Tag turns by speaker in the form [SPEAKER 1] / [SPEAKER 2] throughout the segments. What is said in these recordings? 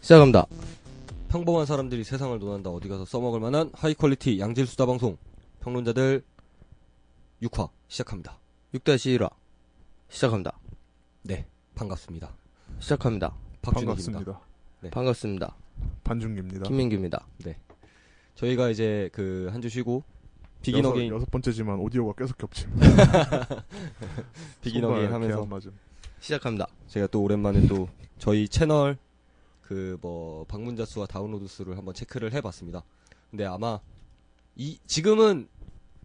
[SPEAKER 1] 시작합니다.
[SPEAKER 2] 평범한 사람들이 세상을 논한다 어디 가서 써먹을 만한 하이 퀄리티 양질 수다 방송 평론자들 6화 시작합니다.
[SPEAKER 1] 6-1화. 시작합니다.
[SPEAKER 2] 네 반갑습니다.
[SPEAKER 1] 시작합니다.
[SPEAKER 2] 박준욱입니다.
[SPEAKER 3] 반갑습니다.
[SPEAKER 2] 네.
[SPEAKER 1] 반갑습니다.
[SPEAKER 3] 반중기입니다.
[SPEAKER 1] 김민규입니다.
[SPEAKER 2] 저희가 이제 그 한 주 쉬고 비긴
[SPEAKER 3] 여섯-
[SPEAKER 2] 어게인
[SPEAKER 3] 여섯 번째지만 오디오가 계속 겹침.
[SPEAKER 2] 비긴
[SPEAKER 3] 손발
[SPEAKER 2] 어게인
[SPEAKER 3] 이렇게
[SPEAKER 2] 하면서
[SPEAKER 3] 안 맞음.
[SPEAKER 1] 시작합니다.
[SPEAKER 2] 제가 또 오랜만에 또 저희 채널 그 뭐 방문자 수와 다운로드 수를 한번 체크를 해봤습니다. 근데 아마 이 지금은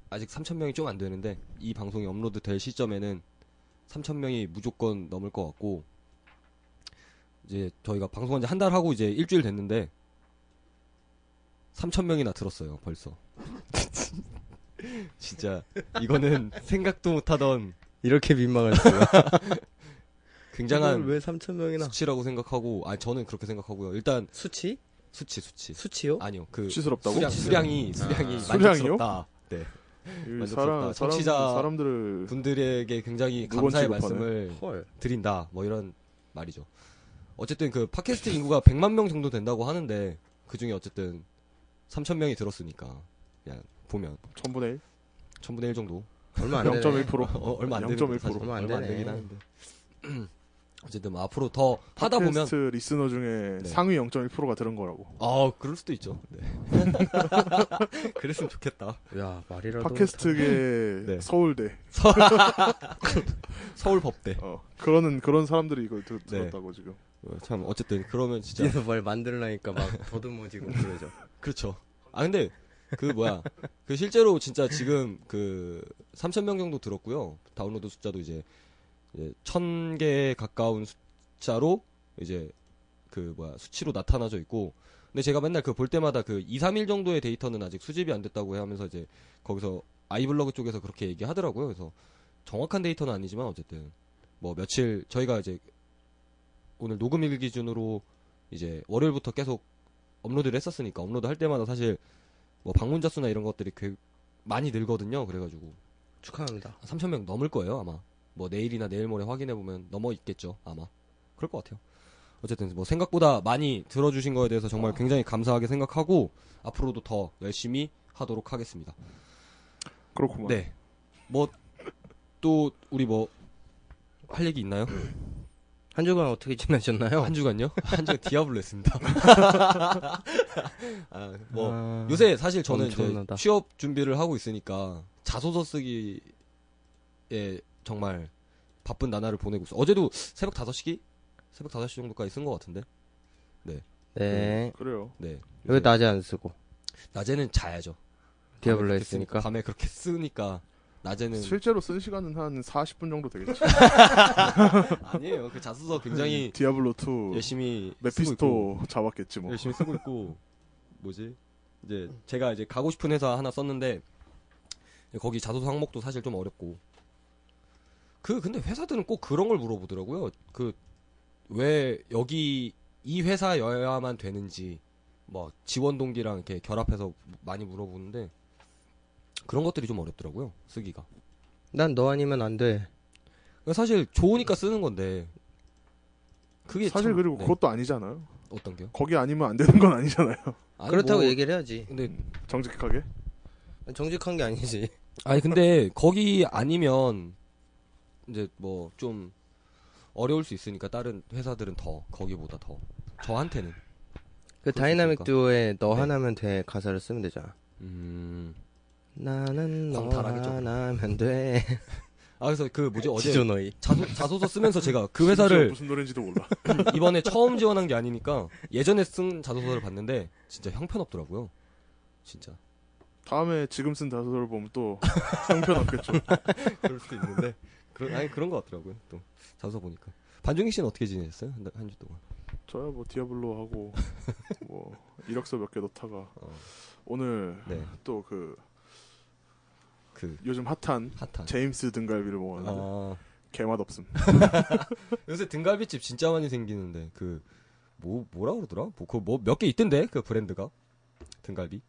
[SPEAKER 2] 아직 3천 명이 좀 안 되는데 이 방송이 업로드 될 시점에는 3천 명이 무조건 넘을 것 같고 이제 저희가 방송한 지 한 달 하고 이제 일주일 됐는데 3천 명이나 들었어요 벌써. 진짜 이거는 생각도 못하던
[SPEAKER 1] 이렇게 민망할 수가.
[SPEAKER 2] 굉장한
[SPEAKER 1] 왜 3,000명이나.
[SPEAKER 2] 수치라고 생각하고 아 저는 그렇게 생각하고요. 일단
[SPEAKER 1] 수치?
[SPEAKER 2] 수치 수치
[SPEAKER 1] 수치요?
[SPEAKER 2] 아니요 그
[SPEAKER 3] 시스럽다고?
[SPEAKER 2] 수량, 수량이 수량이
[SPEAKER 4] 아.
[SPEAKER 3] 수량이요?
[SPEAKER 2] 만족스럽다. 네
[SPEAKER 3] 이
[SPEAKER 2] 만족스럽다.
[SPEAKER 3] 사람 사람
[SPEAKER 2] 청취자
[SPEAKER 3] 사람들을
[SPEAKER 2] 분들에게 굉장히
[SPEAKER 3] 무건
[SPEAKER 2] 감사의
[SPEAKER 3] 취급하네.
[SPEAKER 2] 말씀을
[SPEAKER 1] 헐.
[SPEAKER 2] 드린다 뭐 이런 말이죠. 어쨌든 그 팟캐스트 인구가 100만 명 정도 된다고 하는데 그 중에 어쨌든 3천 명이 들었으니까 그냥 보면
[SPEAKER 3] 천분의 일?
[SPEAKER 2] 네. 천분의 일 정도
[SPEAKER 1] 얼마 안 되네.
[SPEAKER 3] 0.1%
[SPEAKER 2] 어, 얼마 안 되는
[SPEAKER 3] 0.1%
[SPEAKER 2] 사실
[SPEAKER 1] 얼마 안
[SPEAKER 2] 얼마 안
[SPEAKER 1] 되네.
[SPEAKER 2] 되긴 하는데 어쨌든 뭐 앞으로 더 하다 보면
[SPEAKER 3] 팟캐스트 리스너 중에
[SPEAKER 2] 네.
[SPEAKER 3] 상위 0.1%가 들은 거라고.
[SPEAKER 2] 아 그럴 수도 있죠. 네. 그랬으면 좋겠다.
[SPEAKER 1] 야, 말이라도.
[SPEAKER 3] 팟캐스트계
[SPEAKER 2] 네.
[SPEAKER 3] 서울대
[SPEAKER 2] 서울 법대.
[SPEAKER 3] 어. 그러는 그런 사람들이 이걸
[SPEAKER 2] 네.
[SPEAKER 3] 들, 들었다고 지금.
[SPEAKER 2] 어, 참 어쨌든 그러면 진짜
[SPEAKER 1] 뒤에서 뭘 만들라니까 막 더듬어지고 그러죠.
[SPEAKER 2] 그렇죠. 아 근데 그 뭐야 그 실제로 진짜 지금 그 3천 명 정도 들었고요. 다운로드 숫자도 이제 이제 천 개에 가까운 숫자로 이제 그 뭐야 수치로 나타나져 있고. 근데 제가 맨날 그 볼 때마다 그 2, 3일 정도의 데이터는 아직 수집이 안 됐다고 하면서 이제 거기서 아이블로그 쪽에서 그렇게 얘기하더라고요. 그래서 정확한 데이터는 아니지만 어쨌든 뭐 며칠 저희가 이제 오늘 녹음일 기준으로 이제 월요일부터 계속 업로드를 했었으니까 업로드 할 때마다 사실 뭐 방문자 수나 이런 것들이 꽤 많이 늘거든요. 그래가지고
[SPEAKER 1] 축하합니다.
[SPEAKER 2] 3천 명 넘을 거예요 아마. 뭐 내일이나 내일 모레 확인해 보면 넘어 있겠죠 아마. 그럴 것 같아요. 어쨌든 뭐 생각보다 많이 들어주신 거에 대해서 정말 굉장히 감사하게 생각하고 앞으로도 더 열심히 하도록 하겠습니다.
[SPEAKER 3] 그렇구만.
[SPEAKER 2] 네. 뭐 또 우리 뭐 할 얘기 있나요?
[SPEAKER 1] 한 주간 어떻게 지내셨나요?
[SPEAKER 2] 한 주간요? 한 주간 디아블로 했습니다. 아, 뭐
[SPEAKER 1] 아,
[SPEAKER 2] 요새 사실 저는 이제
[SPEAKER 1] 엄청나다.
[SPEAKER 2] 취업 준비를 하고 있으니까 자소서 쓰기에 정말 바쁜 나날을 보내고 있어. 어제도 새벽 5시기? 새벽 5시 정도까지 쓴 것 같은데.
[SPEAKER 1] 네.
[SPEAKER 3] 그래요.
[SPEAKER 2] 네.
[SPEAKER 1] 왜 낮에 안 쓰고.
[SPEAKER 2] 낮에는 자야죠.
[SPEAKER 1] 디아블로
[SPEAKER 2] 밤에 그렇게
[SPEAKER 1] 했으니까.
[SPEAKER 2] 쓰니까- 밤에 그렇게 쓰니까 낮에는
[SPEAKER 3] 실제로 쓴 시간은 한 40분 정도 되겠죠. 네.
[SPEAKER 2] 아니에요. 그 자소서 굉장히
[SPEAKER 3] 디아블로 2
[SPEAKER 2] 열심히 쓰고 있고.
[SPEAKER 3] 음. 메피스토 잡았겠지 뭐. 음.
[SPEAKER 2] 열심히 쓰고 있고 뭐지 이제 제가 이제 가고 싶은 회사 하나 썼는데 거기 자소서 항목도 사실 좀 어렵고 그 근데 회사들은 꼭 그런 걸 물어보더라고요 그 왜 여기 이 회사여야만 되는지 뭐 지원 동기랑 이렇게 결합해서 많이 물어보는데 그런 것들이 좀 어렵더라고요 쓰기가 그러니까
[SPEAKER 1] 난 너 아니면 안 돼.
[SPEAKER 2] 사실 좋으니까 쓰는 건데 그게
[SPEAKER 3] 사실
[SPEAKER 2] 참-
[SPEAKER 3] 그리고
[SPEAKER 2] 네,
[SPEAKER 3] 그것도 아니잖아요.
[SPEAKER 2] 어떤 게요
[SPEAKER 3] 거기 아니면 안 되는 건 아니잖아요.
[SPEAKER 2] 아니,
[SPEAKER 1] 그렇다고
[SPEAKER 2] 뭐-
[SPEAKER 1] 얘기를 해야지.
[SPEAKER 2] 근데
[SPEAKER 3] 정직하게.
[SPEAKER 1] 정직한 게 아니지.
[SPEAKER 2] 아니 근데 거기 아니면 이제 뭐 좀 어려울 수 있으니까 다른 회사들은 더 거기보다 더 저한테는
[SPEAKER 1] 그
[SPEAKER 2] 그렇습니까?
[SPEAKER 1] 다이나믹 듀오의 너
[SPEAKER 2] 네.
[SPEAKER 1] 하나면 돼 가사를 쓰면 되잖아.
[SPEAKER 2] 음아
[SPEAKER 1] 나는 너
[SPEAKER 2] 광탈하게 좀.
[SPEAKER 1] 하나면 돼.
[SPEAKER 2] 그래서 그 뭐지 어제
[SPEAKER 1] 지존어이.
[SPEAKER 2] 자소, 자소서 쓰면서 제가 그
[SPEAKER 3] 심지어
[SPEAKER 2] 회사를
[SPEAKER 3] 무슨 노래인지도 몰라.
[SPEAKER 2] 이번에 처음 지원한 게 아니니까 예전에 쓴 자소서를 봤는데 진짜 형편없더라고요 진짜
[SPEAKER 3] 다음에 지금 쓴 자소서를 보면 또 형편 없겠죠.
[SPEAKER 2] 그럴 수도 있는데 그런 아니 그런 거 같더라고요 또 자소서 보니까 반중기 씨는 어떻게 지내셨어요 한 주 동안
[SPEAKER 3] 저야 뭐 디아블로 하고 뭐 이력서 몇 개 넣다가
[SPEAKER 2] 어.
[SPEAKER 3] 오늘
[SPEAKER 2] 네그 그,
[SPEAKER 3] 또 그 요즘 핫한
[SPEAKER 2] 핫한
[SPEAKER 3] 제임스 등갈비를 먹었는데
[SPEAKER 2] 아
[SPEAKER 3] 개맛 없음.
[SPEAKER 2] 요새 등갈비집 진짜 많이 생기는데 그 뭐 뭐라 그러더라? 뭐그뭐 몇 개 있던데 그 브랜드가 등갈비.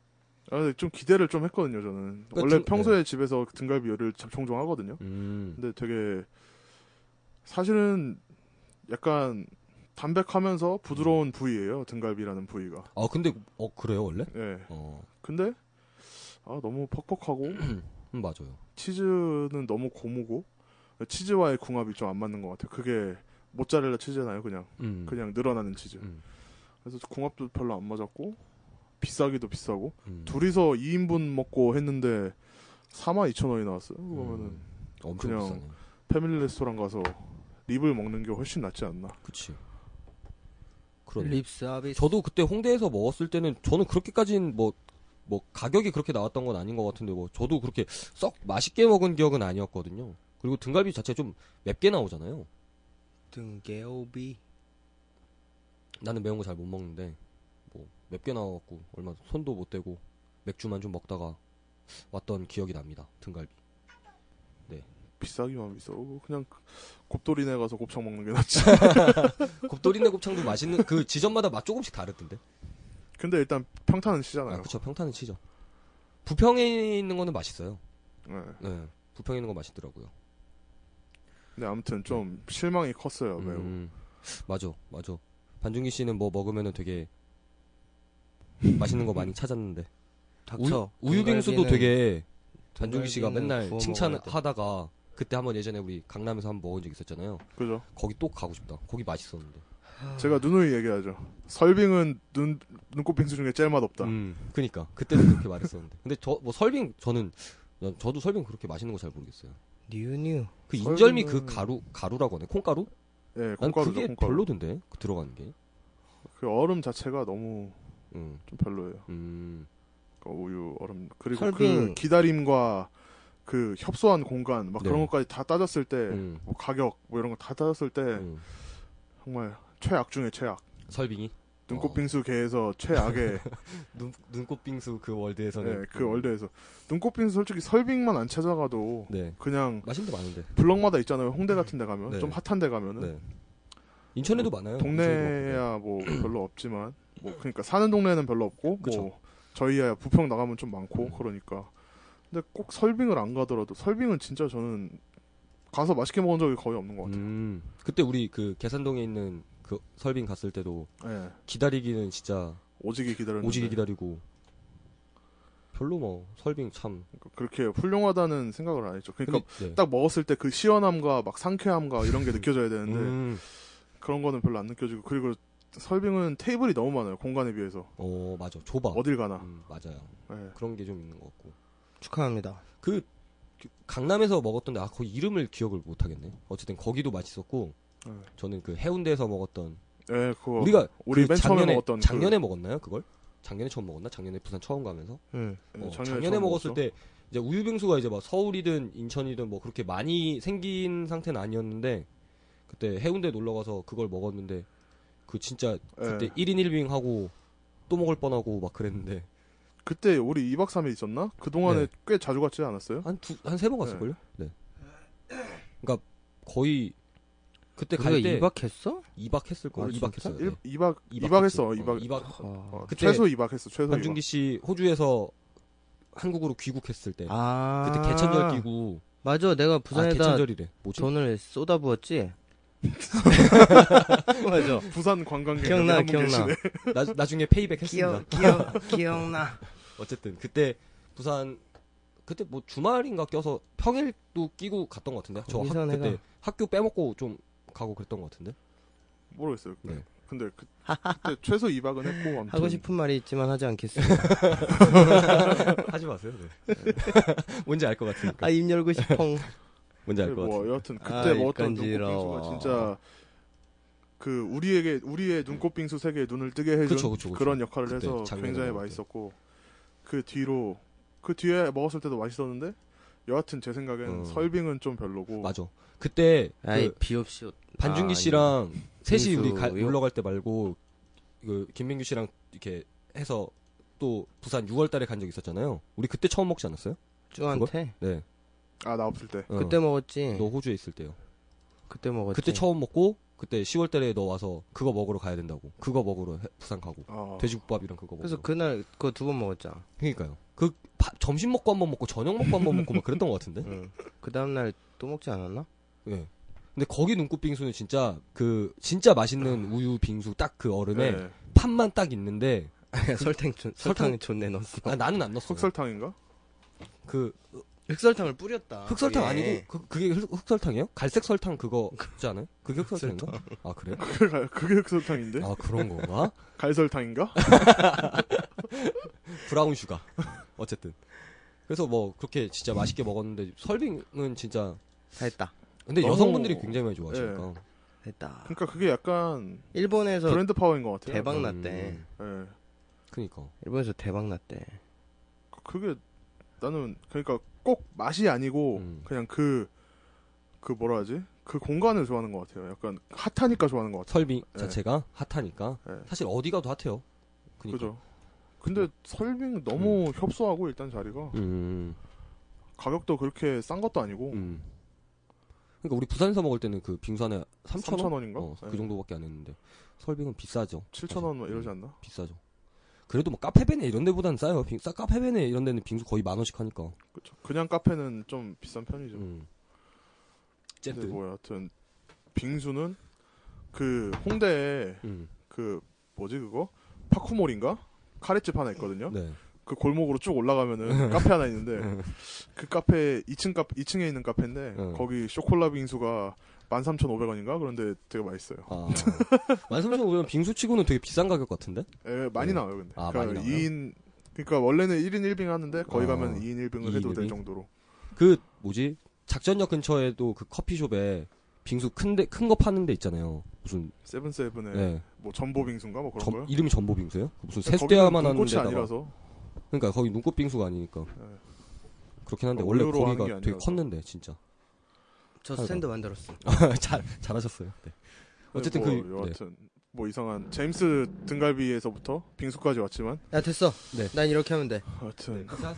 [SPEAKER 3] 아, 근데 좀 기대를 좀 했거든요 저는.
[SPEAKER 2] 그러니까
[SPEAKER 3] 원래
[SPEAKER 2] 등-
[SPEAKER 3] 평소에 집에서 그 등갈비 요리를 참 종종 하거든요.
[SPEAKER 2] 음.
[SPEAKER 3] 근데 되게 사실은 약간 담백하면서 부드러운 부위예요. 등갈비라는 부위가.
[SPEAKER 2] 아 근데 어 그래요 원래?
[SPEAKER 3] 예.
[SPEAKER 2] 어
[SPEAKER 3] 근데 아 너무 퍽퍽하고
[SPEAKER 2] 음, 맞아요.
[SPEAKER 3] 치즈는 너무 고무고 치즈와의 궁합이 좀 안 맞는 것 같아요. 그게 모짜렐라 치즈잖아요, 그냥
[SPEAKER 2] 음.
[SPEAKER 3] 그냥 늘어나는 치즈.
[SPEAKER 2] 음,
[SPEAKER 3] 그래서 궁합도 별로 안 맞았고 비싸기도 비싸고
[SPEAKER 2] 음.
[SPEAKER 3] 둘이서 2인분 먹고 했는데 42,000원이 나왔어요. 그러면은
[SPEAKER 2] 음, 엄청
[SPEAKER 3] 그냥-
[SPEAKER 2] 비싸네.
[SPEAKER 3] 패밀리 레스토랑 가서 립을 먹는 게 훨씬 낫지 않나.
[SPEAKER 2] 그치. 그럼
[SPEAKER 1] 립 서비스.
[SPEAKER 2] 저도 그때 홍대에서 먹었을 때는 저는 그렇게까지는 뭐, 뭐 가격이 그렇게 나왔던 건 아닌 것 같은데 뭐 저도 그렇게 썩 맛있게 먹은 기억은 아니었거든요. 그리고 등갈비 자체 좀 맵게 나오잖아요.
[SPEAKER 1] 등개오비.
[SPEAKER 2] 나는 매운 거 잘 못 먹는데 뭐 맵게 나와갖고 얼마 손도 못 대고 맥주만 좀 먹다가 왔던 기억이 납니다. 등갈비.
[SPEAKER 3] 비싸기만 비싸고 그냥 곱돌이네 가서 곱창 먹는 게 낫지.
[SPEAKER 2] 곱돌이네 곱창도 맛있는 그 지점마다 맛 조금씩 다르던데.
[SPEAKER 3] 근데 일단 평탄은 치잖아요.
[SPEAKER 2] 아 그쵸 평탄은 치죠. 부평에 있는 거는 맛있어요.
[SPEAKER 3] 예.
[SPEAKER 2] 네, 부평에 있는 거 맛있더라고요.
[SPEAKER 3] 근데 아무튼 좀 실망이 컸어요. 아, 매우.
[SPEAKER 2] 음, 맞아, 맞아. 반준기 씨는 뭐 먹으면은 되게 맛있는 거 많이 찾았는데
[SPEAKER 1] 닥쳐.
[SPEAKER 2] 우유, 우유빙수도
[SPEAKER 1] 등갈비는-
[SPEAKER 2] 되게 반준기 씨가
[SPEAKER 1] 등갈비는
[SPEAKER 2] 맨날
[SPEAKER 1] 구워 먹어야
[SPEAKER 2] 칭찬하다가 그때 한번 예전에 우리 강남에서 한번 먹은 적 있었잖아요.
[SPEAKER 3] 그죠?
[SPEAKER 2] 거기 또 가고 싶다. 거기 맛있었는데.
[SPEAKER 3] 제가 누누이 얘기하죠. 설빙은 눈 눈꽃빙수 중에 제일 맛없다.
[SPEAKER 2] 음, 그니까 그때도 그렇게 말했었는데. 근데 저 뭐 설빙 저는 난 저도 설빙 그렇게 맛있는 거 잘 모르겠어요.
[SPEAKER 1] 뉴뉴.
[SPEAKER 2] 그 인절미 그
[SPEAKER 3] 설빙은-
[SPEAKER 2] 가루 가루라고 하네 콩가루?
[SPEAKER 3] 예,
[SPEAKER 2] 난
[SPEAKER 3] 콩가루죠.
[SPEAKER 2] 그게
[SPEAKER 3] 콩가루.
[SPEAKER 2] 별로던데 그 들어가는 게.
[SPEAKER 3] 그 얼음 자체가 너무
[SPEAKER 2] 음,
[SPEAKER 3] 좀 별로예요.
[SPEAKER 2] 음,
[SPEAKER 3] 그 우유 얼음 그리고 그
[SPEAKER 1] 설빙.
[SPEAKER 3] 기다림과 그 협소한 공간 막 그런
[SPEAKER 2] 네.
[SPEAKER 3] 것까지 다 따졌을 때
[SPEAKER 2] 음,
[SPEAKER 3] 뭐 가격 뭐 이런 거 다 따졌을 때
[SPEAKER 2] 음.
[SPEAKER 3] 정말 최악 중에 최악.
[SPEAKER 2] 설빙이 어.
[SPEAKER 3] 눈꽃빙수계에서 최악의
[SPEAKER 2] 눈, 눈꽃빙수 그 월드에서는
[SPEAKER 3] 예, 그 월드에서 눈꽃빙수 솔직히 설빙만 안 찾아가도
[SPEAKER 2] 네
[SPEAKER 3] 그냥
[SPEAKER 2] 맛있는 데 많은데
[SPEAKER 3] 블럭마다 있잖아요. 홍대 같은 데 가면
[SPEAKER 2] 네.
[SPEAKER 3] 좀 핫한 데 가면은
[SPEAKER 2] 네 인천에도 많아요 인천에도 많고.
[SPEAKER 3] 동네야 뭐 별로 없지만 뭐 그러니까 사는 동네는 별로 없고
[SPEAKER 2] 그쵸. 음.
[SPEAKER 3] 뭐 저희야 부평 나가면 좀 많고 그러니까 근데 꼭 설빙을 안 가더라도 설빙은 진짜 저는 가서 맛있게 먹은 적이 거의 없는 것
[SPEAKER 2] 음, 그때 우리 그 계산동에 있는 그 설빙 갔을 때도
[SPEAKER 3] 같아요. 예.
[SPEAKER 2] 기다리기는 진짜
[SPEAKER 3] 오지게 기다렸는데
[SPEAKER 2] 음. 오지게 기다리고 별로 뭐 설빙 참
[SPEAKER 3] 그러니까 그렇게 훌륭하다는 생각을 안 했죠. 그러니까
[SPEAKER 2] 근데, 네.
[SPEAKER 3] 딱 먹었을 때 그 시원함과 막 상쾌함과 이런 게 느껴져야 되는데
[SPEAKER 2] 음,
[SPEAKER 3] 그런 거는 별로 안 느껴지고 그리고 설빙은 테이블이 너무 많아요. 공간에 비해서
[SPEAKER 2] 어 맞아 좁아
[SPEAKER 3] 어딜 가나.
[SPEAKER 2] 음, 맞아요
[SPEAKER 3] 예.
[SPEAKER 2] 그런 게 좀 있는 것 같고
[SPEAKER 1] 축하합니다.
[SPEAKER 2] 그 강남에서 먹었던데 아 거기 이름을 기억을 못 하겠네 어쨌든 거기도 맛있었고
[SPEAKER 3] 네.
[SPEAKER 2] 저는 그 해운대에서 먹었던
[SPEAKER 3] 예, 그거
[SPEAKER 2] 우리가
[SPEAKER 3] 우리
[SPEAKER 2] 그
[SPEAKER 3] 맨 처음에
[SPEAKER 2] 작년에,
[SPEAKER 3] 먹었던 그-
[SPEAKER 2] 작년에 먹었나요 그걸? 작년에 처음 먹었나? 작년에 부산 처음 가면서
[SPEAKER 1] 응.
[SPEAKER 3] 예,
[SPEAKER 2] 어, 작년에,
[SPEAKER 3] 처음
[SPEAKER 2] 먹었을
[SPEAKER 3] 먹었죠.
[SPEAKER 2] 때 이제 우유빙수가 이제 막 서울이든 인천이든 뭐 그렇게 많이 생긴 상태는 아니었는데 그때 해운대 놀러 가서 그걸 먹었는데 그 진짜 그때
[SPEAKER 3] 예.
[SPEAKER 2] 1인 1빙 하고 또 먹을 뻔하고 막 그랬는데
[SPEAKER 3] 그때 우리 2박 3일 있었나? 그동안에
[SPEAKER 2] 네.
[SPEAKER 3] 꽤 자주 갔지 않았어요?
[SPEAKER 2] 한 두 한 세 번 갔을걸요? 네. 그러니까 거의 그때
[SPEAKER 1] 우리가
[SPEAKER 2] 갈 때 2박,
[SPEAKER 1] 이박했어?
[SPEAKER 2] 했을 거예요.
[SPEAKER 1] 아,
[SPEAKER 2] 2박
[SPEAKER 1] 진짜?
[SPEAKER 2] 했어요.
[SPEAKER 3] 일
[SPEAKER 2] 네.
[SPEAKER 3] 2박
[SPEAKER 2] 이박 했지.
[SPEAKER 3] 2박 했어.
[SPEAKER 2] 어,
[SPEAKER 3] 2박.
[SPEAKER 2] 이박
[SPEAKER 1] 아.
[SPEAKER 3] 어,
[SPEAKER 2] 그때
[SPEAKER 3] 최소 2박 했어. 최소 2박.
[SPEAKER 2] 반준기 씨 호주에서 한국으로 귀국했을 때
[SPEAKER 1] 아.
[SPEAKER 2] 네. 그때 개천절 끼고
[SPEAKER 1] 맞아. 내가
[SPEAKER 2] 아,
[SPEAKER 1] 부산에다
[SPEAKER 2] 개천절이래. 뭐지?
[SPEAKER 1] 돈을 쏟아부었지. 맞아.
[SPEAKER 3] 부산 관광객
[SPEAKER 1] 기억나,
[SPEAKER 3] 한분
[SPEAKER 1] 기억나.
[SPEAKER 3] 계시네.
[SPEAKER 2] 나, 나중에 페이백 했습니다.
[SPEAKER 1] 기억, 기억, 기억나.
[SPEAKER 2] 어쨌든 그때 부산 그때 뭐 주말인가 껴서 평일도 끼고 갔던 것 같은데 저 학,
[SPEAKER 1] 거기서
[SPEAKER 2] 그때
[SPEAKER 1] 내가-
[SPEAKER 2] 학교 빼먹고 좀 가고 그랬던 것 같은데
[SPEAKER 3] 모르겠어요. 근데,
[SPEAKER 2] 네.
[SPEAKER 3] 근데 그, 때 최소 2박은 했고 아무튼
[SPEAKER 1] 하고 싶은 말이 있지만 하지 않겠습니다.
[SPEAKER 2] 하지 마세요. 네. 뭔지 알 것 같으니까.
[SPEAKER 1] 아, 입 열고 싶어.
[SPEAKER 2] 뭔지 알 것
[SPEAKER 3] 뭐
[SPEAKER 2] 같아.
[SPEAKER 3] 여하튼 그때
[SPEAKER 1] 아,
[SPEAKER 3] 먹었던
[SPEAKER 1] 간지러워.
[SPEAKER 3] 눈꽃빙수가 진짜 그 우리에게 우리의 눈꽃빙수 세계에 눈을 뜨게 해준
[SPEAKER 2] 그쵸, 그쵸, 그쵸.
[SPEAKER 3] 런 역할을
[SPEAKER 2] 그때
[SPEAKER 3] 해서
[SPEAKER 2] 작년에
[SPEAKER 3] 굉장히
[SPEAKER 2] 먹었던.
[SPEAKER 3] 맛있었고 그 뒤로 그 뒤에 먹었을 때도 맛있었는데 여하튼 제 생각엔
[SPEAKER 2] 어.
[SPEAKER 3] 설빙은 좀 별로고
[SPEAKER 2] 맞아. 그때
[SPEAKER 1] 아이,
[SPEAKER 2] 그
[SPEAKER 1] 비옵시 옷.
[SPEAKER 2] 반준기
[SPEAKER 1] 아,
[SPEAKER 2] 씨랑 셋이 우리 가,
[SPEAKER 1] 빙수요?
[SPEAKER 2] 놀러 갈 때 말고 그 김민규 씨랑 이렇게 해서 또 부산 6월달에 간 적 있었잖아요. 우리 그때 처음 먹지 않았어요?
[SPEAKER 1] 쭈한테?
[SPEAKER 2] 네.
[SPEAKER 3] 아 나 없을 때
[SPEAKER 2] 어,
[SPEAKER 1] 그때 먹었지.
[SPEAKER 2] 너 호주에 있을 때요.
[SPEAKER 1] 그때 먹었지.
[SPEAKER 2] 그때 처음 먹고 그때 10월달에 너 와서 그거 먹으러 가야 된다고 그거 먹으러 해- 부산 가고
[SPEAKER 3] 아,
[SPEAKER 2] 돼지국밥이랑 어. 그거 먹으러
[SPEAKER 1] 그래서 그날 그거 두 번 먹었잖아.
[SPEAKER 2] 그러니까요 그 바- 점심 먹고 한 번 먹고 저녁 먹고 한 번 먹고 막 그랬던 것 같은데
[SPEAKER 1] 응. 그 다음날 또 먹지 않았나?
[SPEAKER 2] 예 근데 거기 눈꽃 빙수는 진짜 그 진짜 맛있는 우유 빙수 딱 그 얼음에
[SPEAKER 3] 네.
[SPEAKER 2] 판만 딱 있는데
[SPEAKER 1] 아니야, 설탕 존, 설탕은 존내 넣었어.
[SPEAKER 2] 아, 나는 안 넣었어.
[SPEAKER 3] 흑설탕인가?
[SPEAKER 2] 그
[SPEAKER 1] 흑설탕을 뿌렸다. 예.
[SPEAKER 2] 흑설탕
[SPEAKER 1] 거기에.
[SPEAKER 2] 아니고 그, 그게 흑, 흑설탕이에요? 갈색 설탕 그거 있지 않아요? 그게 흑설탕인가? 아 그래?
[SPEAKER 3] 그게 그게 흑설탕인데?
[SPEAKER 2] 아 그런 건가?
[SPEAKER 3] 갈설탕인가?
[SPEAKER 2] 브라운 슈가. 어쨌든. 그래서 뭐 그렇게 진짜 맛있게 먹었는데 설빙은 진짜
[SPEAKER 1] 했다.
[SPEAKER 2] 근데
[SPEAKER 3] 너무- 예,
[SPEAKER 2] 여성분들이 굉장히 많이 좋아하시니까
[SPEAKER 1] 했다.
[SPEAKER 3] 그러니까 그게 약간
[SPEAKER 1] 일본에서
[SPEAKER 3] 브랜드 파워인 것 같아요.
[SPEAKER 1] 대박
[SPEAKER 2] 음,
[SPEAKER 1] 났대.
[SPEAKER 3] 예.
[SPEAKER 2] 그니까.
[SPEAKER 1] 일본에서 대박 났대.
[SPEAKER 3] 그- 그게 나는 그러니까 꼭 맛이 아니고
[SPEAKER 2] 음.
[SPEAKER 3] 그냥 그 그 뭐라 하지? 그 공간을 좋아하는 것 같아요. 약간 핫하니까 좋아하는 것 같아요.
[SPEAKER 2] 설빙
[SPEAKER 3] 네.
[SPEAKER 2] 자체가 핫하니까
[SPEAKER 3] 예.
[SPEAKER 2] 사실 어디 가도 핫해요. 그니까.
[SPEAKER 3] 그죠. 근데 설빙 너무 협소하고 일단 자리가
[SPEAKER 2] 음.
[SPEAKER 3] 가격도 그렇게 싼 것도 아니고
[SPEAKER 2] 음. 그러니까 우리 부산에서 먹을 때는 그 빙수 안에 3,000원?
[SPEAKER 3] 3,000원인가? 예.
[SPEAKER 2] 어, 그 정도밖에 안 했는데 설빙은 비싸죠.
[SPEAKER 3] 7,000원 막
[SPEAKER 2] 음.
[SPEAKER 3] 이러지 않나?
[SPEAKER 2] 비싸죠. 그래도 뭐 카페베네 이런 데보다는 싸요. 빙, 싸 카페베네 이런 데는 빙수 거의 만 원씩 하니까.
[SPEAKER 3] 그쵸. 그냥 카페는 좀 비싼 편이죠.
[SPEAKER 2] 음.
[SPEAKER 3] 근데
[SPEAKER 2] 어쨌든.
[SPEAKER 3] 뭐 여하튼 빙수는 그 홍대에
[SPEAKER 2] 음.
[SPEAKER 3] 그 뭐지 그거 파쿠몰인가 카레집 하나 있거든요.
[SPEAKER 2] 네.
[SPEAKER 3] 그 골목으로 쭉 올라가면은 카페 하나 있는데 그 카페 2층 카페 2층에 있는 카페인데
[SPEAKER 2] 응.
[SPEAKER 3] 거기 쇼콜라 빙수가 13,500원인가 그런데 되게 맛있어요.
[SPEAKER 2] 아. 만삼천 오면 빙수치고는 되게 비싼 가격 같은데?
[SPEAKER 3] 예, 많이
[SPEAKER 2] 네.
[SPEAKER 3] 나와요 근데.
[SPEAKER 2] 아, 많이 나와요?
[SPEAKER 3] 그러니까 2인 그러니까 원래는 1인 1빙 하는데 거기
[SPEAKER 2] 아,
[SPEAKER 3] 가면 2인 1빙을 해도
[SPEAKER 2] 2인
[SPEAKER 3] 될
[SPEAKER 2] 1빙?
[SPEAKER 3] 정도로.
[SPEAKER 2] 그 뭐지? 작전역 근처에도 그 커피숍에 빙수 큰데 큰 거 파는 데 있잖아요. 무슨
[SPEAKER 3] 세븐세븐에
[SPEAKER 2] 네.
[SPEAKER 3] 뭐 전보 빙수인가 뭐 그런
[SPEAKER 2] 전-
[SPEAKER 3] 거요?
[SPEAKER 2] 이름이 전보 빙수예요? 그 무슨
[SPEAKER 3] 근데
[SPEAKER 2] 세수대야만
[SPEAKER 3] 거기는
[SPEAKER 2] 하는
[SPEAKER 3] 눈꽃이
[SPEAKER 2] 데다가
[SPEAKER 3] 아니라서
[SPEAKER 2] 그러니까 거기 눈꽃 빙수가 아니니까.
[SPEAKER 3] 네.
[SPEAKER 2] 그렇긴 한데
[SPEAKER 3] 어,
[SPEAKER 2] 원래
[SPEAKER 3] 우유로 하는 게
[SPEAKER 2] 거기가 되게
[SPEAKER 3] 아니라서.
[SPEAKER 2] 컸는데 진짜.
[SPEAKER 1] 저
[SPEAKER 2] 아이고.
[SPEAKER 1] 스탠드 만들었어.
[SPEAKER 3] 네.
[SPEAKER 2] 잘 잘하셨어요. 네. 어쨌든
[SPEAKER 3] 뭐
[SPEAKER 2] 그 네.
[SPEAKER 3] 여하튼 뭐 이상한 제임스 등갈비에서부터 빙수까지 왔지만
[SPEAKER 1] 야 됐어.
[SPEAKER 2] 네.
[SPEAKER 1] 난 이렇게 하면 돼.
[SPEAKER 3] 여하튼
[SPEAKER 2] 하세요.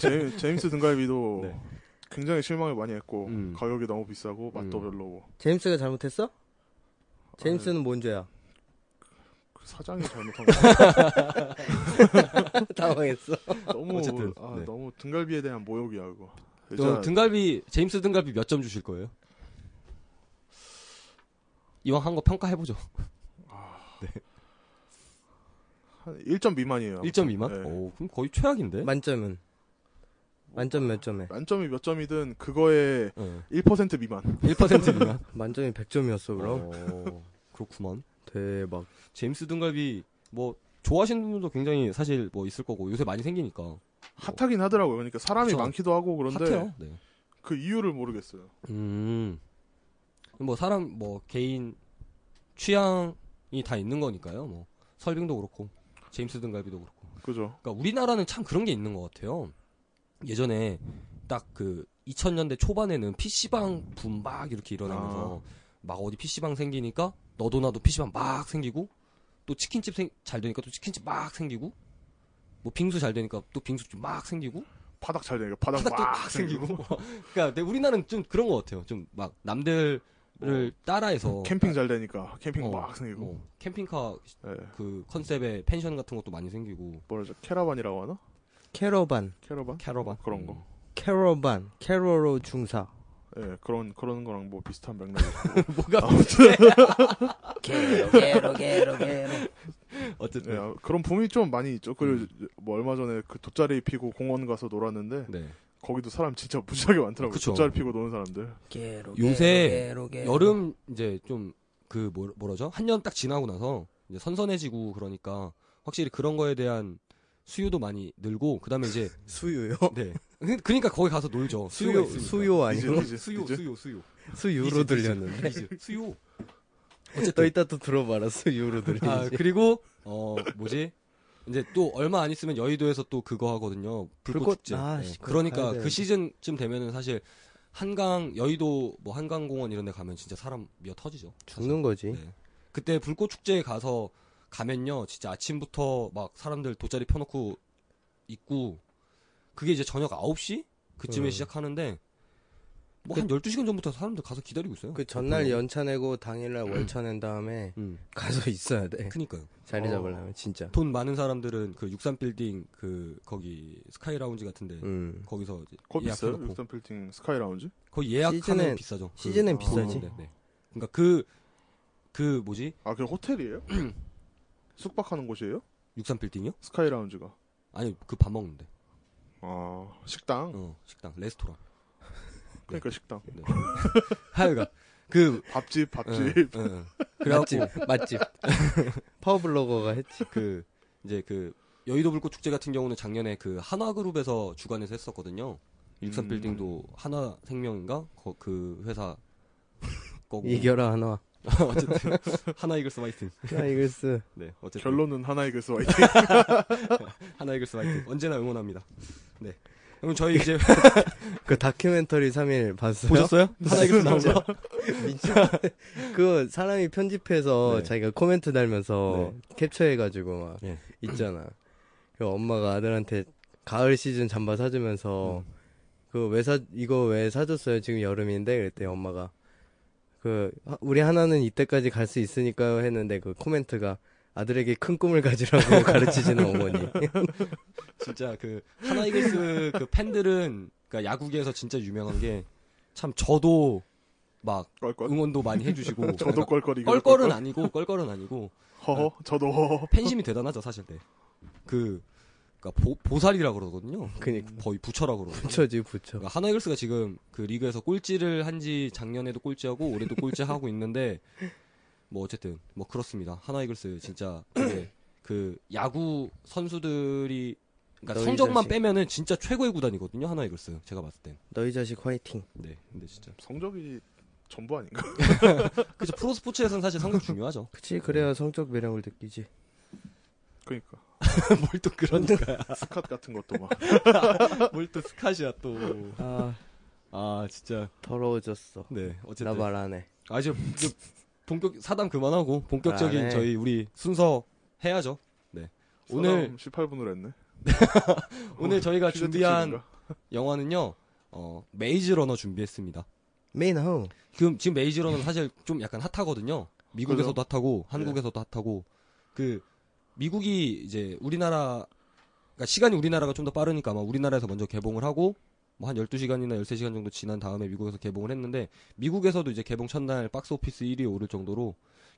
[SPEAKER 3] 제임, 제임스 등갈비도
[SPEAKER 2] 네.
[SPEAKER 3] 굉장히 실망을 많이 했고
[SPEAKER 2] 음.
[SPEAKER 3] 가격이 너무 비싸고 맛도
[SPEAKER 2] 음.
[SPEAKER 3] 별로고
[SPEAKER 1] 제임스가 잘못했어? 제임스는 뭔 죄야?
[SPEAKER 3] 그 사장이 잘못한 거
[SPEAKER 1] 당황했어.
[SPEAKER 3] 너무
[SPEAKER 2] 어쨌든,
[SPEAKER 3] 아,
[SPEAKER 2] 네.
[SPEAKER 3] 너무 등갈비에 대한 모욕이야 그거
[SPEAKER 2] 또
[SPEAKER 3] 일단
[SPEAKER 2] 등갈비 제임스 등갈비 몇 점 주실 거예요? 이왕 한 거 평가해 보죠.
[SPEAKER 3] 네, 한 1점 미만이에요
[SPEAKER 2] 1점 미만?
[SPEAKER 3] 네.
[SPEAKER 2] 오, 그럼 거의 최악인데.
[SPEAKER 1] 네? 만점은? 만점 몇 점에?
[SPEAKER 3] 만점이 몇 점이든 그거에
[SPEAKER 2] 네.
[SPEAKER 3] 1% 미만
[SPEAKER 2] 1% 미만.
[SPEAKER 1] 만점이 100점이었어 그럼?
[SPEAKER 2] 어, 그렇구만.
[SPEAKER 1] 대박.
[SPEAKER 2] 제임스 등갈비 뭐 좋아하시는 분들도 굉장히 사실 뭐 있을 거고 요새 많이 생기니까
[SPEAKER 3] 핫하긴 하더라고요 그러니까 사람이
[SPEAKER 2] 그쵸.
[SPEAKER 3] 많기도 하고 그런데
[SPEAKER 2] 핫해요. 네.
[SPEAKER 3] 그 이유를 모르겠어요
[SPEAKER 2] 음. 뭐 사람 뭐 개인 취향이 다 있는 거니까요. 뭐 설빙도 그렇고 제임스 등갈비도 그렇고.
[SPEAKER 3] 그죠
[SPEAKER 2] 그러니까 우리나라는 참 그런 게 있는 것 같아요. 예전에 딱 그 2000년대 초반에는 PC방 붐 막 이렇게 일어나면서
[SPEAKER 3] 아.
[SPEAKER 2] 막 어디 PC방 생기니까 너도 나도 PC방 막 생기고 또 치킨집 생- 잘 되니까 또 치킨집 막 생기고 뭐 빙수 잘 되니까 또 빙수집 막 생기고
[SPEAKER 3] 바닥 잘 되니까 바닥
[SPEAKER 2] 바닥도
[SPEAKER 3] 막,
[SPEAKER 2] 막 생기고 그러니까 내- 우리나라는 좀 그런 것 같아요. 좀 막 남들을 따라해서
[SPEAKER 3] 어. 캠핑 잘 되니까 캠핑
[SPEAKER 2] 어,
[SPEAKER 3] 막 생기고
[SPEAKER 2] 뭐 캠핑카
[SPEAKER 3] 예.
[SPEAKER 2] 그 컨셉의 펜션 같은 것도 많이 생기고
[SPEAKER 3] 뭐라죠 캐러반이라고 하나?
[SPEAKER 1] 캐러반,
[SPEAKER 3] 캐러반?
[SPEAKER 2] 캐러반
[SPEAKER 3] 그런 거.
[SPEAKER 1] 캐러반, 캐러로 중사.
[SPEAKER 3] 예, 그런 그런 거랑 뭐 비슷한 맥락이고.
[SPEAKER 2] 음.
[SPEAKER 1] 어.
[SPEAKER 2] 뭐가
[SPEAKER 1] 캐러, 캐러, 캐러, 캐러.
[SPEAKER 2] 음. 어쨌든
[SPEAKER 3] 예, 그런 붐이 좀 많이 있죠.
[SPEAKER 2] 음.
[SPEAKER 3] 그뭐 얼마 전에 그 돗자리 피고 공원 가서 놀았는데
[SPEAKER 2] 네.
[SPEAKER 3] 거기도 사람 진짜 무지하게 많더라고요.
[SPEAKER 2] 그쵸.
[SPEAKER 3] 돗자리 피고 노는 사람들.
[SPEAKER 1] 캐러,
[SPEAKER 2] 요새
[SPEAKER 1] 캐러, 캐러.
[SPEAKER 2] 여름 이제 좀 그 뭐라죠? 한 년 딱 지나고 나서 이제 선선해지고 그러니까 확실히 그런 거에 대한 수요도 많이 늘고 그다음에 이제
[SPEAKER 1] 수유요?
[SPEAKER 2] 네. 그- 그러니까 거기 가서 놀죠. 수요가
[SPEAKER 1] 수요,
[SPEAKER 2] 있으니까.
[SPEAKER 1] 수요 아니고
[SPEAKER 3] 이제,
[SPEAKER 2] 수요
[SPEAKER 3] 이제.
[SPEAKER 2] 수요 수요.
[SPEAKER 1] 수유로
[SPEAKER 2] 이제, 이제,
[SPEAKER 1] 들렸는데.
[SPEAKER 2] 이제 수요.
[SPEAKER 1] 너 이따 또 들어봐라. 수유로 들리지.
[SPEAKER 2] 아, 그리고 어 뭐지? 이제 또 얼마 안 있으면 여의도에서 또 그거 하거든요.
[SPEAKER 1] 불꽃-
[SPEAKER 2] 불꽃축제.
[SPEAKER 1] 아,
[SPEAKER 2] 네.
[SPEAKER 1] 씨, 그거 가야
[SPEAKER 2] 그러니까
[SPEAKER 1] 되는데.
[SPEAKER 2] 그 시즌쯤 되면은 사실 한강 여의도 뭐 한강공원 이런 데 가면 진짜 사람 미어 터지죠. 사실.
[SPEAKER 1] 죽는 거지.
[SPEAKER 2] 네. 그때 불꽃 축제에 가서 가면요, 진짜 아침부터 막 사람들 돗자리 펴놓고 있고 그게 이제 저녁 9시 그쯤에
[SPEAKER 1] 음.
[SPEAKER 2] 시작하는데 뭐 한 12시간 전부터 사람들 가서 기다리고 있어요.
[SPEAKER 1] 그 전날 연차 내고 당일날 월차 낸 다음에
[SPEAKER 2] 음.
[SPEAKER 1] 가서 있어야 돼.
[SPEAKER 2] 그니까요.
[SPEAKER 1] 자리
[SPEAKER 3] 어.
[SPEAKER 1] 잡으려면 진짜.
[SPEAKER 2] 돈 많은 사람들은 그 63빌딩 그 거기 스카이 라운지 같은데
[SPEAKER 1] 음.
[SPEAKER 2] 거기서 이제
[SPEAKER 3] 거기 있어요?
[SPEAKER 2] 예약해놓고.
[SPEAKER 3] 윌슨 빌딩 스카이 라운지?
[SPEAKER 2] 거의 예약하면
[SPEAKER 1] 시즌엔-
[SPEAKER 2] 비싸죠. 그
[SPEAKER 1] 시즌엔
[SPEAKER 2] 보는데,
[SPEAKER 1] 비싸지.
[SPEAKER 2] 네. 그러니까 그 그 뭐지?
[SPEAKER 3] 아, 그냥 호텔이에요?
[SPEAKER 2] 음.
[SPEAKER 3] 숙박하는 곳이에요?
[SPEAKER 2] 63빌딩이요?
[SPEAKER 3] 스카이 라운지가.
[SPEAKER 2] 아니, 그 밥 먹는데.
[SPEAKER 3] 아, 식당.
[SPEAKER 2] 어, 식당, 레스토랑.
[SPEAKER 3] 그러니까 식당.
[SPEAKER 2] 네. 하여간 그
[SPEAKER 3] 밥집, 밥집.
[SPEAKER 2] 응, 응, 응.
[SPEAKER 1] 맛집,
[SPEAKER 2] 그래갖고
[SPEAKER 1] 맛집. 파워블로거가 했지.
[SPEAKER 2] 그 이제 그 여의도 불꽃 축제 같은 경우는 작년에 그 한화그룹에서 주관해서 했었거든요.
[SPEAKER 3] 음.
[SPEAKER 2] 63빌딩도 한화생명인가 거- 그 회사 거고
[SPEAKER 1] 이겨라 하나.
[SPEAKER 2] 어쨌든 하나 이글스 화이팅.
[SPEAKER 1] 하나 이글스.
[SPEAKER 2] 네, 어쨌든
[SPEAKER 3] 결론은 하나의 글스 와이팅.
[SPEAKER 2] 하나 이글스 화이팅. 언제나 응원합니다. 네. 그럼 저희 이제
[SPEAKER 1] 그 다큐멘터리 3일 봤어요?
[SPEAKER 2] 보셨어요? 하나 이글스 나온
[SPEAKER 1] 진짜.
[SPEAKER 2] 거?
[SPEAKER 1] 미친. 그거 사람이 편집해서
[SPEAKER 2] 네.
[SPEAKER 1] 자기가 코멘트 달면서 캡처해가지고 막
[SPEAKER 2] 네.
[SPEAKER 1] 있잖아. 그 엄마가 아들한테 가을 시즌 잠바 사주면서 그 왜 사 이거 왜 사줬어요? 지금 여름인데 그랬대 엄마가 그 하- 우리 하나는 이때까지 갈 수 있으니까요 했는데 그 코멘트가 아들에게 큰 꿈을 가지라고 가르치시는 어머니.
[SPEAKER 2] 진짜 그 하나 이글스 그 팬들은 그러니까 야구계에서 진짜 유명한 게 참 저도 막
[SPEAKER 3] 껄껄.
[SPEAKER 2] 응원도 많이 해주시고
[SPEAKER 3] 저도 껄껄이고.
[SPEAKER 2] 음. 껄껄은 네. 아니고 껄껄은 아니고
[SPEAKER 3] 허허. 저도 허허.
[SPEAKER 2] 팬심이 대단하죠 사실 네. 그 그러니까 보, 보살이라 그러거든요.
[SPEAKER 1] 그니까
[SPEAKER 2] 거의 부처라 그러거든요.
[SPEAKER 1] 붙여지 붙여.
[SPEAKER 2] 그러니까 하나이글스가 지금 그 리그에서 꼴찌를 한지 작년에도 꼴찌하고 올해도 꼴찌하고 있는데 뭐 어쨌든 뭐 그렇습니다. 하나이글스 진짜 되게 그 야구 선수들이 그러니까
[SPEAKER 1] 너희
[SPEAKER 2] 성적만
[SPEAKER 1] 자식.
[SPEAKER 2] 빼면은 진짜 최고의 구단이거든요. 하나이글스 제가 봤을 땐.
[SPEAKER 1] 너희 자식 화이팅.
[SPEAKER 2] 네. 근데 진짜
[SPEAKER 3] 성적이 전부 아닌가?
[SPEAKER 2] 그죠 프로 스포츠에서는 사실 성적 중요하죠.
[SPEAKER 1] 그치 그래야 성적 매력을 느끼지.
[SPEAKER 3] 그러니까.
[SPEAKER 2] 뭘 또 그런가?
[SPEAKER 3] 스캇 같은 것도 막.
[SPEAKER 2] 뭘 또 스카시야 또.
[SPEAKER 1] 아
[SPEAKER 2] 아 진짜
[SPEAKER 1] 더러워졌어.
[SPEAKER 2] 네 어쨌든
[SPEAKER 1] 나 말 안 해.
[SPEAKER 2] 아 이제 이제 본격 사담 그만하고 본격적인
[SPEAKER 1] 아, 네.
[SPEAKER 2] 저희 우리 순서 해야죠. 오늘-
[SPEAKER 3] 18분으로 했네.
[SPEAKER 2] 오늘 저희가
[SPEAKER 3] 휴전
[SPEAKER 2] 준비한
[SPEAKER 3] 특집인가?
[SPEAKER 2] 영화는요. 어, 메이즈 러너 준비했습니다.
[SPEAKER 1] 메인 하우.
[SPEAKER 2] 지금 지금 메이즈 러너는 사실 좀 약간 핫하거든요. 미국에서도 핫하고 한국에서도 핫하고 그 미국이 이제 우리나라 그러니까 시간이 우리나라가 좀 더 빠르니까 아마 우리나라에서 먼저 개봉을 하고 뭐 한 12시간이나 13시간 정도 지난 다음에 미국에서 개봉을 했는데 미국에서도 이제 개봉 첫날 박스 오피스 1위에 오를 정도로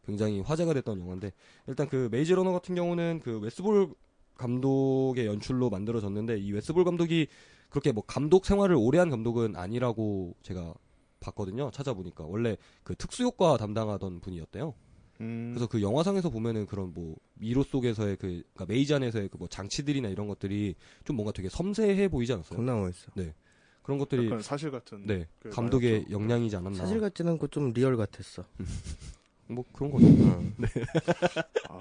[SPEAKER 2] 굉장히 화제가 됐던 영화인데 일단 그 메이즈 러너 같은 경우는 그 웨스볼 감독의 연출로 만들어졌는데 이 웨스볼 감독이 그렇게 뭐 감독 생활을 오래 한 감독은 아니라고 제가 봤거든요. 찾아보니까 원래 그 특수효과 담당하던 분이었대요.
[SPEAKER 3] 음.
[SPEAKER 2] 그래서 그 영화상에서 보면은 그런 뭐 미로 속에서의 그 그러니까 메이지 안에서의 그 뭐 장치들이나 이런 것들이 좀 뭔가 되게 섬세해 보이지 않았어요?
[SPEAKER 1] 겁나 멋있어.
[SPEAKER 2] 그런 것들이
[SPEAKER 3] 약간 사실 같은.
[SPEAKER 2] 네
[SPEAKER 3] 그
[SPEAKER 2] 감독의
[SPEAKER 3] 말이었죠.
[SPEAKER 2] 역량이지 않았나?
[SPEAKER 1] 사실 같진 않고 좀 리얼 같았어.
[SPEAKER 2] 뭐 그런 거죠.
[SPEAKER 3] 아,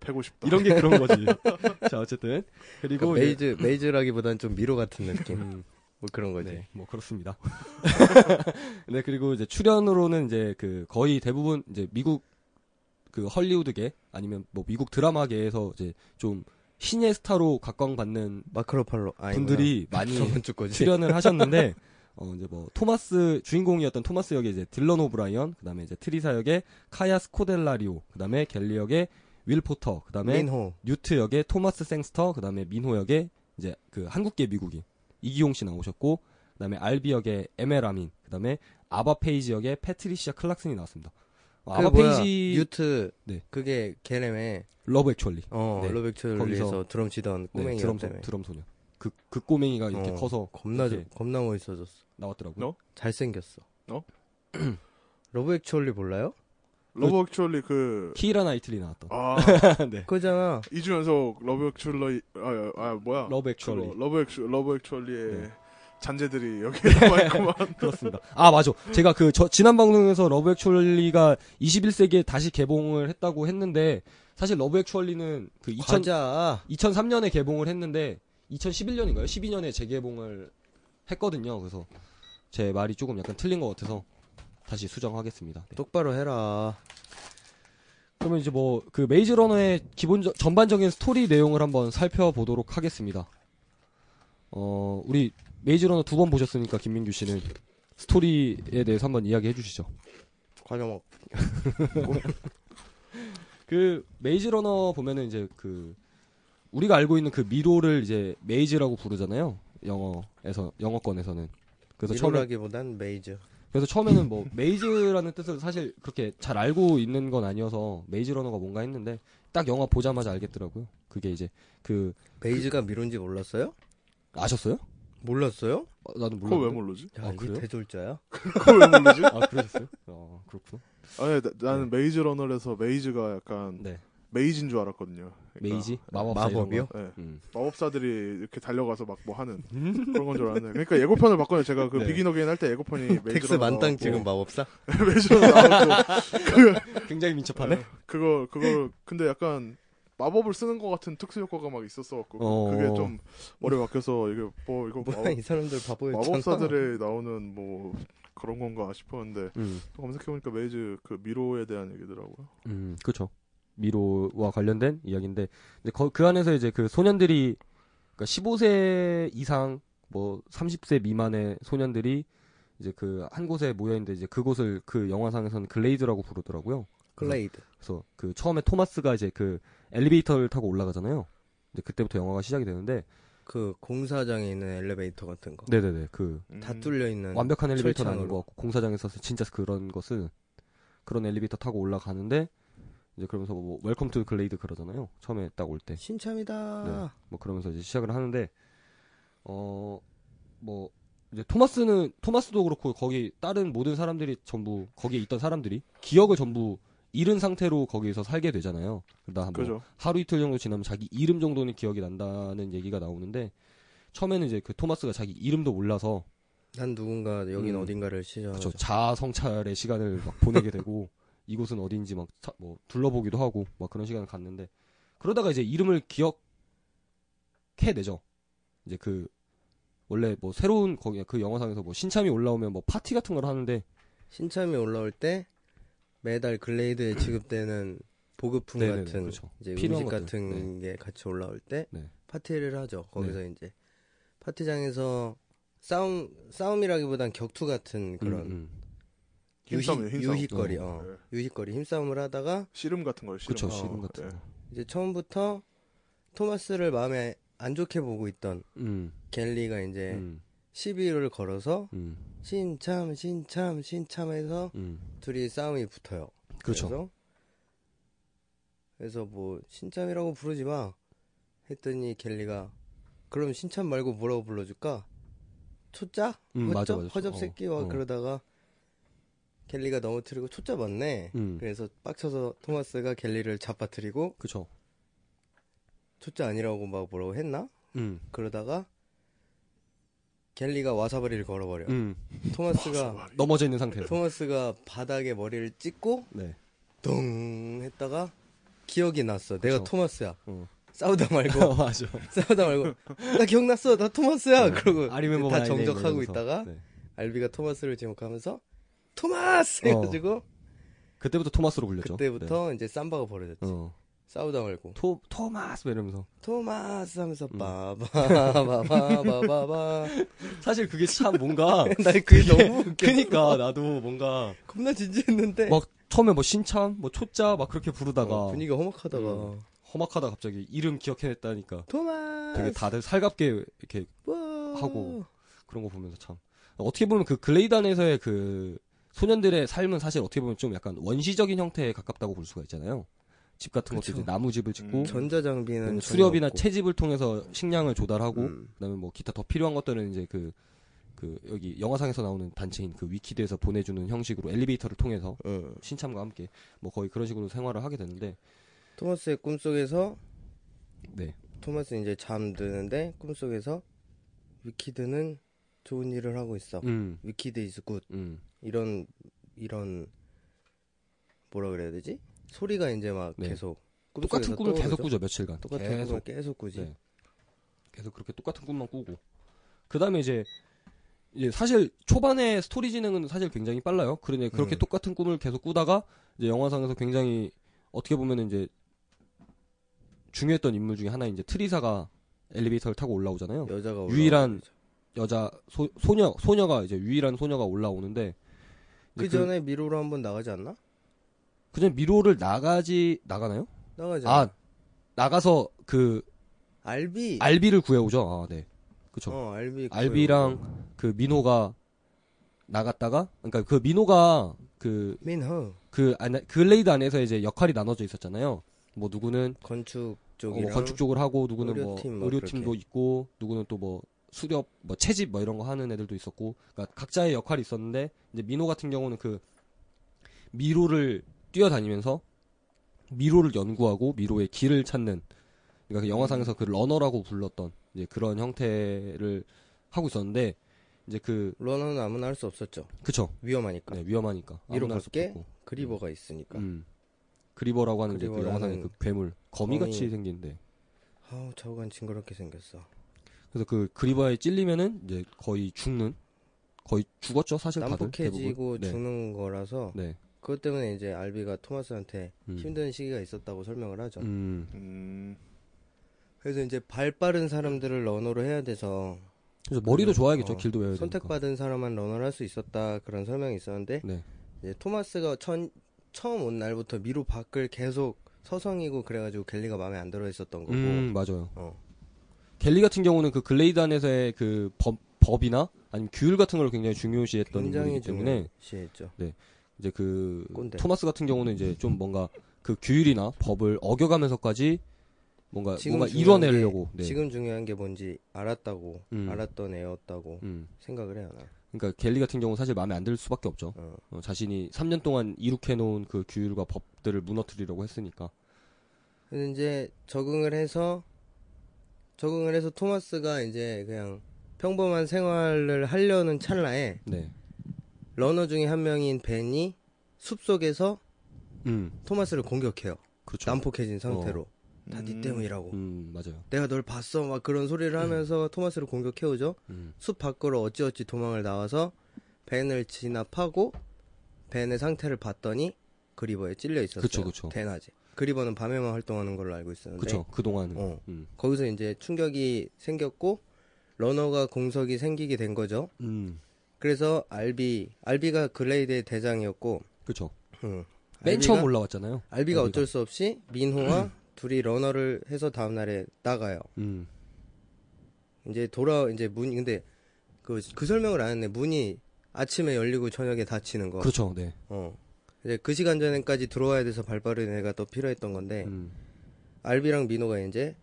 [SPEAKER 3] 패고 싶다.
[SPEAKER 2] 이런 게 그런 거지. 자 어쨌든
[SPEAKER 1] 그러니까
[SPEAKER 2] 그리고 이제-
[SPEAKER 1] 메이즈 메이즈라기보단 좀 미로 같은 느낌.
[SPEAKER 2] 음,
[SPEAKER 1] 뭐 그런 거지.
[SPEAKER 2] 네, 뭐 그렇습니다. 네, 그리고 이제 출연으로는 이제 그 거의 대부분 이제 미국 그 헐리우드계 아니면 뭐 미국 드라마계에서 이제 좀 신의 스타로 각광받는
[SPEAKER 1] 마크로팔로 아이
[SPEAKER 2] 분들이 많이
[SPEAKER 1] 저번 주 거지.
[SPEAKER 2] 출연을 하셨는데 어 이제 뭐 토마스 주인공이었던 토마스 역의 이제 딜런 오브라이언, 그다음에 이제 트리사 역의 카야 스코델라리오, 그다음에 갤리 역의 윌 포터, 그다음에
[SPEAKER 1] 민호.
[SPEAKER 2] 뉴트 역의 토마스 생스터, 그다음에 민호 역의 이제 그 한국계 미국인 이기용 씨 나오셨고, 그다음에 알비 역의 에메라민, 그다음에 아바 페이지 역의 패트리시아 클락슨이 나왔습니다. 어,
[SPEAKER 1] 그
[SPEAKER 2] 아바
[SPEAKER 1] 뭐야,
[SPEAKER 2] 페이지
[SPEAKER 1] 유트.
[SPEAKER 2] 네.
[SPEAKER 1] 그게 걔네메.
[SPEAKER 2] 러브 액츄얼리
[SPEAKER 1] 어
[SPEAKER 2] 네.
[SPEAKER 1] 러백철리에서
[SPEAKER 2] 거기서-
[SPEAKER 1] 드럼 치던
[SPEAKER 2] 네,
[SPEAKER 1] 꼬맹이
[SPEAKER 2] 드럼 소,
[SPEAKER 1] 때문에.
[SPEAKER 2] 드럼 소녀 그, 그 꼬맹이가 이렇게
[SPEAKER 1] 어,
[SPEAKER 2] 커서
[SPEAKER 1] 겁나
[SPEAKER 2] 이렇게
[SPEAKER 1] 좀- 겁나 멋있어졌어.
[SPEAKER 2] 나왔더라고요.
[SPEAKER 3] 너?
[SPEAKER 1] 잘 생겼어.
[SPEAKER 3] 어?
[SPEAKER 1] 러브액츄얼리 몰라요?
[SPEAKER 3] 러브 액츄얼리 그
[SPEAKER 2] 키이라 나이틀리 나왔던.
[SPEAKER 1] 어.
[SPEAKER 3] 아,
[SPEAKER 2] 네.
[SPEAKER 1] 그거잖아.
[SPEAKER 3] 2주 연속 러브 액츄얼리 아, 아 뭐야?
[SPEAKER 2] 러브 액츄얼리.
[SPEAKER 3] 그거, 러브 액츄 러브 액츄얼리의
[SPEAKER 2] 네.
[SPEAKER 3] 잔재들이 여기에 나와 있구만.
[SPEAKER 2] 그렇습니다. 아, 맞아. 제가 그, 저- 지난 방송에서 러브 액츄얼리가 21세기에 다시 개봉을 했다고 했는데, 사실 러브 액츄얼리는 그 2000,
[SPEAKER 1] 과자.
[SPEAKER 2] 2003년에 개봉을 했는데 2011년인가요? 12년에 재개봉을 했거든요. 그래서 제 말이 조금 약간 틀린 것 같아서 다시 수정하겠습니다. 네.
[SPEAKER 1] 똑바로 해라.
[SPEAKER 2] 그러면 이제 뭐 그 메이즈 러너의 기본 전반적인 스토리 내용을 한번 살펴보도록 하겠습니다. 어, 우리 메이즈 러너 두 번 보셨으니까 김민규 씨는 스토리에 대해서 한번 이야기해 주시죠.
[SPEAKER 1] 과자먹.
[SPEAKER 2] 그 메이즈 러너 보면은 이제 그 우리가 알고 있는 그 미로를 이제 메이즈라고 부르잖아요. 영어에서 영어권에서는. 그래서 처음에
[SPEAKER 1] 미로라기보단 메이즈.
[SPEAKER 2] 그래서 처음에는 뭐 메이즈라는 뜻을 사실 그렇게 잘 알고 있는 건 아니어서 메이즈 러너가 뭔가 했는데 딱 영화 보자마자 알겠더라고요. 그게 이제 그
[SPEAKER 1] 메이즈가 미로인지 몰랐어요?
[SPEAKER 2] 아셨어요?
[SPEAKER 1] 몰랐어요?
[SPEAKER 2] 어, 나도
[SPEAKER 3] 그걸 왜
[SPEAKER 2] 몰랐는데.
[SPEAKER 3] 모르지?
[SPEAKER 1] 야,
[SPEAKER 2] 아,
[SPEAKER 1] 이게
[SPEAKER 2] 그래요?
[SPEAKER 1] 대졸자야?
[SPEAKER 3] 그걸 왜 모르지?
[SPEAKER 2] 아, 그러셨어요? 어, 그렇구나.
[SPEAKER 3] 아니 네, 나, 나는 메이즈 러너에서 메이즈가 약간
[SPEAKER 2] 네.
[SPEAKER 3] 메이지인 줄 알았거든요. 그러니까
[SPEAKER 2] 메이지 마법사 이런
[SPEAKER 1] 마법이요?
[SPEAKER 2] 거.
[SPEAKER 3] 예.
[SPEAKER 2] 음.
[SPEAKER 3] 마법사들이 이렇게 달려가서 막 뭐 하는 그런 건 줄 알았는데 그러니까 예고편을 봤거든요 제가 그
[SPEAKER 2] 네.
[SPEAKER 3] 비긴 어게인 할 때 예고편이
[SPEAKER 1] 텍스
[SPEAKER 3] 메이저로
[SPEAKER 1] 만땅
[SPEAKER 3] 나왔고
[SPEAKER 1] 찍은
[SPEAKER 2] 뭐.
[SPEAKER 1] 마법사?
[SPEAKER 3] 메이저로 나왔고 그
[SPEAKER 2] 굉장히 민첩하네.
[SPEAKER 3] 그거 그거 근데 약간 마법을 쓰는 것 같은 특수 효과가 막 있었어갖고
[SPEAKER 2] 어.
[SPEAKER 3] 그게 좀 머리에 박혀서 이게 뭐 이거
[SPEAKER 1] 뭐야,
[SPEAKER 3] 마법,
[SPEAKER 1] 이 사람들 바보였잖아.
[SPEAKER 3] 마법사들이 나오는 뭐 그런 건가 싶었는데
[SPEAKER 2] 음.
[SPEAKER 3] 또 검색해보니까 메이즈 그 미로에 대한 얘기더라고요
[SPEAKER 2] 음, 그렇죠. 미로와 관련된 이야기인데 이제 거- 그 안에서 이제 그 소년들이 그러니까 15세 이상 뭐 30세 미만의 소년들이 이제 그 한 곳에 모여 있는데 이제 그곳을 그 영화상에서는 글레이드라고 부르더라고요.
[SPEAKER 1] 클레이드.
[SPEAKER 2] 그래서 그 처음에 토마스가 이제 그 엘리베이터를 타고 올라가잖아요. 이제 그때부터 영화가 시작이 되는데
[SPEAKER 1] 그 공사장에 있는 엘리베이터 같은 거.
[SPEAKER 2] 네네네 그
[SPEAKER 3] 음.
[SPEAKER 1] 다 뚫려 있는
[SPEAKER 2] 완벽한 엘리베이터는
[SPEAKER 1] 철창으로.
[SPEAKER 2] 아닌 것 같고 공사장에서 진짜 그런 것은 그런 엘리베이터 타고 올라가는데 이제 그러면서 뭐 웰컴 투 글레이드 그러잖아요. 처음에 딱 올 때.
[SPEAKER 1] 신참이다.
[SPEAKER 2] 뭐 그러면서 이제 시작을 하는데 어 뭐 이제 토마스는 토마스도 그렇고 거기 다른 모든 사람들이 전부 거기에 있던 사람들이 기억을 전부 잃은 상태로 거기에서 살게 되잖아요. 그러다 뭐
[SPEAKER 3] 그죠
[SPEAKER 2] 하루 이틀 정도 지나면 자기 이름 정도는 기억이 난다는 얘기가 나오는데 처음에는 이제 그 토마스가 자기 이름도 몰라서
[SPEAKER 1] 난 누군가 여긴
[SPEAKER 2] 음.
[SPEAKER 1] 어딘가를 시전하죠.
[SPEAKER 2] 그쵸, 자아 성찰의 시간을 막 보내게 되고 이곳은 어딘지 막 뭐 둘러보기도 하고 막 그런 시간을 갖는데 그러다가 이제 이름을 기억해내죠. 이제 그 원래 뭐 새로운 거기 그 영화상에서 뭐 신참이 올라오면 뭐 파티 같은 걸 하는데
[SPEAKER 1] 신참이 올라올 때 매달 글레이드에 지급되는 보급품
[SPEAKER 2] 음. 네네네,
[SPEAKER 1] 같은
[SPEAKER 2] 그렇죠.
[SPEAKER 1] 이제
[SPEAKER 2] 필요한
[SPEAKER 1] 음식
[SPEAKER 2] 것들.
[SPEAKER 1] 같은 게 같이 올라올 때
[SPEAKER 2] 네.
[SPEAKER 1] 파티를 하죠. 거기서 이제 파티장에서 싸움 싸움이라기보단 격투 같은 그런
[SPEAKER 2] 음, 음.
[SPEAKER 1] 유희,
[SPEAKER 3] 힘싸움이에요, 힘싸움.
[SPEAKER 1] 유희거리 어.
[SPEAKER 3] 네.
[SPEAKER 1] 유희거리 힘싸움을 하다가
[SPEAKER 3] 씨름 같은 거요 씨름
[SPEAKER 2] 그쵸
[SPEAKER 1] 어,
[SPEAKER 2] 시름 같은
[SPEAKER 3] 예.
[SPEAKER 2] 거.
[SPEAKER 1] 이제 처음부터 토마스를 마음에 안 좋게 보고 있던
[SPEAKER 2] 음,
[SPEAKER 1] 갤리가 이제
[SPEAKER 2] 음,
[SPEAKER 1] 시비를 걸어서
[SPEAKER 2] 음,
[SPEAKER 1] 신참 신참 신참해서
[SPEAKER 2] 음.
[SPEAKER 1] 둘이 싸움이 붙어요.
[SPEAKER 2] 그렇죠.
[SPEAKER 1] 그래서, 그래서 뭐 신참이라고 부르지 마 했더니 켈리가 그럼 신참 말고 뭐라고 불러줄까? 초짜?
[SPEAKER 2] 음, 맞아,
[SPEAKER 1] 허접?
[SPEAKER 2] 맞아.
[SPEAKER 1] 허접
[SPEAKER 2] 어,
[SPEAKER 1] 새끼와
[SPEAKER 2] 어.
[SPEAKER 1] 그러다가 켈리가 넘어뜨리고 초짜 맞네.
[SPEAKER 2] 음,
[SPEAKER 1] 그래서 빡쳐서 토마스가 켈리를 잡아뜨리고
[SPEAKER 2] 그쵸.
[SPEAKER 1] 초짜 아니라고 막 뭐라고 했나?
[SPEAKER 2] 음,
[SPEAKER 1] 그러다가 켈리가 와사바리를 걸어버려. 요
[SPEAKER 2] 음.
[SPEAKER 1] 토마스가
[SPEAKER 2] 넘어져 있는 상태에서.
[SPEAKER 1] 토마스가 바닥에 머리를 찍고
[SPEAKER 2] 네.
[SPEAKER 1] 덩 했다가 기억이 났어. 내가
[SPEAKER 2] 그쵸.
[SPEAKER 1] 토마스야.
[SPEAKER 2] 어.
[SPEAKER 1] 싸우다 말고
[SPEAKER 2] 맞아. 네.
[SPEAKER 1] 싸우다 말고 나 기억났어. 나 토마스야. 그러고
[SPEAKER 2] 아리멤버
[SPEAKER 1] 다 정적하고 있다가
[SPEAKER 2] 네.
[SPEAKER 1] 알비가 토마스를 지목하면서 토마스 해가지고
[SPEAKER 2] 어. 그때부터 토마스로 불렸죠.
[SPEAKER 1] 그때부터 이제 삼바가 벌어졌지.
[SPEAKER 2] 네. 어.
[SPEAKER 1] 싸우다 말고
[SPEAKER 2] 토 토마스 막 이러면서
[SPEAKER 1] 토마스 하면서
[SPEAKER 2] 음.
[SPEAKER 1] 바바바바바바바.
[SPEAKER 2] 사실 그게 참 뭔가
[SPEAKER 1] 나 그게 너무 웃겨.
[SPEAKER 2] 그니까 나도 뭔가
[SPEAKER 1] 겁나 진지했는데
[SPEAKER 2] 막 처음에 뭐 신참 뭐 초짜 막 그렇게 부르다가
[SPEAKER 1] 어, 분위기가 험악하다가
[SPEAKER 2] 음. 험악하다 갑자기 이름 기억해냈다니까
[SPEAKER 1] 토마스
[SPEAKER 2] 되게 다들 살갑게 이렇게
[SPEAKER 1] 와.
[SPEAKER 2] 하고. 그런 거 보면서 참 어떻게 보면 그 글레이단에서의 그 소년들의 삶은 사실 어떻게 보면 좀 약간 원시적인 형태에 가깝다고 볼 수가 있잖아요 집 같은
[SPEAKER 1] 그쵸.
[SPEAKER 2] 것도 이제 나무 집을 짓고
[SPEAKER 3] 음.
[SPEAKER 1] 전자 장비는
[SPEAKER 2] 수렵이나 채집을 통해서 식량을 조달하고
[SPEAKER 1] 음.
[SPEAKER 2] 그다음에 뭐 기타 더 필요한 것들은 이제 그 그 여기 영화상에서 나오는 단체인 그 위키드에서 보내주는 형식으로 엘리베이터를 통해서
[SPEAKER 1] 어.
[SPEAKER 2] 신참과 함께 뭐 거의 그런 식으로 생활을 하게 되는데
[SPEAKER 1] 토마스의 꿈속에서
[SPEAKER 2] 네
[SPEAKER 1] 토마스 이제 잠드는데 꿈속에서 위키드는 좋은 일을 하고 있어.
[SPEAKER 2] 음,
[SPEAKER 1] 위키드 이즈 굿
[SPEAKER 2] 음,
[SPEAKER 1] 이런 이런 뭐라 그래야 되지? 소리가 이제 막
[SPEAKER 2] 네.
[SPEAKER 1] 계속
[SPEAKER 2] 똑같은
[SPEAKER 1] 꿈속에서
[SPEAKER 2] 꿈을 계속
[SPEAKER 1] 떠오르죠?
[SPEAKER 2] 꾸죠 며칠간
[SPEAKER 1] 똑같은
[SPEAKER 2] 계속
[SPEAKER 1] 꿈을 계속 꾸지.
[SPEAKER 2] 네. 계속 그렇게 똑같은 꿈만 꾸고 그 다음에 이제 이제 사실 초반에 스토리 진행은 사실 굉장히 빨라요. 그러니 그렇게
[SPEAKER 1] 음.
[SPEAKER 2] 똑같은 꿈을 계속 꾸다가 이제 영화상에서 굉장히 어떻게 보면 이제 중요했던 인물 중에 하나인 이제 트리사가 엘리베이터를 타고 올라오잖아요.
[SPEAKER 1] 여자가
[SPEAKER 2] 유일한
[SPEAKER 1] 올라오죠.
[SPEAKER 2] 여자 소, 소녀 소녀가 이제 유일한 소녀가 올라오는데
[SPEAKER 1] 그 전에 미로로 한번 나가지 않나?
[SPEAKER 2] 그전 미로를 나가지 나가나요?
[SPEAKER 1] 나가지
[SPEAKER 2] 아
[SPEAKER 1] 않나?
[SPEAKER 2] 나가서 그
[SPEAKER 1] 알비.
[SPEAKER 2] 알비를 구해오죠. 아 네, 그쵸.
[SPEAKER 1] 어, 알비. 그거요.
[SPEAKER 2] 알비랑 그 민호가 나갔다가 그러니까 그 민호가 그
[SPEAKER 1] 민호
[SPEAKER 2] 그 안에 글레이드 안에서 이제 역할이 나눠져 있었잖아요. 뭐 누구는
[SPEAKER 1] 건축
[SPEAKER 2] 어,
[SPEAKER 1] 쪽이랑
[SPEAKER 2] 뭐 건축 쪽을 하고 누구는
[SPEAKER 1] 의료팀
[SPEAKER 2] 뭐
[SPEAKER 1] 막
[SPEAKER 2] 의료팀도
[SPEAKER 1] 그렇게.
[SPEAKER 2] 있고 누구는 또 뭐 수렵 뭐 채집 뭐 이런 거 하는 애들도 있었고 그러니까 각자의 역할이 있었는데 이제 민호 같은 경우는 그 미로를 뛰어다니면서 미로를 연구하고 미로의 길을 찾는 그러니까 그 영화상에서
[SPEAKER 1] 음.
[SPEAKER 2] 그 러너라고 불렀던 이제 그런 형태를 하고 있었는데 이제 그
[SPEAKER 1] 러너는 아무나 할 수 없었죠.
[SPEAKER 2] 그쵸
[SPEAKER 1] 그러니까 위험하니까.
[SPEAKER 2] 네, 위험하니까
[SPEAKER 1] 미로
[SPEAKER 2] 아무나 할수
[SPEAKER 1] 밖에
[SPEAKER 2] 없고.
[SPEAKER 1] 그리버가 있으니까.
[SPEAKER 2] 음. 그리버라고 하는 이제 그
[SPEAKER 1] 그리버라는
[SPEAKER 2] 영화상의 그 괴물 거미같이
[SPEAKER 1] 거미.
[SPEAKER 2] 생긴데 네.
[SPEAKER 1] 아우 좌우간 징그럽게 생겼어.
[SPEAKER 2] 그래서 그 그리버에 찔리면은 이제 거의 죽는 거의 죽었죠 사실 다들
[SPEAKER 1] 난폭해지고
[SPEAKER 2] 대부분. 네.
[SPEAKER 1] 죽는 거라서
[SPEAKER 2] 네.
[SPEAKER 1] 그것 때문에 이제 알비가 토마스한테
[SPEAKER 2] 음.
[SPEAKER 1] 힘든 시기가 있었다고 설명을 하죠.
[SPEAKER 2] 음.
[SPEAKER 3] 음,
[SPEAKER 1] 그래서 이제 발 빠른 사람들을 러너로 해야 돼서
[SPEAKER 2] 그래서 머리도
[SPEAKER 1] 그래서,
[SPEAKER 2] 좋아야겠죠
[SPEAKER 1] 어,
[SPEAKER 2] 길도 외워야 되니까.
[SPEAKER 1] 선택받은 사람만 러너를 할 수 있었다 그런 설명이 있었는데
[SPEAKER 2] 네.
[SPEAKER 1] 이제 토마스가 천- 처음 온 날부터 미로 밖을 계속 서성이고 그래가지고 갤리가 마음에 안 들어 있었던 거고
[SPEAKER 2] 음 맞아요.
[SPEAKER 1] 어.
[SPEAKER 2] 갤리 같은 경우는 그 글레이드 안에서의 그 법, 법이나 아니면 규율 같은 걸 굉장히 중요시했던
[SPEAKER 1] 굉장히
[SPEAKER 2] 인물이기 때문에
[SPEAKER 1] 중요시했죠.
[SPEAKER 2] 이제 그
[SPEAKER 1] 꼰대.
[SPEAKER 2] 토마스 같은 경우는 이제 좀 뭔가 그 규율이나 법을 어겨가면서까지 뭔가
[SPEAKER 1] 지금
[SPEAKER 2] 뭔가
[SPEAKER 1] 중요한
[SPEAKER 2] 이뤄내려고. 네.
[SPEAKER 1] 지금 중요한 게 뭔지 알았다고
[SPEAKER 2] 음.
[SPEAKER 1] 알았던 애였다고
[SPEAKER 2] 음.
[SPEAKER 1] 생각을 해야 하나.
[SPEAKER 2] 그러니까 갤리 같은 경우는 사실 마음에 안 들 수밖에 없죠.
[SPEAKER 1] 어.
[SPEAKER 2] 어, 자신이 3년 동안 이룩해놓은 그 규율과 법들을 무너뜨리려고 했으니까.
[SPEAKER 1] 그래서 이제 적응을 해서 적응을 해서 토마스가 이제 그냥 평범한 생활을 하려는 찰나에
[SPEAKER 2] 네.
[SPEAKER 1] 러너 중에 한 명인 벤이 숲속에서
[SPEAKER 2] 음.
[SPEAKER 1] 토마스를 공격해요.
[SPEAKER 2] 그렇죠.
[SPEAKER 1] 난폭해진 상태로 다
[SPEAKER 3] 음.
[SPEAKER 1] 네 때문이라고.
[SPEAKER 2] 음, 맞아요.
[SPEAKER 1] 내가 널 봤어 막 그런 소리를 하면서 토마스를 공격해오죠.
[SPEAKER 2] 음.
[SPEAKER 1] 숲 밖으로 어찌어찌 도망을 나와서 벤을 진압하고 벤의 상태를 봤더니 그리버에 찔려 있었어요.
[SPEAKER 2] 그쵸, 그쵸.
[SPEAKER 1] 대낮에. 그리버는 밤에만 활동하는 걸로 알고 있었는데.
[SPEAKER 2] 그렇죠. 그쵸. 그동안은.
[SPEAKER 1] 네. 어.
[SPEAKER 2] 음.
[SPEAKER 1] 거기서 이제 충격이 생겼고 러너가 공석이 생기게 된 거죠.
[SPEAKER 2] 음.
[SPEAKER 1] 그래서 알비 알비가 글레이드의 대장이었고
[SPEAKER 2] 그쵸.
[SPEAKER 1] 음,
[SPEAKER 2] 그렇죠. 맨
[SPEAKER 1] 알비가-
[SPEAKER 2] 처음 올라왔잖아요.
[SPEAKER 1] 알비가 어쩔 수 없이 민호와 둘이 러너를 해서 다음 날에 나가요.
[SPEAKER 2] 음.
[SPEAKER 1] 이제 돌아 이제 문이 근데 그, 그 설명을 안 했네. 문이 아침에 열리고 저녁에 닫히는 거.
[SPEAKER 2] 그렇죠. 네.
[SPEAKER 1] 어. 이제 그 시간 전에까지 들어와야 돼서 발빠른 애가 더 필요했던 건데
[SPEAKER 2] 음.
[SPEAKER 1] 알비랑 민호가 이제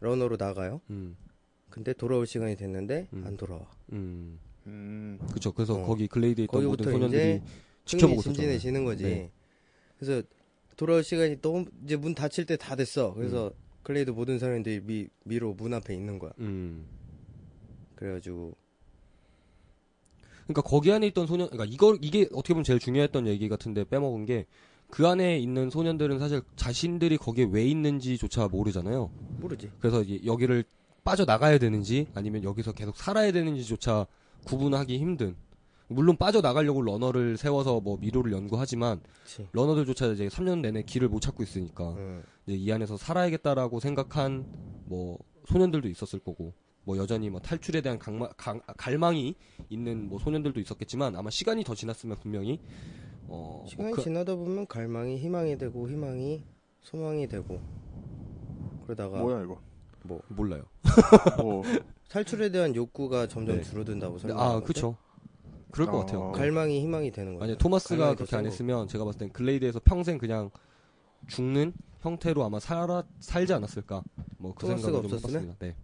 [SPEAKER 1] 러너로 나가요.
[SPEAKER 2] 음.
[SPEAKER 1] 근데 돌아올 시간이 됐는데
[SPEAKER 2] 음.
[SPEAKER 1] 안 돌아와.
[SPEAKER 2] 음. 그렇죠.
[SPEAKER 3] 음,
[SPEAKER 2] 그쵸. 그래서
[SPEAKER 1] 어.
[SPEAKER 2] 거기 글레이드에 있던 모든
[SPEAKER 1] 거기부터
[SPEAKER 2] 소년들이
[SPEAKER 1] 이제
[SPEAKER 2] 지켜보고 있었죠.
[SPEAKER 1] 진진해지는 거지.
[SPEAKER 2] 네.
[SPEAKER 1] 그래서 돌아올 시간이 너무 이제 문 닫힐 때 다 됐어. 그래서 클레이도 모든 사람들이 미, 미로 문 앞에 있는 거야.
[SPEAKER 2] 음.
[SPEAKER 1] 그래가지고
[SPEAKER 2] 그러니까 거기 안에 있던 소년, 그러니까 이걸, 이게 어떻게 보면 제일 중요했던 얘기 같은데 빼먹은 게 그 안에 있는 소년들은 사실 자신들이 거기에 왜 있는지조차 모르잖아요.
[SPEAKER 1] 모르지.
[SPEAKER 2] 그래서 이- 여기를 빠져나가야 되는지 아니면 여기서 계속 살아야 되는지조차 구분하기 힘든 물론 빠져나가려고 러너를 세워서 뭐 미로를 연구하지만
[SPEAKER 1] 그치. 음.
[SPEAKER 2] 러너들조차 이제 3년 내내 길을 못 찾고 있으니까
[SPEAKER 1] 응.
[SPEAKER 2] 이제 이 안에서 살아야겠다라고 생각한 뭐 소년들도 있었을 거고 뭐 여전히 뭐 탈출에 대한 강마- 강- 갈망이 있는 뭐 소년들도 있었겠지만 아마 시간이 더 지났으면 분명히 어뭐
[SPEAKER 1] 시간이
[SPEAKER 2] 그-
[SPEAKER 1] 지나다 보면 갈망이 희망이 되고 희망이 소망이 되고 그러다가 뭐
[SPEAKER 3] 뭐야 이거?
[SPEAKER 2] 몰라요.
[SPEAKER 3] 뭐,
[SPEAKER 1] 탈출에 대한 욕구가 점점
[SPEAKER 2] 네.
[SPEAKER 1] 줄어든다고
[SPEAKER 2] 근데
[SPEAKER 1] 설명.
[SPEAKER 2] 아 그쵸. 그럴 것
[SPEAKER 3] 어.
[SPEAKER 2] 같아요.
[SPEAKER 1] 갈망이 희망이 되는 거죠.
[SPEAKER 2] 만약 토마스가
[SPEAKER 1] 갈망이
[SPEAKER 2] 그렇게
[SPEAKER 1] 더
[SPEAKER 2] 안
[SPEAKER 1] 세고.
[SPEAKER 2] 했으면 제가 봤을
[SPEAKER 1] 음.
[SPEAKER 2] 땐 글레이드에서 평생 그냥 죽는 형태로 아마 살아 살지 않았을까. 뭐 그
[SPEAKER 1] 토마스가
[SPEAKER 2] 생각을 좀
[SPEAKER 1] 없었으면?
[SPEAKER 2] 해봤습니다. 네.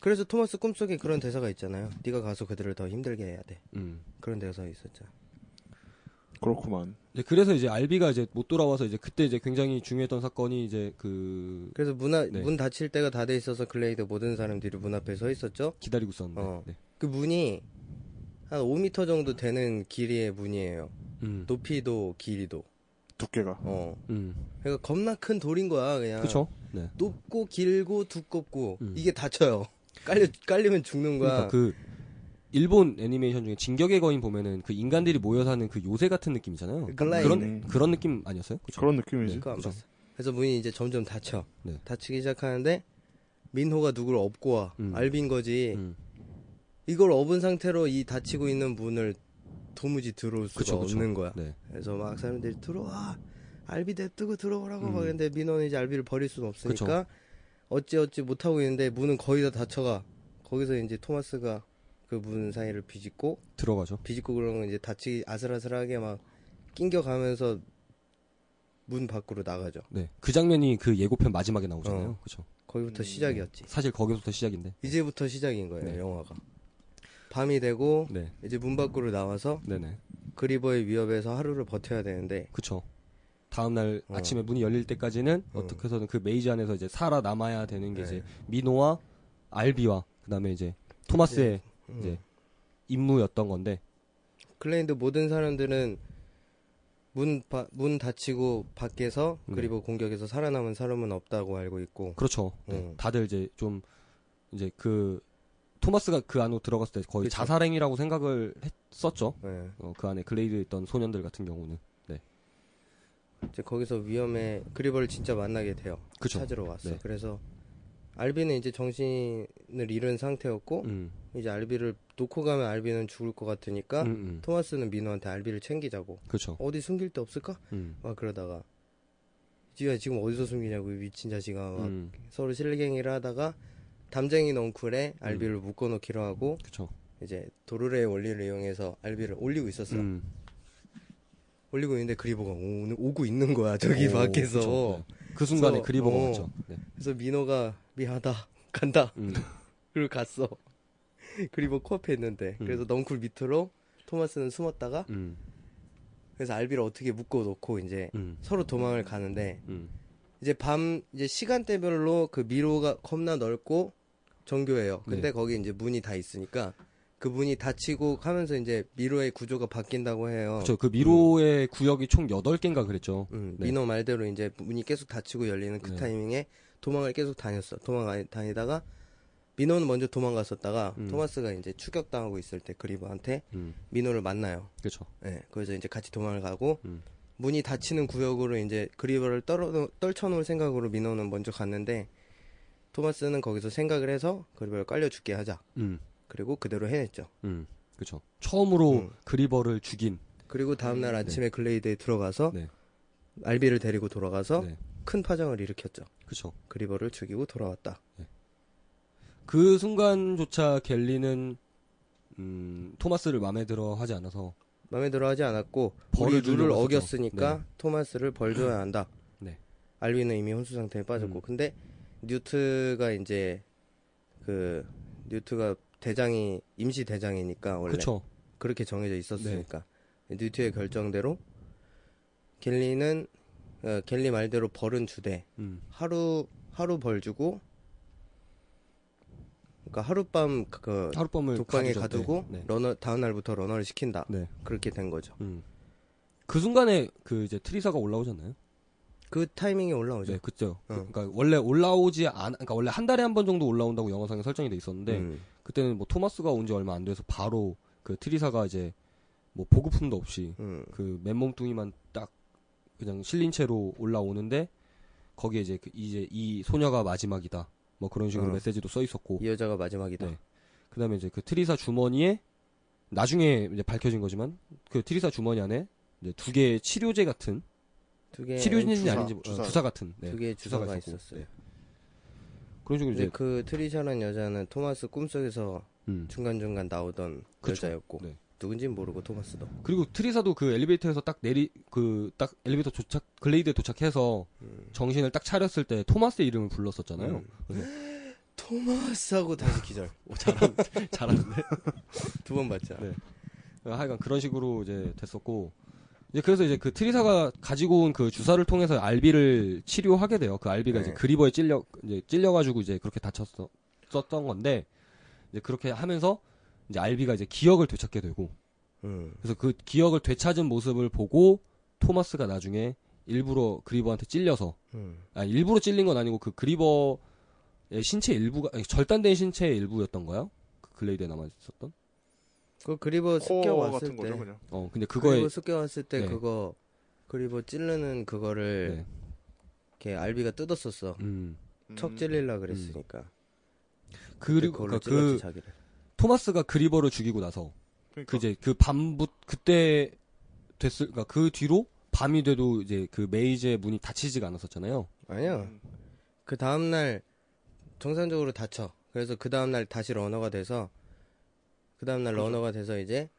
[SPEAKER 1] 그래서 토마스 꿈속에 그런 대사가 있잖아요. 네가 가서 그들을 더 힘들게 해야 돼.
[SPEAKER 2] 음.
[SPEAKER 1] 그런 대사가 있었죠.
[SPEAKER 3] 그렇구만.
[SPEAKER 2] 이제 그래서 이제 알비가 이제 못 돌아와서 이제 그때 이제 굉장히 중요했던 사건이 이제 그
[SPEAKER 1] 그래서 문, 앞-
[SPEAKER 2] 네.
[SPEAKER 1] 문 닫힐 때가 다 돼 있어서 글레이드 모든 사람들이 문 앞에 서 있었죠.
[SPEAKER 2] 기다리고 있었는데.
[SPEAKER 1] 어.
[SPEAKER 2] 네.
[SPEAKER 1] 그 문이 한 5m 정도 되는 길이의 문이에요.
[SPEAKER 2] 음.
[SPEAKER 1] 높이도 길이도.
[SPEAKER 3] 두께가.
[SPEAKER 1] 어.
[SPEAKER 2] 음.
[SPEAKER 1] 그러니까 겁나 큰 돌인 거야 그냥.
[SPEAKER 2] 그쵸? 네.
[SPEAKER 1] 높고 길고 두껍고
[SPEAKER 2] 음.
[SPEAKER 1] 이게 다쳐요. 깔려 깔리면 죽는
[SPEAKER 2] 그러니까
[SPEAKER 1] 거야.
[SPEAKER 2] 그 일본 애니메이션 중에 진격의 거인 보면은 그 인간들이 모여 사는 그 요새 같은 느낌이잖아요.
[SPEAKER 1] 글라이드.
[SPEAKER 2] 그런 그런 느낌 아니었어요? 그쵸?
[SPEAKER 3] 그런 느낌이지.
[SPEAKER 1] 그거 그러니까 안
[SPEAKER 2] 그죠.
[SPEAKER 1] 봤어. 그래서 문이 이제 점점 닫혀.
[SPEAKER 2] 네.
[SPEAKER 1] 닫히기 시작하는데 민호가 누구를 업고 와.
[SPEAKER 2] 음.
[SPEAKER 1] 예. 알빈 거지.
[SPEAKER 2] 음.
[SPEAKER 1] 이걸 업은 상태로 이 닫히고 있는 문을 도무지 들어올 수가
[SPEAKER 2] 그쵸, 그쵸.
[SPEAKER 1] 없는 거야.
[SPEAKER 2] 네.
[SPEAKER 1] 그래서 막 사람들이 들어와 알비대 뜨고 들어오라고
[SPEAKER 2] 음.
[SPEAKER 1] 막 근데 민원이 이제 알비를 버릴 수는 없으니까
[SPEAKER 2] 그쵸.
[SPEAKER 1] 어찌 어찌 못 하고 있는데 문은 거의 다 닫혀가. 거기서 이제 토마스가 그 문 사이를 비집고
[SPEAKER 2] 들어가죠.
[SPEAKER 1] 비집고 그런 건 이제 다치기 아슬아슬하게 막 낑겨가면서 문 밖으로 나가죠.
[SPEAKER 2] 네. 그 장면이 그 예고편 마지막에 나오잖아요.
[SPEAKER 1] 어.
[SPEAKER 2] 그렇죠.
[SPEAKER 1] 거기부터
[SPEAKER 3] 음.
[SPEAKER 1] 시작이었지.
[SPEAKER 2] 사실 거기서부터 시작인데.
[SPEAKER 1] 이제부터 시작인 거예요,
[SPEAKER 2] 네.
[SPEAKER 1] 영화가. 밤이 되고
[SPEAKER 2] 네.
[SPEAKER 1] 이제 문 밖으로 나와서
[SPEAKER 2] 네, 네.
[SPEAKER 1] 그리버의 위협에서 하루를 버텨야 되는데
[SPEAKER 2] 그렇죠. 다음 날
[SPEAKER 1] 어.
[SPEAKER 2] 아침에 문이 열릴 때까지는
[SPEAKER 1] 어.
[SPEAKER 2] 어. 떻게 해서든 그 메이지 안에서 이제 살아남아야 되는 게
[SPEAKER 1] 네.
[SPEAKER 2] 이제 미노와 알비와 그다음에 이제 토마스의
[SPEAKER 1] 음.
[SPEAKER 2] 이제 임무였던 건데
[SPEAKER 1] 클레인도 모든 사람들은 문, 바- 문 닫히고 밖에서
[SPEAKER 2] 네.
[SPEAKER 1] 그리버 공격에서 살아남은 사람은 없다고 알고 있고
[SPEAKER 2] 그렇죠. 네.
[SPEAKER 1] 음.
[SPEAKER 2] 다들 이제 좀 이제 그 토마스가 그 안으로 들어갔을 때 거의
[SPEAKER 1] 그쵸.
[SPEAKER 2] 자살행위라고 생각을 했었죠.
[SPEAKER 1] 예.
[SPEAKER 2] 어, 그 안에 글레이드에 있던 소년들 같은 경우는
[SPEAKER 1] 이제 거기서 위험에 그리버를 진짜 만나게 돼요.
[SPEAKER 2] 그쵸.
[SPEAKER 1] 찾으러 왔어.
[SPEAKER 2] 네.
[SPEAKER 1] 그래서 알비는 이제 정신을 잃은 상태였고
[SPEAKER 2] 음,
[SPEAKER 1] 이제 알비를 놓고 가면 알비는 죽을 것 같으니까
[SPEAKER 2] 음, 음.
[SPEAKER 1] 토마스는 민호한테 알비를 챙기자고
[SPEAKER 2] 그렇죠.
[SPEAKER 1] 어디 숨길 데 없을까?
[SPEAKER 2] 음,
[SPEAKER 1] 막 그러다가 지가 지금 어디서 숨기냐고 이 미친 자식아 막
[SPEAKER 2] 음,
[SPEAKER 1] 서로 실갱이를 하다가 담쟁이 넝쿨에 알비를
[SPEAKER 2] 음.
[SPEAKER 1] 묶어놓기로 하고
[SPEAKER 2] 그렇죠.
[SPEAKER 1] 이제 도르래의 원리를 이용해서 알비를 올리고 있었어. 요
[SPEAKER 2] 음,
[SPEAKER 1] 올리고 있는데 그리버가 오는 오고 있는 거야 저기
[SPEAKER 2] 오,
[SPEAKER 1] 밖에서.
[SPEAKER 2] 그쵸. 네. 그 순간에
[SPEAKER 1] 그래서,
[SPEAKER 2] 그리버가
[SPEAKER 1] 어.
[SPEAKER 2] 왔죠. 네.
[SPEAKER 1] 그래서 민호가 미안하다 간다
[SPEAKER 2] 음,
[SPEAKER 1] 그리고 갔어. 그리버 코앞에 있는데
[SPEAKER 2] 음.
[SPEAKER 1] 그래서 넝쿨 밑으로 토마스는 숨었다가
[SPEAKER 2] 음,
[SPEAKER 1] 그래서 알비를 어떻게 묶어놓고 이제
[SPEAKER 2] 음,
[SPEAKER 1] 서로 도망을 가는데
[SPEAKER 2] 음,
[SPEAKER 1] 이제 밤 이제 시간대별로 그 미로가 겁나 넓고 정교해요. 근데
[SPEAKER 2] 네.
[SPEAKER 1] 거기 이제 문이 다 있으니까 그 문이 닫히고 하면서 이제 미로의 구조가 바뀐다고 해요.
[SPEAKER 2] 그렇죠. 그 미로의 구역이 총 8개인가 그랬죠.
[SPEAKER 1] 음,
[SPEAKER 2] 네.
[SPEAKER 1] 민호 말대로 이제 문이 계속 닫히고 열리는 그
[SPEAKER 2] 네.
[SPEAKER 1] 타이밍에 도망을 계속 다녔어. 도망 다니다가 민호는 먼저 도망갔었다가
[SPEAKER 2] 음.
[SPEAKER 1] 토마스가 이제 추격당하고 있을 때 그리버한테
[SPEAKER 2] 음,
[SPEAKER 1] 민호를 만나요.
[SPEAKER 2] 그렇죠.
[SPEAKER 1] 예, 그래서 이제 같이 도망을 가고
[SPEAKER 2] 음.
[SPEAKER 1] 문이 닫히는 구역으로 이제 그리버를 떨어, 떨쳐놓을 생각으로 민호는 먼저 갔는데 토마스는 거기서 생각을 해서 그리버를 깔려 죽게 하자.
[SPEAKER 2] 음,
[SPEAKER 1] 그리고 그대로 해냈죠.
[SPEAKER 2] 음, 그렇죠. 처음으로
[SPEAKER 1] 음.
[SPEAKER 2] 그리버를 죽인.
[SPEAKER 1] 그리고 다음날 아침에 글레이드에 들어가서
[SPEAKER 2] 네.
[SPEAKER 1] 알비를 데리고 돌아가서
[SPEAKER 2] 네.
[SPEAKER 1] 큰 파장을 일으켰죠.
[SPEAKER 2] 그렇죠.
[SPEAKER 1] 그리버를 죽이고 돌아왔다.
[SPEAKER 2] 그 순간조차 갤리는 음, 토마스를 마음에 들어 하지 않아서
[SPEAKER 1] 마음에 들어하지 않았고
[SPEAKER 2] 벌을
[SPEAKER 1] 우리 룰을
[SPEAKER 2] 주려고 했었죠.
[SPEAKER 1] 어겼으니까 토마스를 벌 줘야 한다.
[SPEAKER 2] 네.
[SPEAKER 1] 알비는 이미 혼수 상태에 빠졌고
[SPEAKER 2] 음.
[SPEAKER 1] 근데 뉴트가 이제 그 뉴트가 대장이 임시 대장이니까 원래
[SPEAKER 2] 그렇죠.
[SPEAKER 1] 렇게 정해져 있었으니까
[SPEAKER 2] 네.
[SPEAKER 1] 뉴트의 결정대로 켈리는 어, 켈리 말대로 벌은 주되
[SPEAKER 2] 음,
[SPEAKER 1] 하루 하루 벌 주고 그러니까 하룻밤 그
[SPEAKER 2] 하룻밤을
[SPEAKER 1] 독방에
[SPEAKER 2] 어, 가두죠.
[SPEAKER 1] 가두고
[SPEAKER 2] 네. 네.
[SPEAKER 1] 러너 다음 날부터 러너를 시킨다
[SPEAKER 2] 네.
[SPEAKER 1] 그렇게 된 거죠.
[SPEAKER 2] 음. 그 순간에 그 이제 트리사가 올라오잖아요.
[SPEAKER 1] 그 타이밍에 올라오죠.
[SPEAKER 2] 네, 그죠.
[SPEAKER 1] 어.
[SPEAKER 2] 그러니까 원래 올라오지 않, 그러니까 원래 한 달에 한 번 정도 올라온다고 영화상에 설정이 돼 있었는데
[SPEAKER 1] 음.
[SPEAKER 2] 그때는 뭐 토마스가 온 지 얼마 안 돼서 바로 그 트리사가 이제 뭐 보급품도 없이
[SPEAKER 1] 음.
[SPEAKER 2] 그 맨몸뚱이만 딱 그냥 실린 채로 올라오는데 거기에 이제 그- 이제 이 소녀가 마지막이다 뭐 그런 식으로
[SPEAKER 1] 어.
[SPEAKER 2] 메시지도 써 있었고
[SPEAKER 1] 이 여자가 마지막이다.
[SPEAKER 2] 네. 그다음에 이제 그 트리사 주머니에 나중에 이제 밝혀진 거지만 그 트리사 주머니 안에 이제 두 개의 치료제 같은
[SPEAKER 1] 두 개의
[SPEAKER 2] 치료제인지
[SPEAKER 3] 주사,
[SPEAKER 2] 아닌지 모-
[SPEAKER 3] 주사.
[SPEAKER 2] 어, 주사 같은 네,
[SPEAKER 1] 예, 두 개의 주사가,
[SPEAKER 2] 있었고,
[SPEAKER 1] 있었어요.
[SPEAKER 2] 네. 그런 식으로
[SPEAKER 1] 근데
[SPEAKER 2] 이제
[SPEAKER 1] 그 트리샤라는 여자는 토마스 꿈속에서
[SPEAKER 2] 음.
[SPEAKER 1] 중간중간 나오던
[SPEAKER 2] 그쵸.
[SPEAKER 1] 여자였고
[SPEAKER 2] 네.
[SPEAKER 1] 누군진 모르고 토마스도
[SPEAKER 2] 그리고 트리사도 그 엘리베이터에서 딱 내리 그 딱 엘리베이터 도착 글레이드에 도착해서 정신을 딱 차렸을 때 토마스의 이름을 불렀었잖아요.
[SPEAKER 1] 음. 토마스하고 다시 기절
[SPEAKER 2] 오, 잘한 잘하는데.
[SPEAKER 1] 두 번 봤자.
[SPEAKER 2] 네. 하여간 그런 식으로 이제 됐었고 이제 그래서 이제 그 트리사가 가지고 온 그 주사를 통해서 알비를 치료하게 돼요. 그 알비가
[SPEAKER 1] 네.
[SPEAKER 2] 이제 그리버에 찔려 이제 찔려가지고 이제 그렇게 다쳤어 썼던 건데 이제 그렇게 하면서 이제 알비가 이제 기억을 되찾게 되고
[SPEAKER 1] 음.
[SPEAKER 2] 그래서 그 기억을 되찾은 모습을 보고 토마스가 나중에 일부러 그리버한테 찔려서
[SPEAKER 1] 음.
[SPEAKER 2] 아 일부러 찔린 건 아니고 그 그리버의 신체 일부가 아니, 절단된 신체의 일부였던 거야? 그 글레이드에 남아 있었던?
[SPEAKER 1] 그 그리버 습격
[SPEAKER 3] 코어
[SPEAKER 1] 왔을
[SPEAKER 3] 같은 거죠
[SPEAKER 1] 때
[SPEAKER 3] 그냥.
[SPEAKER 2] 어 근데
[SPEAKER 1] 그리버
[SPEAKER 2] 그거에
[SPEAKER 1] 습격 왔을 때
[SPEAKER 2] 네.
[SPEAKER 1] 그거 그리버 찌르는 그거를
[SPEAKER 2] 네.
[SPEAKER 1] 이렇게 알비가 뜯었었어.
[SPEAKER 2] 음.
[SPEAKER 3] 음,
[SPEAKER 1] 척 찔릴라 그랬으니까.
[SPEAKER 2] 그리고
[SPEAKER 1] 그걸로
[SPEAKER 2] 그러니까
[SPEAKER 1] 찔렀지
[SPEAKER 2] 그
[SPEAKER 1] 자기를.
[SPEAKER 2] 토마스가 그리버를 죽이고 나서
[SPEAKER 3] 그러니까
[SPEAKER 2] 그 이제 그 밤부 그때 됐을 그러니까 그 뒤로 밤이 돼도 이제 그 메이지의 문이 닫히지가 않았었잖아요.
[SPEAKER 1] 아니야.
[SPEAKER 3] 음,
[SPEAKER 1] 그 다음날 정상적으로 다쳐. 그래서 그 다음날 다시 러너가 돼서 그 다음날
[SPEAKER 3] 그죠.
[SPEAKER 1] 러너가 돼서 이제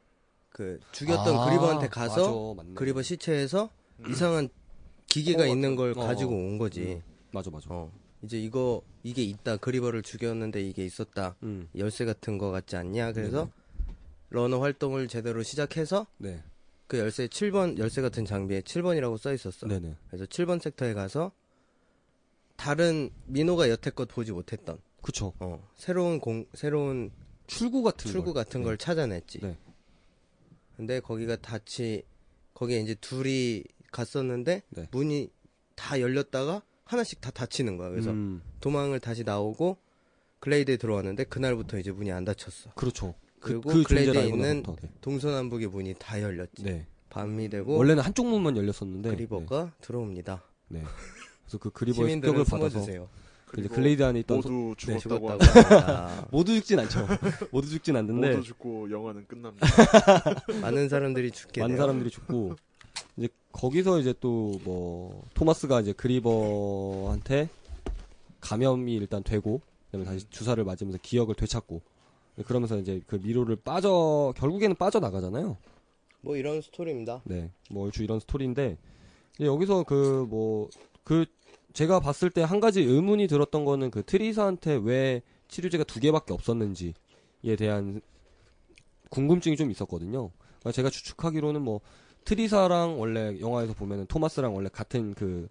[SPEAKER 1] 그 죽였던
[SPEAKER 2] 아,
[SPEAKER 1] 그리버한테 가서
[SPEAKER 2] 맞아, 맞네.
[SPEAKER 1] 그리버 시체에서 이상한 기계가
[SPEAKER 3] 어,
[SPEAKER 1] 있는 걸
[SPEAKER 2] 어.
[SPEAKER 1] 가지고 온 거지.
[SPEAKER 2] 맞아 맞아.
[SPEAKER 1] 어. 이제 이거 이게 있다. 그리버를 죽였는데 이게 있었다.
[SPEAKER 2] 음.
[SPEAKER 1] 열쇠 같은 거 같지 않냐? 그래서 러너 활동을 제대로 시작해서
[SPEAKER 2] 네.
[SPEAKER 1] 그 열쇠 7번 열쇠 같은 장비에 7번이라고 써 있었어.
[SPEAKER 2] 네, 네.
[SPEAKER 1] 그래서 7번 섹터에 가서 다른 민호가 여태껏 보지 못했던
[SPEAKER 2] 그쵸.
[SPEAKER 1] 어, 새로운 공 새로운
[SPEAKER 2] 출구 같은
[SPEAKER 1] 출구
[SPEAKER 2] 걸.
[SPEAKER 1] 같은 걸 찾아냈지.
[SPEAKER 2] 네.
[SPEAKER 1] 근데 거기가 같이 거기에 이제 둘이 갔었는데
[SPEAKER 2] 네.
[SPEAKER 1] 문이 다 열렸다가 하나씩 다 닫히는 거야. 그래서
[SPEAKER 2] 음,
[SPEAKER 1] 도망을 다시 나오고 글레이드에 들어왔는데 그날부터 이제 문이 안 닫혔어.
[SPEAKER 2] 그렇죠. 그,
[SPEAKER 1] 그리고
[SPEAKER 2] 그
[SPEAKER 1] 글레이드에
[SPEAKER 2] 존재를 알고
[SPEAKER 1] 있는
[SPEAKER 2] 나서부터, 네.
[SPEAKER 1] 동서남북의 문이 다 열렸지.
[SPEAKER 2] 네.
[SPEAKER 1] 밤이 되고
[SPEAKER 2] 원래는 한쪽 문만 열렸었는데
[SPEAKER 1] 뭐 그리버가 들어옵니다.
[SPEAKER 2] 네. 네. 그래서 그 그리버의
[SPEAKER 1] 시민들은
[SPEAKER 2] 습격을 받아서
[SPEAKER 1] 숨어주세요.
[SPEAKER 2] 이제
[SPEAKER 3] 그리고
[SPEAKER 2] 글레이드 안에 있던 소-
[SPEAKER 3] 모두
[SPEAKER 1] 네,
[SPEAKER 3] 죽었다고
[SPEAKER 1] 죽었다고
[SPEAKER 3] 하고
[SPEAKER 1] 합니다.
[SPEAKER 2] 모두 죽진 않죠. 모두 죽진 않는데
[SPEAKER 3] 모두 죽고 영화는 끝납니다.
[SPEAKER 1] 많은 사람들이 죽게
[SPEAKER 2] 많은
[SPEAKER 1] 돼요.
[SPEAKER 2] 사람들이 죽고 이제 거기서 이제 또 뭐 토마스가 이제 그리버한테 감염이 일단 되고 그다음에 다시 주사를 맞으면서 기억을 되찾고 그러면서 이제 그 미로를 빠져 결국에는 빠져 나가잖아요.
[SPEAKER 1] 뭐 이런 스토리입니다.
[SPEAKER 2] 네, 뭐 얼추 이런 스토리인데 이제 여기서 그 뭐 그 제가 봤을 때 한 가지 의문이 들었던 거는 그 트리사한테 왜 치료제가 두 개밖에 없었는지에 대한 궁금증이 좀 있었거든요. 그러니까 제가 추측하기로는 뭐 트리사랑 원래 영화에서 보면은 토마스랑 원래 같은 그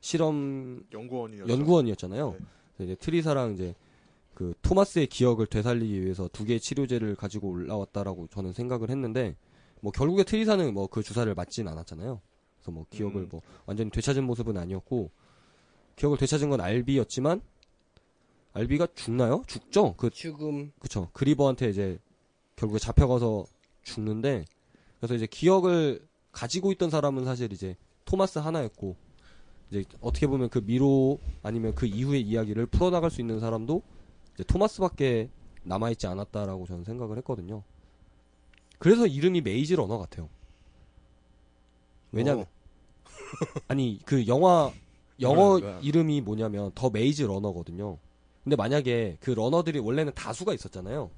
[SPEAKER 2] 실험
[SPEAKER 3] 연구원이었죠.
[SPEAKER 2] 연구원이었잖아요.
[SPEAKER 3] 네.
[SPEAKER 2] 그래서 이제 트리사랑 이제 그 토마스의 기억을 되살리기 위해서 두 개의 치료제를 가지고 올라왔다라고 저는 생각을 했는데 뭐 결국에 트리사는 뭐 그 주사를 맞진 않았잖아요. 그래서 뭐 기억을
[SPEAKER 3] 음.
[SPEAKER 2] 뭐 완전히 되찾은 모습은 아니었고 기억을 되찾은 건 알비였지만 알비가 죽나요? 죽죠. 그
[SPEAKER 1] 죽음
[SPEAKER 2] 그쵸. 그리버한테 이제 결국에 잡혀가서 죽는데 그래서 이제 기억을 가지고 있던 사람은 사실 이제 토마스 하나였고 이제 어떻게 보면 그 미로 아니면 그 이후의 이야기를 풀어나갈 수 있는 사람도 이제 토마스밖에 남아있지 않았다라고 저는 생각을 했거든요. 그래서 이름이 메이지 러너 같아요. 왜냐면
[SPEAKER 1] 어.
[SPEAKER 2] 아니 그 영화 영어
[SPEAKER 1] 그러는 거야.
[SPEAKER 2] 이름이 뭐냐면 더 메이지 러너거든요. 근데 만약에 그 러너들이 원래는 다수가 있었잖아요.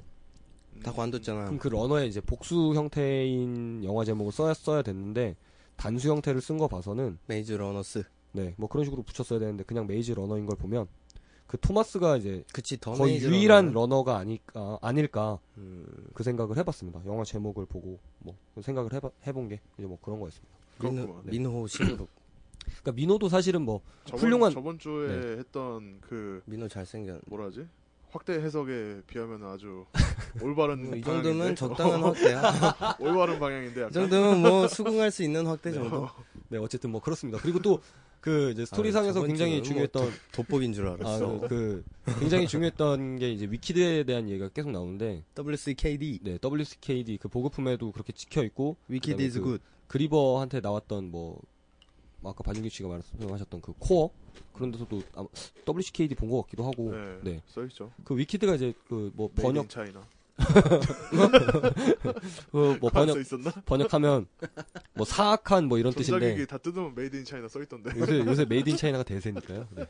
[SPEAKER 3] 음,
[SPEAKER 1] 다 관뒀잖아.
[SPEAKER 2] 그럼 그 러너에 이제 복수 형태인 영화 제목을 써야 써야 됐는데 단수 형태를 쓴 거 봐서는
[SPEAKER 1] 메이즈 러너스.
[SPEAKER 2] 네 뭐 그런 식으로 붙였어야 되는데 그냥 메이지 러너인 걸 보면 그 토마스가 이제
[SPEAKER 1] 그치 더
[SPEAKER 2] 거의
[SPEAKER 1] 메이즈
[SPEAKER 2] 유일한
[SPEAKER 1] 러너.
[SPEAKER 2] 러너가 아닐까 아닐까
[SPEAKER 1] 음,
[SPEAKER 2] 그 생각을 해봤습니다. 영화 제목을 보고 뭐 생각을 해봐, 해본 게 이제 뭐 그런 거였습니다.
[SPEAKER 1] 민호,
[SPEAKER 3] 그렇구만.
[SPEAKER 2] 네.
[SPEAKER 1] 민호 신부
[SPEAKER 2] 그러니까 민호도 사실은 뭐
[SPEAKER 3] 저번,
[SPEAKER 2] 훌륭한-
[SPEAKER 3] 저번 주에 했던 그
[SPEAKER 1] 민호 잘생겼.
[SPEAKER 3] 뭐라지 확대 해석에 비하면 아주 올바른
[SPEAKER 1] 이
[SPEAKER 3] 방향인데?
[SPEAKER 1] 정도면 적당한
[SPEAKER 3] 음, 어,
[SPEAKER 1] 확대야.
[SPEAKER 3] 올바른 방향인데
[SPEAKER 1] 이
[SPEAKER 3] 약간
[SPEAKER 1] 정도면 뭐 수긍할 수 있는 확대 정도.
[SPEAKER 2] 네, 어쨌든 뭐 그렇습니다. 그리고 또 그 이제 스토리상에서
[SPEAKER 1] 저번
[SPEAKER 2] 뭐 굉장히
[SPEAKER 1] 주는
[SPEAKER 2] 중요했던
[SPEAKER 1] 돋보기인 줄
[SPEAKER 2] 아,
[SPEAKER 1] 알았어.
[SPEAKER 2] 그 굉장히 중요했던 게 이제 위키드에 대한 얘기가 계속 나오는데
[SPEAKER 1] WCKD.
[SPEAKER 2] 네, WCKD 그 보급품에도 그렇게 찍혀 있고
[SPEAKER 1] 위키드
[SPEAKER 2] 그다음에
[SPEAKER 1] 이즈
[SPEAKER 2] 그
[SPEAKER 1] 굿.
[SPEAKER 2] 그리버한테 나왔던 뭐 아까 반준규 씨가 말씀하셨던 그 코어 그런 데서도 아마 WCKD 본 것 같기도 하고
[SPEAKER 3] 네,
[SPEAKER 2] 네.
[SPEAKER 3] 써있죠
[SPEAKER 2] 그 위키드가 이제 그 뭐
[SPEAKER 3] 번역
[SPEAKER 2] 번역
[SPEAKER 3] 인 차이나
[SPEAKER 2] 그 뭐
[SPEAKER 3] 번역
[SPEAKER 2] 번역
[SPEAKER 3] 써있었나
[SPEAKER 2] 번역하면 뭐 사악한 뭐 이런 뜻인데
[SPEAKER 3] 전자기기 다 뜯으면 메이드 인 차이나 써있던데
[SPEAKER 2] 요새 요새 메이드 인 차이나가 대세니까요. 네.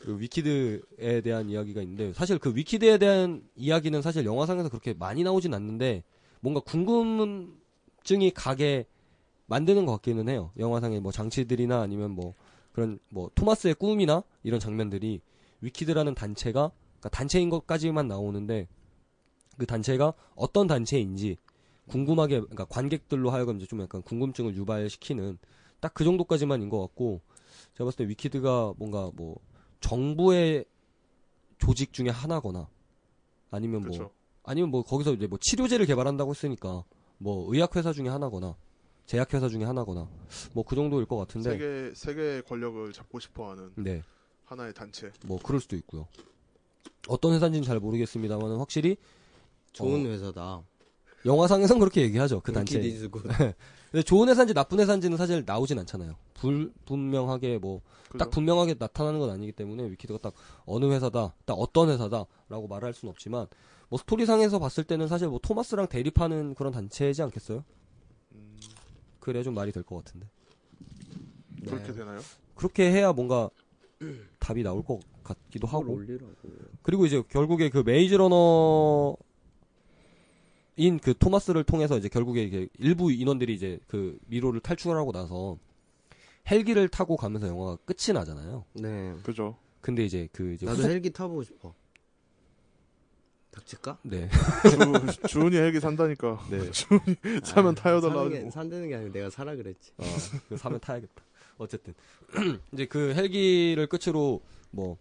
[SPEAKER 2] 그 위키드에 대한 이야기가 있는데 사실 그 위키드에 대한 이야기는 사실 영화상에서 그렇게 많이 나오진 않는데 뭔가 궁금증이 가게 만드는 것 같기는 해요. 영화상의 뭐 장치들이나 아니면 뭐 그런 뭐 토마스의 꿈이나 이런 장면들이 위키드라는 단체가 그러니까 단체인 것까지만 나오는데 그 단체가 어떤 단체인지 궁금하게 그러니까 관객들로 하여금 이제 좀 약간 궁금증을 유발시키는 딱 그 정도까지만인 것 같고 제가 봤을 때 위키드가 뭔가 뭐 정부의 조직 중에 하나거나 아니면 뭐
[SPEAKER 3] 그렇죠
[SPEAKER 2] 아니면 뭐 거기서 이제 뭐 치료제를 개발한다고 했으니까 뭐 의약회사 중에 하나거나 제약회사 중에 하나거나 뭐 그 정도일 것 같은데
[SPEAKER 3] 세계 세계 권력을 잡고 싶어하는
[SPEAKER 2] 네.
[SPEAKER 3] 하나의 단체
[SPEAKER 2] 뭐 그럴 수도 있고요. 어떤 회사인지는 잘 모르겠습니다만 확실히
[SPEAKER 1] 좋은 회사다.
[SPEAKER 2] 영화상에선 그렇게 얘기하죠. 어. 그 단체.
[SPEAKER 1] 위키드 이즈 굿.
[SPEAKER 2] 근데 좋은 회사인지 나쁜 회사인지는 사실 나오진 않잖아요. 불 분명하게 뭐 딱
[SPEAKER 3] 그죠?
[SPEAKER 2] 분명하게 나타나는 건 아니기 때문에 위키드가 딱 어느 회사다, 딱 어떤 회사다라고 말할 수는 없지만 뭐 스토리상에서 봤을 때는 사실 뭐 토마스랑 대립하는 그런 단체이지 않겠어요?
[SPEAKER 3] 음,
[SPEAKER 2] 그래야 좀 말이 될 것 같은데.
[SPEAKER 3] 그렇게
[SPEAKER 2] 네.
[SPEAKER 3] 되나요?
[SPEAKER 2] 그렇게 해야 뭔가 답이 나올 것 같기도 하고.
[SPEAKER 4] 올리라고.
[SPEAKER 2] 그리고 이제 결국에 그 메이즈 러너인 그 토마스를 통해서 이제 결국에 이게 일부 인원들이 이제 그 미로를 탈출하고 나서 헬기를 타고 가면서 영화가 끝이 나잖아요.
[SPEAKER 1] 네.
[SPEAKER 3] 그죠.
[SPEAKER 2] 근데 이제 그 이제
[SPEAKER 4] 나도
[SPEAKER 2] 후속-
[SPEAKER 4] 헬기 타보고 싶어. 닥칠까?
[SPEAKER 2] 네.
[SPEAKER 3] 주- 주은이 헬기 산다니까.
[SPEAKER 2] 네.
[SPEAKER 3] 사면
[SPEAKER 1] 아,
[SPEAKER 3] 타요달라고
[SPEAKER 1] 사는
[SPEAKER 3] 하지
[SPEAKER 1] 게-
[SPEAKER 3] 뭐.
[SPEAKER 1] 산다는 게 아니고 내가 사라 그랬지.
[SPEAKER 2] 어, 그 사면 타야겠다. 어쨌든 이제 그 헬기를 끝으로 뭐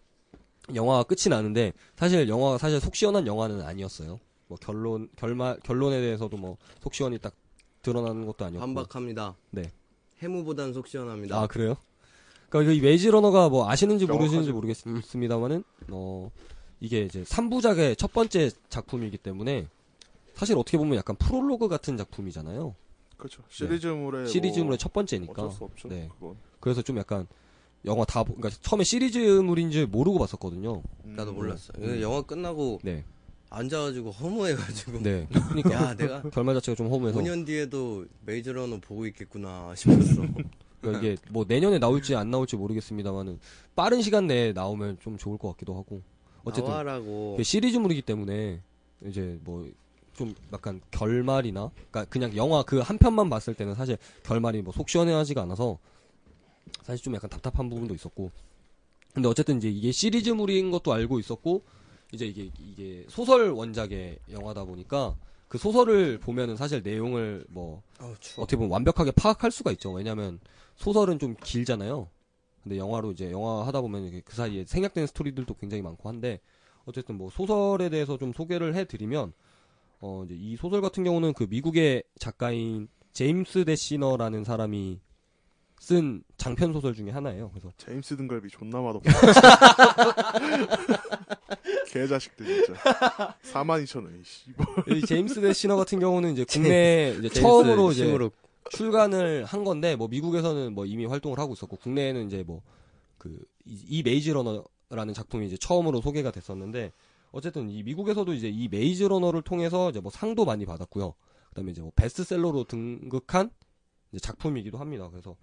[SPEAKER 2] 영화가 끝이 나는데 사실 영화가 사실 속 시원한 영화는 아니었어요. 뭐 결론 결말 결론에 대해서도 뭐 속 시원이 딱 드러나는 것도 아니었고.
[SPEAKER 1] 반박합니다.
[SPEAKER 2] 네.
[SPEAKER 1] 해무보단 속 시원합니다.
[SPEAKER 2] 아 그래요? 그러니까 이 웨이지 러너가 뭐 아시는지 모르시는지
[SPEAKER 3] 정확하죠.
[SPEAKER 2] 모르겠습니다만은 어 이게 이제 3부작의 첫 번째 작품이기 때문에 사실 어떻게 보면 약간 프롤로그 같은 작품이잖아요.
[SPEAKER 3] 그렇죠. 시리즈물의
[SPEAKER 2] 시리즈물의
[SPEAKER 3] 뭐
[SPEAKER 2] 첫 번째니까.
[SPEAKER 3] 어쩔 수 없죠.
[SPEAKER 2] 네.
[SPEAKER 3] 그건.
[SPEAKER 2] 그래서 좀 약간 영화 다 보- 그러니까 처음에 시리즈물인 줄 모르고 봤었거든요.
[SPEAKER 3] 음,
[SPEAKER 1] 나도 몰랐어. 근데 영화 끝나고
[SPEAKER 2] 네.
[SPEAKER 1] 앉아가지고 허무해가지고.
[SPEAKER 2] 네. 그러니까
[SPEAKER 1] 야, 내가
[SPEAKER 2] 결말 자체가 좀 허무해서
[SPEAKER 1] 5년 뒤에도 메이저러너 보고 있겠구나 싶었어.
[SPEAKER 2] 그러니까 이게 뭐 내년에 나올지 안 나올지 모르겠습니다만은 빠른 시간 내에 나오면 좀 좋을 것 같기도 하고 어쨌든
[SPEAKER 1] 나와라고.
[SPEAKER 2] 이게 그 시리즈물이기 때문에 이제 뭐 좀 약간 결말이나 그러니까 그냥 영화 그 한 편만 봤을 때는 사실 결말이 뭐 속 시원해하지가 않아서 사실 좀 약간 답답한 부분도 있었고 근데 어쨌든 이제 이게 시리즈물인 것도 알고 있었고 이제 이게 이게 소설 원작의 영화다 보니까 그 소설을 보면은 사실 내용을 뭐
[SPEAKER 1] 아우, 추워.
[SPEAKER 2] 어떻게 보면 완벽하게 파악할 수가 있죠. 왜냐하면 소설은 좀 길잖아요. 근데 영화로 이제 영화 하다 보면 이렇게 그 사이에 생략된 스토리들도 굉장히 많고 한데 어쨌든 뭐 소설에 대해서 좀 소개를 해드리면 어 이제 이 소설 같은 경우는 그 미국의 작가인 제임스 데시너라는 사람이 쓴 장편 소설 중에 하나예요. 그래서
[SPEAKER 3] 제임스 등갈비 존나 맛없어. 개자식들 진짜. 42,000원. 이 씨발.
[SPEAKER 2] 이 제임스 데시너 같은 경우는 이제 국내 이제
[SPEAKER 1] 제임스
[SPEAKER 2] 그 처음으로 이제
[SPEAKER 1] 심으로
[SPEAKER 2] 출간을 한 건데 뭐 미국에서는 뭐 이미 활동을 하고 있었고 국내에는 이제 뭐 그 이 메이즈 러너라는 작품이 이제 처음으로 소개가 됐었는데 어쨌든 이 미국에서도 이제 이 메이즈 러너를 통해서 이제 뭐 상도 많이 받았고요. 그다음에 이제 뭐 베스트셀러로 등극한 이제 작품이기도 합니다. 그래서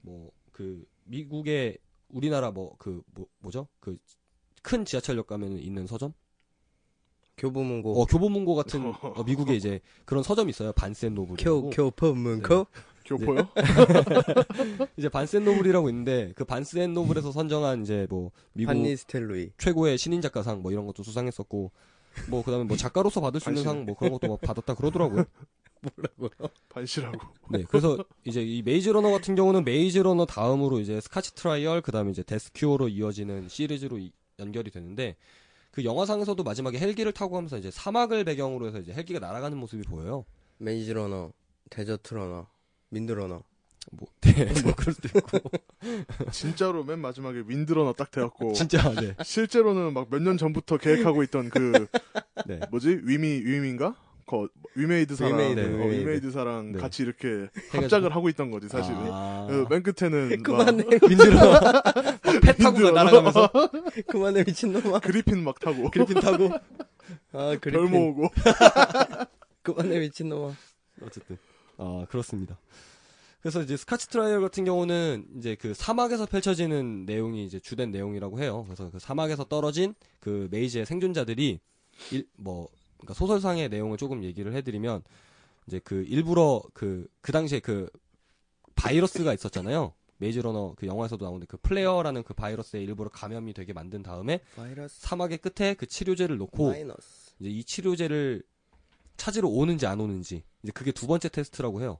[SPEAKER 2] 뭐 그 미국의 우리나라 뭐 그 뭐, 뭐죠? 그 큰 지하철역 가면 있는 서점?
[SPEAKER 1] 교보문고.
[SPEAKER 2] 어 교보문고 같은 어, 미국에 이제 그런 서점이 있어요. 반센 노블이라고.
[SPEAKER 1] 교
[SPEAKER 2] 네,
[SPEAKER 1] 교포문고.
[SPEAKER 3] 교포요?
[SPEAKER 2] 이제 반센노블이라고 있는데 그 반센노블에서 선정한 이제 뭐 미국
[SPEAKER 1] 판니 스텔로이.
[SPEAKER 2] 최고의 신인 작가상 뭐 이런 것도 수상했었고 뭐 그다음에 뭐 작가로서 받을 수 있는 상
[SPEAKER 3] 관심.
[SPEAKER 2] 뭐 그런 것도 막 받았다 그러더라고요.
[SPEAKER 3] 반시라고.
[SPEAKER 2] 네, 그래서 이제 이 메이즈 러너 같은 경우는 메이즈 러너 다음으로 이제 스카치 트라이얼 그다음에 이제 데스큐어로 이어지는 시리즈로 이- 연결이 되는데 그 영화상에서도 마지막에 헬기를 타고 하면서 이제 사막을 배경으로 해서 이제 헬기가 날아가는 모습이 보여요.
[SPEAKER 1] 메이저러너. 데저트러너. 민드러너.
[SPEAKER 2] 뭐, 네, 뭐 그럴 수도 있고
[SPEAKER 3] 진짜로 맨 마지막에 윈드러너 딱 돼갖고
[SPEAKER 2] 진짜 네,
[SPEAKER 3] 실제로는 막 몇 년 전부터 계획하고 있던 그
[SPEAKER 2] 네.
[SPEAKER 3] 뭐지 위미 위민가 그 위메이드사랑
[SPEAKER 1] 위메이드,
[SPEAKER 3] 어,
[SPEAKER 1] 위메이드.
[SPEAKER 3] 위메이드사랑
[SPEAKER 2] 네.
[SPEAKER 3] 같이 이렇게
[SPEAKER 2] 해가지고.
[SPEAKER 3] 합작을 하고 있던 거지 사실은
[SPEAKER 2] 아...
[SPEAKER 3] 어, 맨 끝에는 막
[SPEAKER 1] 그만해.
[SPEAKER 2] 민들어 막패 타고
[SPEAKER 3] 민들어.
[SPEAKER 2] 날아가면서
[SPEAKER 1] 그만해 미친놈아.
[SPEAKER 3] 그리핀 막 타고
[SPEAKER 1] 그리핀 타고. 아
[SPEAKER 3] 별
[SPEAKER 1] 그리핀.
[SPEAKER 3] 모으고
[SPEAKER 1] 그만해 미친놈아.
[SPEAKER 2] 어쨌든 아 그렇습니다. 그래서 이제 스카치 트라이얼 같은 경우는 이제 그 사막에서 펼쳐지는 내용이 이제 주된 내용이라고 해요. 그래서 그 사막에서 떨어진 그 메이지의 생존자들이 일, 뭐 그러니까 소설상의 내용을 조금 얘기를 해드리면 이제 그 일부러 그 그 당시에 그 바이러스가 있었잖아요. 메이즈 러너 그 영화에서도 나오는데 그 플레어라는 그 바이러스에 일부러 감염이 되게 만든 다음에
[SPEAKER 1] 바이러스.
[SPEAKER 2] 사막의 끝에 그 치료제를 놓고
[SPEAKER 1] 마이너스.
[SPEAKER 2] 이제 이 치료제를 찾으러 오는지 안 오는지 이제 그게 두 번째 테스트라고 해요.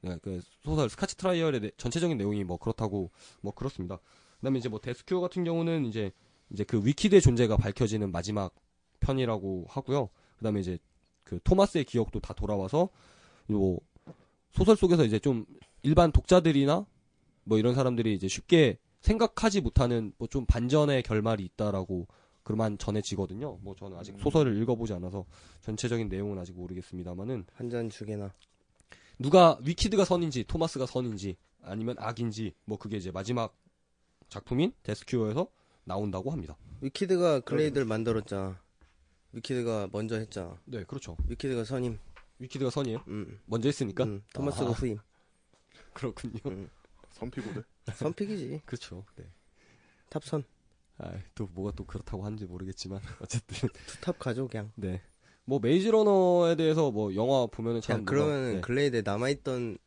[SPEAKER 2] 네, 그 소설 스카치 트라이얼의 내- 전체적인 내용이 뭐 그렇다고 뭐 그렇습니다. 그다음에 이제 뭐 데스큐어 같은 경우는 이제 이제 그 위키드의 존재가 밝혀지는 마지막 편이라고 하고요. 그다음에 이제 그 토마스의 기억도 다 돌아와서 뭐 소설 속에서 이제 좀 일반 독자들이나 뭐 이런 사람들이 이제 쉽게 생각하지 못하는 뭐 좀 반전의 결말이 있다라고 그만 전해지거든요. 뭐 저는 아직
[SPEAKER 3] 음.
[SPEAKER 2] 소설을 읽어보지 않아서 전체적인 내용은 아직 모르겠습니다만은
[SPEAKER 1] 한잔 주게나.
[SPEAKER 2] 누가 위키드가 선인지 토마스가 선인지 아니면 악인지 뭐 그게 이제 마지막 작품인 데스큐어에서 나온다고 합니다.
[SPEAKER 1] 위키드가 글레이드를 만들었잖아. 위키드가 먼저 했잖아.
[SPEAKER 2] 네, 그렇죠.
[SPEAKER 1] 위키드가 선임.
[SPEAKER 2] 위키드가 선이에요.
[SPEAKER 1] 음.
[SPEAKER 2] 먼저 했으니까.
[SPEAKER 1] 음, 토마스가
[SPEAKER 2] 아.
[SPEAKER 1] 후임.
[SPEAKER 2] 그렇군요.
[SPEAKER 1] 음.
[SPEAKER 3] 선피고대.
[SPEAKER 1] 선픽이지.
[SPEAKER 2] 그렇죠. 네.
[SPEAKER 1] 탑선.
[SPEAKER 2] 아, 또 뭐가 또 그렇다고 하는지 모르겠지만 어쨌든
[SPEAKER 1] 투탑 가죠, 그냥.
[SPEAKER 2] 네. 뭐 메이지 러너에 대해서 뭐 영화 보면은
[SPEAKER 1] 그냥
[SPEAKER 2] 참 뭔가-
[SPEAKER 1] 그러면은
[SPEAKER 2] 네.
[SPEAKER 1] 글레이드에 남아있던,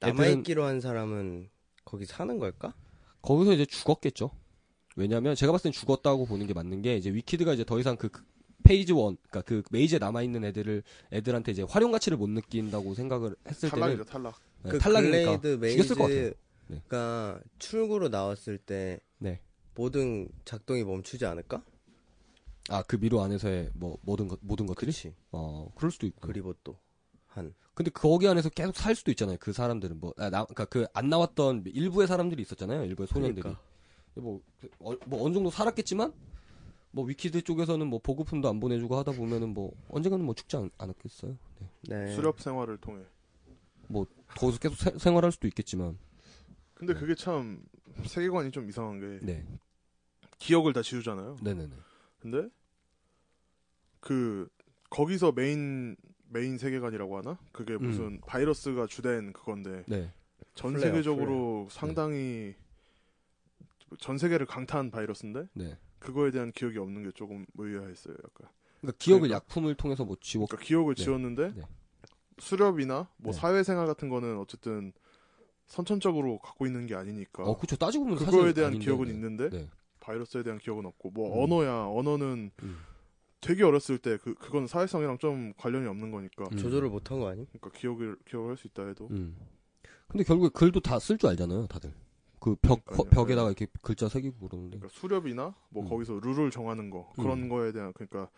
[SPEAKER 1] 남아있기로 한 사람은 거기 사는 걸까?
[SPEAKER 2] 거기서 이제 죽었겠죠. 왜냐면 제가 봤을 땐 죽었다고 보는 게 맞는 게 이제 위키드가 이제 더 이상 그 그- 페이지 원, 그러니까 그 메이지에 남아 있는 애들을 애들한테 이제 활용 가치를 못 느낀다고 생각을 했을 때는
[SPEAKER 3] 탈락이죠 탈락.
[SPEAKER 2] 네,
[SPEAKER 1] 그
[SPEAKER 2] 탈락이니까
[SPEAKER 1] 글레이드
[SPEAKER 2] 죽였을 것 같아요. 네.
[SPEAKER 1] 메이즈가 출구로 나왔을 때
[SPEAKER 2] 네. 음.
[SPEAKER 1] 모든 작동이 멈추지 않을까?
[SPEAKER 2] 아, 그 미로 안에서의 뭐 모든 것 모든 것들이
[SPEAKER 1] 그치.
[SPEAKER 2] 어, 그럴 수도 있고.
[SPEAKER 1] 그리고 또, 한.
[SPEAKER 2] 근데 거기 안에서 계속 살 수도 있잖아요. 그 사람들은 뭐, 아, 나, 그니까 그 안 나왔던 일부의 사람들이 있었잖아요. 일부의 소년들이.
[SPEAKER 1] 그러니까.
[SPEAKER 2] 뭐, 그, 어, 뭐 어느 정도 살았겠지만, 뭐 위키드 쪽에서는 뭐 보급품도 안 보내주고 하다 보면은 뭐 언젠가는 뭐 죽지 않, 않았겠어요. 네.
[SPEAKER 1] 네.
[SPEAKER 3] 수렵 생활을 통해.
[SPEAKER 2] 거기서 계속 세- 생활할 수도 있겠지만,
[SPEAKER 3] 근데 그게 참 세계관이 좀 이상한 게
[SPEAKER 2] 네,
[SPEAKER 3] 기억을 다 지우잖아요.
[SPEAKER 2] 네네네.
[SPEAKER 3] 근데 그 거기서 메인 메인 세계관이라고 하나? 그게
[SPEAKER 2] 음.
[SPEAKER 3] 무슨 바이러스가 주된 그건데
[SPEAKER 2] 네,
[SPEAKER 3] 전
[SPEAKER 1] 플레어,
[SPEAKER 3] 세계적으로 상당히 전 세계를 강타한 바이러스인데
[SPEAKER 2] 네.
[SPEAKER 3] 그거에 대한 기억이 없는 게 조금 의아했어요. 약간
[SPEAKER 2] 그러니까 기억을
[SPEAKER 3] 그러니까.
[SPEAKER 2] 약품을 통해서 뭐 지웠,
[SPEAKER 3] 그러니까 기억을
[SPEAKER 2] 네.
[SPEAKER 3] 지웠는데
[SPEAKER 2] 네.
[SPEAKER 3] 수렵이나 뭐
[SPEAKER 2] 네.
[SPEAKER 3] 사회생활 같은 거는 어쨌든 선천적으로 갖고 있는 게 아니니까
[SPEAKER 2] 어, 그쵸. 따지고 보면
[SPEAKER 3] 그거에
[SPEAKER 2] 사실
[SPEAKER 3] 대한
[SPEAKER 2] 아닌데,
[SPEAKER 3] 기억은
[SPEAKER 2] 네.
[SPEAKER 3] 있는데
[SPEAKER 2] 네.
[SPEAKER 3] 바이러스에 대한 기억은 없고 뭐
[SPEAKER 2] 음.
[SPEAKER 3] 언어야 언어는
[SPEAKER 2] 음.
[SPEAKER 3] 되게 어렸을 때 그 그건 사회성이랑 좀 관련이 없는 거니까
[SPEAKER 2] 음.
[SPEAKER 1] 조절을 못한 거 아니?
[SPEAKER 3] 그러니까 기억을 기억할 수 있다 해도
[SPEAKER 2] 음. 근데 결국에 글도 다 쓸 줄 알잖아요, 다들. 그 벽
[SPEAKER 3] 그러니까요.
[SPEAKER 2] 벽에다가 이렇게 글자 새기고 그러는데.
[SPEAKER 3] 아, 네. 그러니까 수렵이나 뭐
[SPEAKER 2] 음.
[SPEAKER 3] 거기서 룰을 정하는 거 그런
[SPEAKER 2] 음.
[SPEAKER 3] 거에 대한 그러니까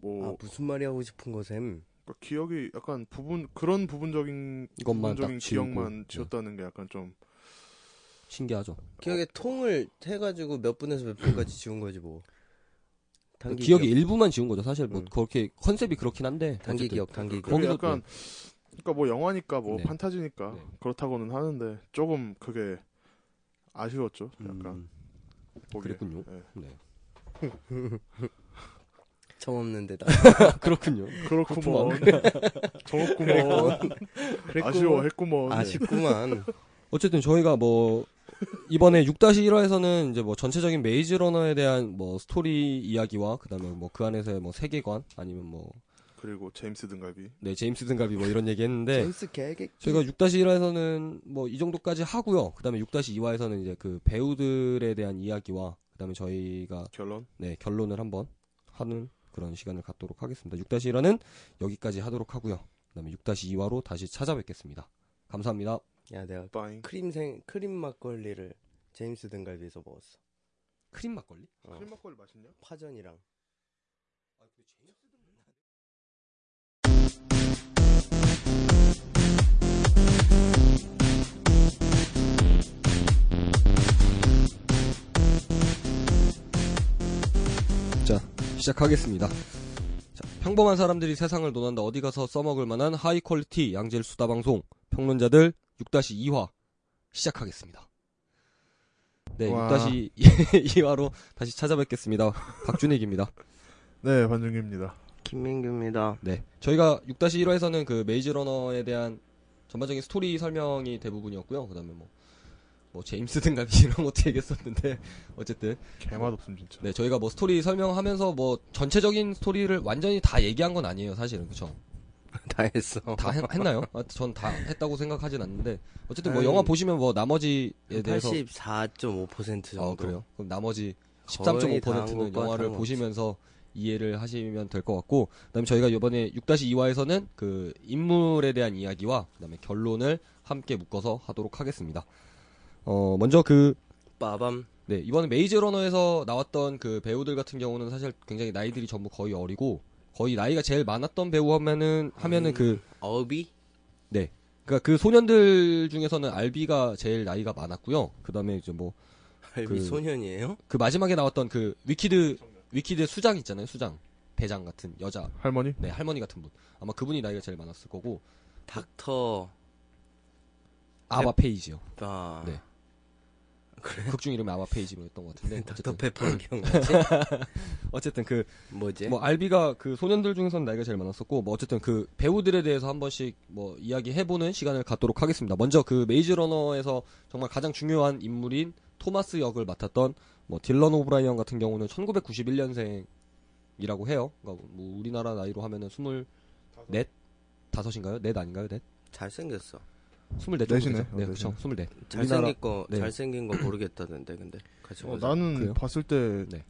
[SPEAKER 3] 뭐
[SPEAKER 1] 아, 무슨 말이 하고 싶은 거셈.
[SPEAKER 3] 그러니까 기억이 약간 부분 그런 부분적인
[SPEAKER 2] 이것만
[SPEAKER 3] 부분적인
[SPEAKER 2] 딱 지우고.
[SPEAKER 3] 기억만
[SPEAKER 2] 네.
[SPEAKER 3] 지웠다는 게 약간 좀
[SPEAKER 2] 신기하죠.
[SPEAKER 1] 기억에 통을 해가지고 몇 분에서 몇 분까지 지운 거지, 뭐. 단기
[SPEAKER 2] 기억의 일부만 지운 거죠. 사실 뭐
[SPEAKER 1] 음.
[SPEAKER 2] 그렇게 컨셉이 그렇긴 한데
[SPEAKER 1] 단기
[SPEAKER 2] 어쨌든.
[SPEAKER 1] 기억, 단기 기억.
[SPEAKER 3] 그게
[SPEAKER 2] 거기서
[SPEAKER 3] 약간 그러니까 뭐 영화니까 뭐
[SPEAKER 2] 네.
[SPEAKER 3] 판타지니까
[SPEAKER 2] 네.
[SPEAKER 3] 그렇다고는 하는데 조금 그게 아쉬웠죠
[SPEAKER 2] 음,
[SPEAKER 3] 약간 보기에
[SPEAKER 2] 그랬군요.
[SPEAKER 3] 그러니까. 네.
[SPEAKER 2] 네.
[SPEAKER 1] 정 없는 데다.
[SPEAKER 2] 그렇군요.
[SPEAKER 3] 그렇구먼 저렇구먼
[SPEAKER 1] 그랬구먼. 그랬구먼.
[SPEAKER 3] 아쉬워했구먼
[SPEAKER 1] 아쉽구만.
[SPEAKER 2] 어쨌든 저희가 뭐 이번에 6-1화에서는 이제 뭐 전체적인 메이즈 러너에 대한 뭐 스토리 이야기와 그다음에 뭐 그 안에서의 뭐 세계관 아니면 뭐 네
[SPEAKER 3] 그리고 제임스 등갈비
[SPEAKER 2] 제임스 등갑이 뭐 이런 얘기 했는데
[SPEAKER 1] 제임스 개개.
[SPEAKER 2] 저희가 6-1화에서는 뭐 이 정도까지 하고요. 그다음에 6-2화에서는 이제 그 배우들에 대한 이야기와 그다음에 저희가
[SPEAKER 3] 결론
[SPEAKER 2] 네, 결론을 한번 하는 그런 시간을 갖도록 하겠습니다. 6-1화는 여기까지 하도록 하고요. 그다음에 6-2화로 다시 찾아뵙겠습니다. 감사합니다.
[SPEAKER 1] 야, 내가
[SPEAKER 3] 빠잉
[SPEAKER 1] 크림생, 크림 막걸리를 제임스 등갈비에서 먹었어.
[SPEAKER 2] 크림 막걸리?
[SPEAKER 1] 어,
[SPEAKER 3] 술 막걸리 맛있냐?
[SPEAKER 1] 파전이랑.
[SPEAKER 2] 시작하겠습니다. 자, 평범한 사람들이 세상을 논한다 어디 가서 써먹을 만한 하이 퀄리티 양질 수다 방송 평론자들 6-2화 시작하겠습니다. 네,
[SPEAKER 3] 와.
[SPEAKER 2] 6-2화로 다시 찾아뵙겠습니다. 박준익입니다.
[SPEAKER 3] 네 반중기입니다
[SPEAKER 1] 김민규입니다.
[SPEAKER 2] 네. 저희가 6-1화에서는 그 메이즈 러너에 대한 전반적인 스토리 설명이 대부분이었고요. 그다음에 뭐, 뭐 제임스 등갑이 이런 것도 얘기했었는데 어쨌든
[SPEAKER 3] 개맛없음 진짜
[SPEAKER 2] 네 저희가 뭐 스토리 설명하면서 뭐 전체적인 스토리를 완전히 다 얘기한 건 아니에요 사실은 그쵸
[SPEAKER 1] 다 했어.
[SPEAKER 2] 다 했, 나요 아, 전 다 했다고 생각하진 않는데 어쨌든 뭐
[SPEAKER 1] 에이. 그
[SPEAKER 2] 영화 보시면 뭐 나머지에 대해서
[SPEAKER 1] 84.5% 정도.
[SPEAKER 2] 어 그래요 그럼 나머지
[SPEAKER 1] 거의 다한
[SPEAKER 2] 13.5%는
[SPEAKER 1] 것과
[SPEAKER 2] 영화를
[SPEAKER 1] 상관없지. 보시면서
[SPEAKER 2] 보시면서 이해를 하시면 될 것 같고 그다음에 저희가 이번에 6-2화에서는 그 인물에 대한 이야기와 그다음에 결론을 함께 묶어서 하도록 하겠습니다. 어 먼저 그
[SPEAKER 1] 빠밤.
[SPEAKER 2] 네, 이번에 메이즈 러너에서 나왔던 그 배우들 같은 경우는 사실 굉장히 나이들이 전부 거의 어리고 거의 나이가 제일 많았던 배우 하면은 하면은
[SPEAKER 1] 음.
[SPEAKER 2] 그
[SPEAKER 1] 어비?
[SPEAKER 2] 그러니까 그 소년들 중에서는 알비가 제일 나이가 많았고요. 그다음에 이제 뭐 그
[SPEAKER 1] 알비
[SPEAKER 2] 그-
[SPEAKER 1] 소년이에요?
[SPEAKER 2] 마지막에 나왔던 그 위키드 위키드 수장 있잖아요. 수장 대장 같은 여자
[SPEAKER 3] 할머니?
[SPEAKER 2] 네 할머니 같은 분 아마 그분이 나이가 제일 많았을 거고
[SPEAKER 1] 닥터
[SPEAKER 2] 아바 페이지요
[SPEAKER 1] 아
[SPEAKER 2] 네. 극중 이름이 아마 페이지로 했던 것
[SPEAKER 1] 네,
[SPEAKER 2] 같은데 어쨌든,
[SPEAKER 1] 닥터페퍼는 기억나지?
[SPEAKER 2] 어쨌든 그
[SPEAKER 1] 뭐지?
[SPEAKER 2] 뭐 알비가 그 소년들 중에서는 나이가 제일 많았었고 뭐 어쨌든 그 배우들에 대해서 한 번씩 뭐 이야기해보는 시간을 갖도록 하겠습니다. 먼저 그 메이즈 러너에서 정말 가장 중요한 인물인 토마스 역을 맡았던 뭐 딜런 오브라이언 같은 경우는 1991년생이라고 해요. 그러니까 뭐 우리나라 나이로 하면은 24, 다섯인가요? 넷 아닌가요? 넷?
[SPEAKER 4] 잘생겼어.
[SPEAKER 2] 24 정도
[SPEAKER 3] 넷이네.
[SPEAKER 2] 되죠?
[SPEAKER 3] 어,
[SPEAKER 2] 네,
[SPEAKER 3] 넷이네.
[SPEAKER 2] 그렇죠. 24.
[SPEAKER 4] 잘생긴 거
[SPEAKER 2] 네.
[SPEAKER 4] 잘생긴 거 모르겠다던데 근데 같이
[SPEAKER 3] 어,
[SPEAKER 4] 보자.
[SPEAKER 3] 나는
[SPEAKER 2] 그래요?
[SPEAKER 3] 봤을 때
[SPEAKER 2] 네.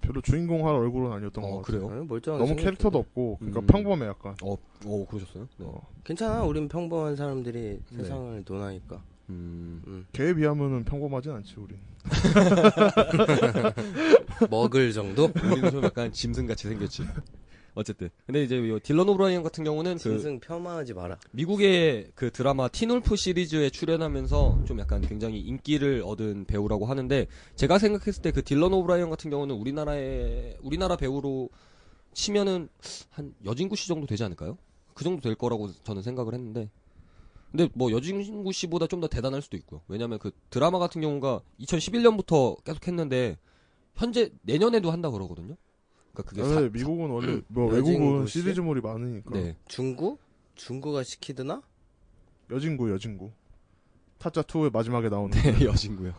[SPEAKER 3] 별로 주인공 할 얼굴은 아니었던 것
[SPEAKER 2] 어,
[SPEAKER 3] 같아.
[SPEAKER 2] 그래요?
[SPEAKER 4] 아니, 멀쩡하게
[SPEAKER 3] 너무
[SPEAKER 4] 생겼던데.
[SPEAKER 3] 캐릭터도 없고 그러니까
[SPEAKER 2] 음.
[SPEAKER 3] 평범해 약간.
[SPEAKER 2] 어, 어, 그러셨어요? 네.
[SPEAKER 3] 어.
[SPEAKER 4] 괜찮아. 우린 평범한 사람들이
[SPEAKER 2] 네.
[SPEAKER 4] 세상을 논하니까.
[SPEAKER 2] 음.
[SPEAKER 4] 음.
[SPEAKER 3] 걔에 비하면은 평범하진 않지 우린.
[SPEAKER 1] 먹을 정도?
[SPEAKER 2] 우리는 좀 약간 짐승같이 생겼지. 어쨌든. 근데 이제 이 딜런 오브라이언 같은 경우는 그
[SPEAKER 1] 짐승 폄하하지 마라.
[SPEAKER 2] 미국의 그 드라마 티놀프 시리즈에 출연하면서 좀 약간 굉장히 인기를 얻은 배우라고 하는데 제가 생각했을 때 그 딜런 오브라이언 같은 경우는 우리나라에 우리나라 배우로 치면은 한 여진구 씨 정도 되지 않을까요? 그 정도 될 거라고 저는 생각을 했는데 근데 뭐 여진구 씨보다 좀 더 대단할 수도 있고요. 왜냐하면 그 드라마 같은 경우가 2011년부터 계속 했는데 현재 내년에도 한다 그러거든요. 그러니까 그게 사-
[SPEAKER 3] 원래 아, 네, 미국은 원래 뭐
[SPEAKER 1] 여진구
[SPEAKER 3] 외국은
[SPEAKER 1] 씨?
[SPEAKER 3] 시리즈물이 많으니까.
[SPEAKER 2] 네.
[SPEAKER 1] 중구? 중구가 시키드나?
[SPEAKER 3] 여진구 여진구. 타짜 2의 마지막에 나오는
[SPEAKER 2] 네, 여진구요.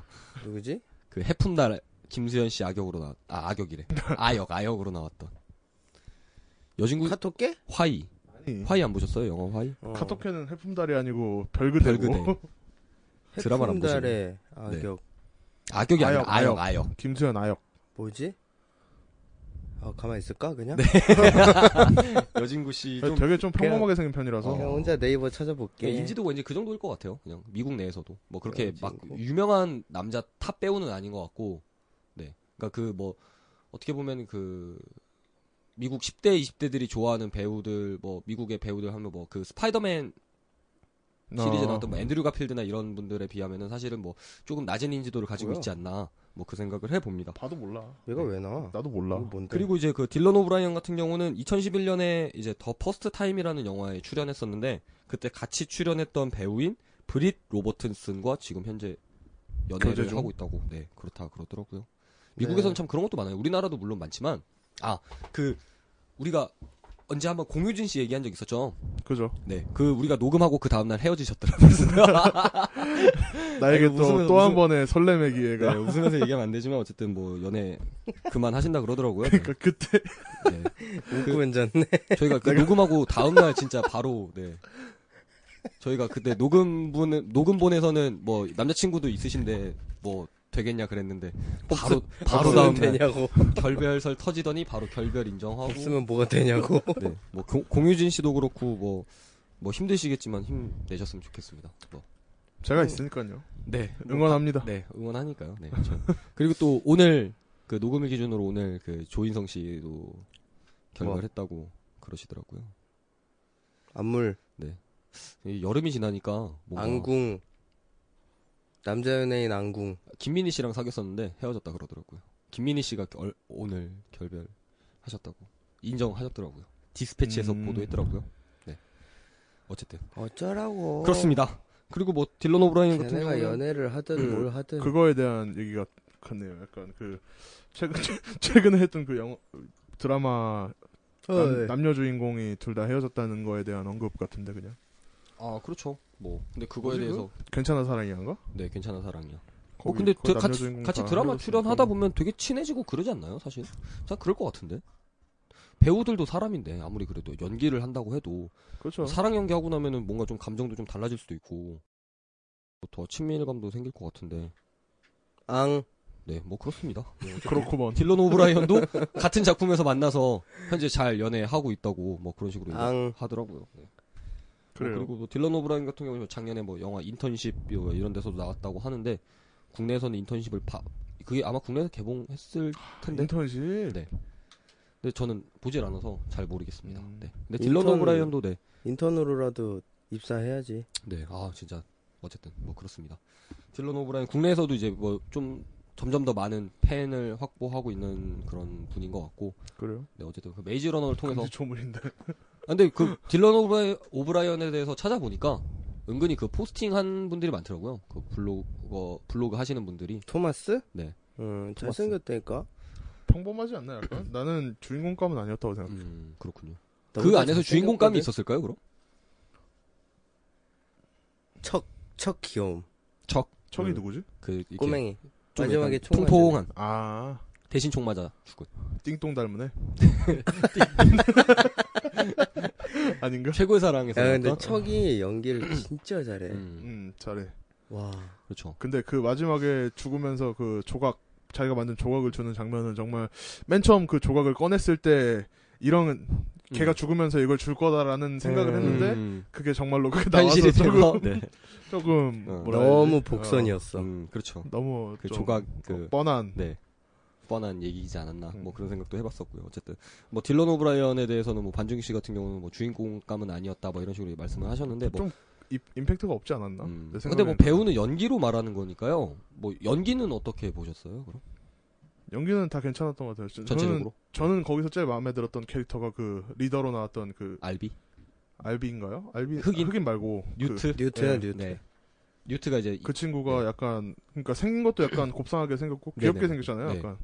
[SPEAKER 1] 누구지?
[SPEAKER 2] 그 해품달 김수현 씨 악역으로 나왔, 아, 악역이래. 아역, 아역으로 나왔던. 여진구
[SPEAKER 1] 카톡계?
[SPEAKER 2] 화이.
[SPEAKER 3] 아니,
[SPEAKER 2] 화이 안 보셨어요? 영화 화이?
[SPEAKER 1] 어.
[SPEAKER 3] 카톡회는 해품달이 아니고 별그대고
[SPEAKER 2] 별그대. 드라마를 안 보시네.
[SPEAKER 1] 해품달의 악역.
[SPEAKER 2] 악역이 아니라 아역,
[SPEAKER 3] 아역,
[SPEAKER 2] 아역.
[SPEAKER 3] 김수현 아역.
[SPEAKER 1] 뭐지? 아, 가만히 있을까, 그냥?
[SPEAKER 2] 여진구 씨 좀. 어,
[SPEAKER 3] 되게 좀 평범하게 생긴 편이라서 어.
[SPEAKER 1] 그냥 혼자 네이버 찾아볼게.
[SPEAKER 2] 인지도 왠지 그 정도일 것 같아요. 그냥 미국 내에서도 뭐 그렇게 막
[SPEAKER 1] 여진구.
[SPEAKER 2] 유명한 남자 탑 배우는 아닌 것 같고, 네, 그러니까 그 뭐 어떻게 보면 그 미국 10대 20대들이 좋아하는 배우들 뭐 미국의 배우들 하면 뭐 그 스파이더맨 시리즈
[SPEAKER 3] 어.
[SPEAKER 2] 나왔던 뭐 앤드류 가필드나 이런 분들에 비하면은 사실은 뭐 조금 낮은 인지도를 가지고
[SPEAKER 1] 뭐야?
[SPEAKER 2] 있지 않나 뭐 그 생각을 해봅니다.
[SPEAKER 3] 봐도 몰라.
[SPEAKER 1] 얘가 왜 나와?
[SPEAKER 3] 나도 몰라.
[SPEAKER 1] 이거 뭔데?
[SPEAKER 2] 그리고 이제 그 딜런 오브라이언 같은 경우는 2011년에 이제 더 퍼스트 타임이라는 영화에 출연했었는데 그때 같이 출연했던 배우인 브릿 로버튼슨과 지금 현재 연애를
[SPEAKER 3] 교제 중?
[SPEAKER 2] 하고 있다고 네 그렇다 그러더라고요. 미국에서는 참 그런 것도 많아요. 우리나라도 물론 많지만 아 그 우리가 언제 한번 공유진 씨 얘기한 적 있었죠.
[SPEAKER 3] 그죠?
[SPEAKER 2] 네, 그 우리가 녹음하고 그 다음 날 헤어지셨더라고요.
[SPEAKER 3] 나에게
[SPEAKER 2] 아이고,
[SPEAKER 3] 또
[SPEAKER 2] 웃으면-
[SPEAKER 3] 또 한
[SPEAKER 2] 웃으면-
[SPEAKER 3] 번의 설렘의 기회가.
[SPEAKER 2] 네, 웃으면서 얘기하면 안 되지만 어쨌든 뭐 연애 그만하신다 그러더라고요. 네,
[SPEAKER 3] 그러니까 그때
[SPEAKER 2] 네.
[SPEAKER 1] 웃고 앉았네.
[SPEAKER 2] 저희가 그 녹음하고 다음 날 진짜 바로 네. 저희가 그때 녹음분 녹음본에서는 뭐 남자친구도 있으신데 뭐 되겠냐 그랬는데 바로 바로
[SPEAKER 1] 없으면
[SPEAKER 2] 다음 날
[SPEAKER 1] 되냐고.
[SPEAKER 2] 결별설 터지더니 바로 결별 인정하고
[SPEAKER 1] 없으면 뭐가 되냐고.
[SPEAKER 2] 네. 뭐 공- 공유진 씨도 그렇고 뭐 뭐 힘드시겠지만 힘 내셨으면 좋겠습니다. 뭐.
[SPEAKER 3] 제가 있으니까요.
[SPEAKER 2] 네.
[SPEAKER 3] 응원합니다.
[SPEAKER 2] 네, 응원하니까요. 네. 그렇죠. 그리고 또 오늘 그 녹음일 기준으로 오늘 그 조인성 씨도 결별했다고 그러시더라고요.
[SPEAKER 1] 안물,
[SPEAKER 2] 이 여름이 지나니까 뭔가
[SPEAKER 1] 안궁. 남자 연예인 안궁.
[SPEAKER 2] 김민희 씨랑 사귀었었는데 헤어졌다 그러더라고요. 김민희 씨가 결- 오늘 결별하셨다고 인정하셨더라고요. 디스패치에서
[SPEAKER 3] 음.
[SPEAKER 2] 보도했더라고요. 네. 어쨌든
[SPEAKER 1] 어쩌라고.
[SPEAKER 2] 그렇습니다. 그리고 뭐 딜런 오브라이언 같은
[SPEAKER 1] 걔네가
[SPEAKER 2] 경우는 음,
[SPEAKER 1] 연애를 하든 뭘
[SPEAKER 2] 네.
[SPEAKER 1] 하든.
[SPEAKER 3] 그거에 대한 얘기가 같네요. 약간 그 최근 최근에 했던 그 영화 드라마 남,
[SPEAKER 2] 어, 네.
[SPEAKER 1] 헐.
[SPEAKER 3] 남녀 주인공이 둘 다 헤어졌다는 거에 대한 언급 같은데 그냥
[SPEAKER 2] 아 그렇죠. 뭐 근데 그거에
[SPEAKER 3] 뭐지,
[SPEAKER 2] 대해서
[SPEAKER 3] 괜찮아 사랑이한가?
[SPEAKER 2] 네 괜찮은 사랑이요. 어,
[SPEAKER 3] 거기
[SPEAKER 2] 근데
[SPEAKER 3] 그
[SPEAKER 2] 드-
[SPEAKER 3] 남녀
[SPEAKER 2] 같이,
[SPEAKER 3] 주인공
[SPEAKER 2] 같이
[SPEAKER 3] 다
[SPEAKER 2] 드라마
[SPEAKER 3] 헤어졌으니까.
[SPEAKER 2] 출연하다 보면 되게 친해지고 그러지 않나요, 사실? 자, 그럴 것 같은데. 배우들도 사람인데, 아무리 그래도 연기를 한다고 해도,
[SPEAKER 3] 그렇죠.
[SPEAKER 2] 사랑 연기하고 나면은 뭔가 좀 감정도 좀 달라질 수도 있고, 뭐 더 친밀감도 생길 것 같은데,
[SPEAKER 1] 앙.
[SPEAKER 2] 네, 뭐 그렇습니다. 네, 어쨌든
[SPEAKER 3] 그렇구먼.
[SPEAKER 2] 딜런 오브라이언도 같은 작품에서 만나서 현재 잘 연애하고 있다고, 뭐 그런 식으로
[SPEAKER 1] 앙.
[SPEAKER 2] 하더라고요. 네. 뭐
[SPEAKER 3] 그래요.
[SPEAKER 2] 그리고 뭐 딜런 오브라인 같은 경우는 작년에 뭐 영화 인턴십 요- 이런 데서도 나왔다고 하는데 국내에서는 인턴십을 봐 그게 아마 국내에서 개봉했을 텐데
[SPEAKER 3] 인턴십.
[SPEAKER 2] 네. 근데 저는 보질 않아서 잘 모르겠습니다.
[SPEAKER 3] 음.
[SPEAKER 2] 네. 근데 딜런
[SPEAKER 1] 인턴-
[SPEAKER 2] 오브라이언도 네.
[SPEAKER 1] 인턴으로라도 입사해야지.
[SPEAKER 2] 네. 아 진짜 어쨌든 뭐 그렇습니다. 딜런 오브라이언 국내에서도 이제 뭐 좀 점점 더 많은 팬을 확보하고 있는 그런 분인 것 같고
[SPEAKER 3] 그래요.
[SPEAKER 2] 네 어쨌든 그 메이지 러너를 통해서
[SPEAKER 3] 금지 조물인데.
[SPEAKER 2] 아, 근데 그 딜런 오브라이, 오브라이언에 대해서 찾아보니까 은근히 그 포스팅 한 분들이 많더라고요. 그 블로거 블로그 하시는 분들이
[SPEAKER 1] 토마스?
[SPEAKER 2] 네.
[SPEAKER 1] 음, 잘생겼다니까.
[SPEAKER 3] 평범하지 않나 약간? 나는 주인공감은 아니었다고 생각.
[SPEAKER 2] 음, 그렇군요.
[SPEAKER 1] 너무
[SPEAKER 2] 그 안에서 주인공감이
[SPEAKER 1] 잘생겼거든?
[SPEAKER 2] 있었을까요, 그럼?
[SPEAKER 1] 척, 척 귀여움.
[SPEAKER 2] 척.
[SPEAKER 3] 척이
[SPEAKER 2] 음,
[SPEAKER 3] 누구지?
[SPEAKER 2] 그 이렇게
[SPEAKER 1] 꼬맹이.
[SPEAKER 2] 좀
[SPEAKER 1] 마지막에
[SPEAKER 2] 약간
[SPEAKER 1] 총 맞는
[SPEAKER 2] 통통한
[SPEAKER 3] 아
[SPEAKER 2] 대신 총 맞아 죽은
[SPEAKER 3] 띵동 닮은애. 아닌가?
[SPEAKER 2] 최고의 사랑에서
[SPEAKER 1] 야, 근데
[SPEAKER 2] 약간?
[SPEAKER 1] 척이 네. 연기를 진짜 잘해.
[SPEAKER 2] 음,
[SPEAKER 3] 음 잘해.
[SPEAKER 1] 와.
[SPEAKER 2] 그렇죠.
[SPEAKER 3] 근데 그 마지막에 죽으면서 그 조각 자기가 만든 조각을 주는 장면은 정말 맨 처음 그 조각을 꺼냈을 때 이런 걔가 죽으면서 이걸 줄 거다라는 생각을
[SPEAKER 1] 음.
[SPEAKER 3] 했는데
[SPEAKER 2] 음,
[SPEAKER 3] 그게 정말로 그게 나와서
[SPEAKER 2] 현실이 되고
[SPEAKER 3] 조금
[SPEAKER 2] 네.
[SPEAKER 3] 조금
[SPEAKER 2] 어.
[SPEAKER 3] 뭐라 해야
[SPEAKER 1] 너무
[SPEAKER 3] 되지?
[SPEAKER 1] 복선이었어.
[SPEAKER 2] 음, 그렇죠.
[SPEAKER 3] 어, 너무
[SPEAKER 2] 그
[SPEAKER 3] 좀
[SPEAKER 2] 조각 그
[SPEAKER 3] 뻔한
[SPEAKER 2] 네. 뻔한 얘기이지 않았나
[SPEAKER 3] 음.
[SPEAKER 2] 뭐 그런 생각도 해봤었고요 어쨌든 뭐 딜런 오브라이언에 대해서는 뭐 반중기 씨 같은 경우는 뭐 주인공감은 아니었다 뭐 이런 식으로 말씀을 하셨는데 뭐
[SPEAKER 3] 좀 이- 임팩트가 없지 않았나?
[SPEAKER 2] 음.
[SPEAKER 3] 내
[SPEAKER 2] 근데 뭐
[SPEAKER 3] 생각에는.
[SPEAKER 2] 배우는 연기로 말하는 거니까요 뭐 연기는 어떻게 보셨어요 그럼
[SPEAKER 3] 연기는 다 괜찮았던 것 같아요. 저- 저는
[SPEAKER 2] 전체적으로
[SPEAKER 3] 저는 거기서 제일 마음에 들었던 캐릭터가 그 리더로 나왔던 그
[SPEAKER 2] 알비
[SPEAKER 3] 알비인가요? 알비
[SPEAKER 2] 흑인?
[SPEAKER 3] 말고 그-
[SPEAKER 2] 뉴트
[SPEAKER 1] 뉴트야,
[SPEAKER 3] 예.
[SPEAKER 1] 뉴트.
[SPEAKER 2] 네 뉴트가 이제 네.
[SPEAKER 3] 그 친구가 약간 그러니까 생긴 것도 약간 곱상하게 생겼고 귀엽게
[SPEAKER 2] 네네.
[SPEAKER 3] 생겼잖아요.
[SPEAKER 2] 네.
[SPEAKER 3] 약간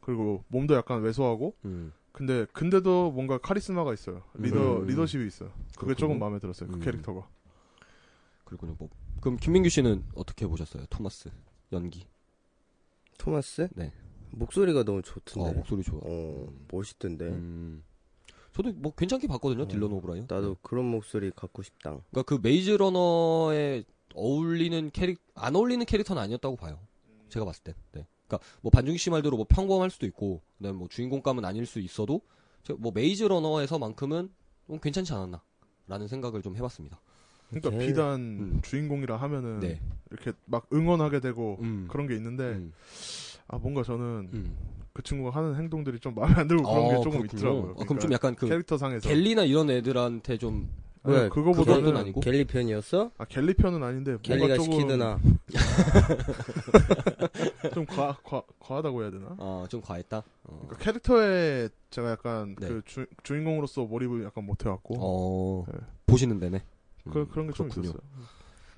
[SPEAKER 3] 그리고 몸도 약간 왜소하고
[SPEAKER 2] 음,
[SPEAKER 3] 근데 근데도 뭔가 카리스마가 있어요. 리더
[SPEAKER 2] 음.
[SPEAKER 3] 리더십이 있어요. 그게
[SPEAKER 2] 그렇군요.
[SPEAKER 3] 조금 마음에 들었어요. 그
[SPEAKER 2] 음.
[SPEAKER 3] 캐릭터가
[SPEAKER 2] 그렇군요 뭐 그럼 김민규 씨는 어떻게 보셨어요 토마스 연기
[SPEAKER 1] 토마스?
[SPEAKER 2] 네.
[SPEAKER 1] 목소리가 너무
[SPEAKER 2] 어,
[SPEAKER 1] 좋던데.
[SPEAKER 2] 목소리 좋아
[SPEAKER 1] 어,
[SPEAKER 3] 네.
[SPEAKER 1] 멋있던데.
[SPEAKER 2] 음. 저도 뭐 괜찮게 봤거든요
[SPEAKER 3] 어,
[SPEAKER 2] 딜런 오브라이언
[SPEAKER 1] 나도 그런 목소리 갖고 싶다.
[SPEAKER 2] 그러니까 그 메이즈 러너에 어울리는 캐릭 안 어울리는 캐릭터는 아니었다고 봐요.
[SPEAKER 3] 음.
[SPEAKER 2] 제가 봤을 때. 네. 그러니까 뭐 반중기 씨 말대로 뭐 평범할 수도 있고, 그다음에 뭐 주인공감은 아닐 수 있어도 제가 뭐 메이즈 러너에서만큼은 좀 괜찮지 않았나라는 생각을 좀 해봤습니다.
[SPEAKER 3] 그러니까
[SPEAKER 1] 오케이.
[SPEAKER 3] 비단
[SPEAKER 2] 음.
[SPEAKER 3] 주인공이라 하면은
[SPEAKER 2] 네.
[SPEAKER 3] 이렇게 막 응원하게 되고
[SPEAKER 2] 음.
[SPEAKER 3] 어, 그런 게 있는데
[SPEAKER 2] 음.
[SPEAKER 3] 아 뭔가 저는
[SPEAKER 2] 음.
[SPEAKER 3] 그 친구가 하는 행동들이 좀 마음에 안 들고 그런 게
[SPEAKER 2] 어,
[SPEAKER 3] 조금
[SPEAKER 2] 그렇군요.
[SPEAKER 3] 있더라고요. 그러니까
[SPEAKER 2] 어, 그럼 좀 약간 그
[SPEAKER 3] 캐릭터 상에서
[SPEAKER 2] 갤리나 이런 애들한테 좀
[SPEAKER 3] 아니,
[SPEAKER 1] 왜?
[SPEAKER 2] 그건
[SPEAKER 3] 그거보다는
[SPEAKER 2] 아니고?
[SPEAKER 1] 갤리 편이었어?
[SPEAKER 3] 아 갤리 편은 아닌데 뭔가
[SPEAKER 1] 갤리가
[SPEAKER 3] 조금
[SPEAKER 1] 시키드나.
[SPEAKER 3] 좀 과, 과, 과하다고 해야 되나?
[SPEAKER 2] 아, 좀 과했다. 어.
[SPEAKER 3] 그러니까 캐릭터에 제가 약간
[SPEAKER 2] 네.
[SPEAKER 3] 그 주, 주인공으로서 몰입을 약간 못해갖고
[SPEAKER 2] 어,
[SPEAKER 3] 네.
[SPEAKER 2] 보시는 데네. 음,
[SPEAKER 3] 그, 그런 게 좀
[SPEAKER 2] 그렇군요.
[SPEAKER 3] 있었어요.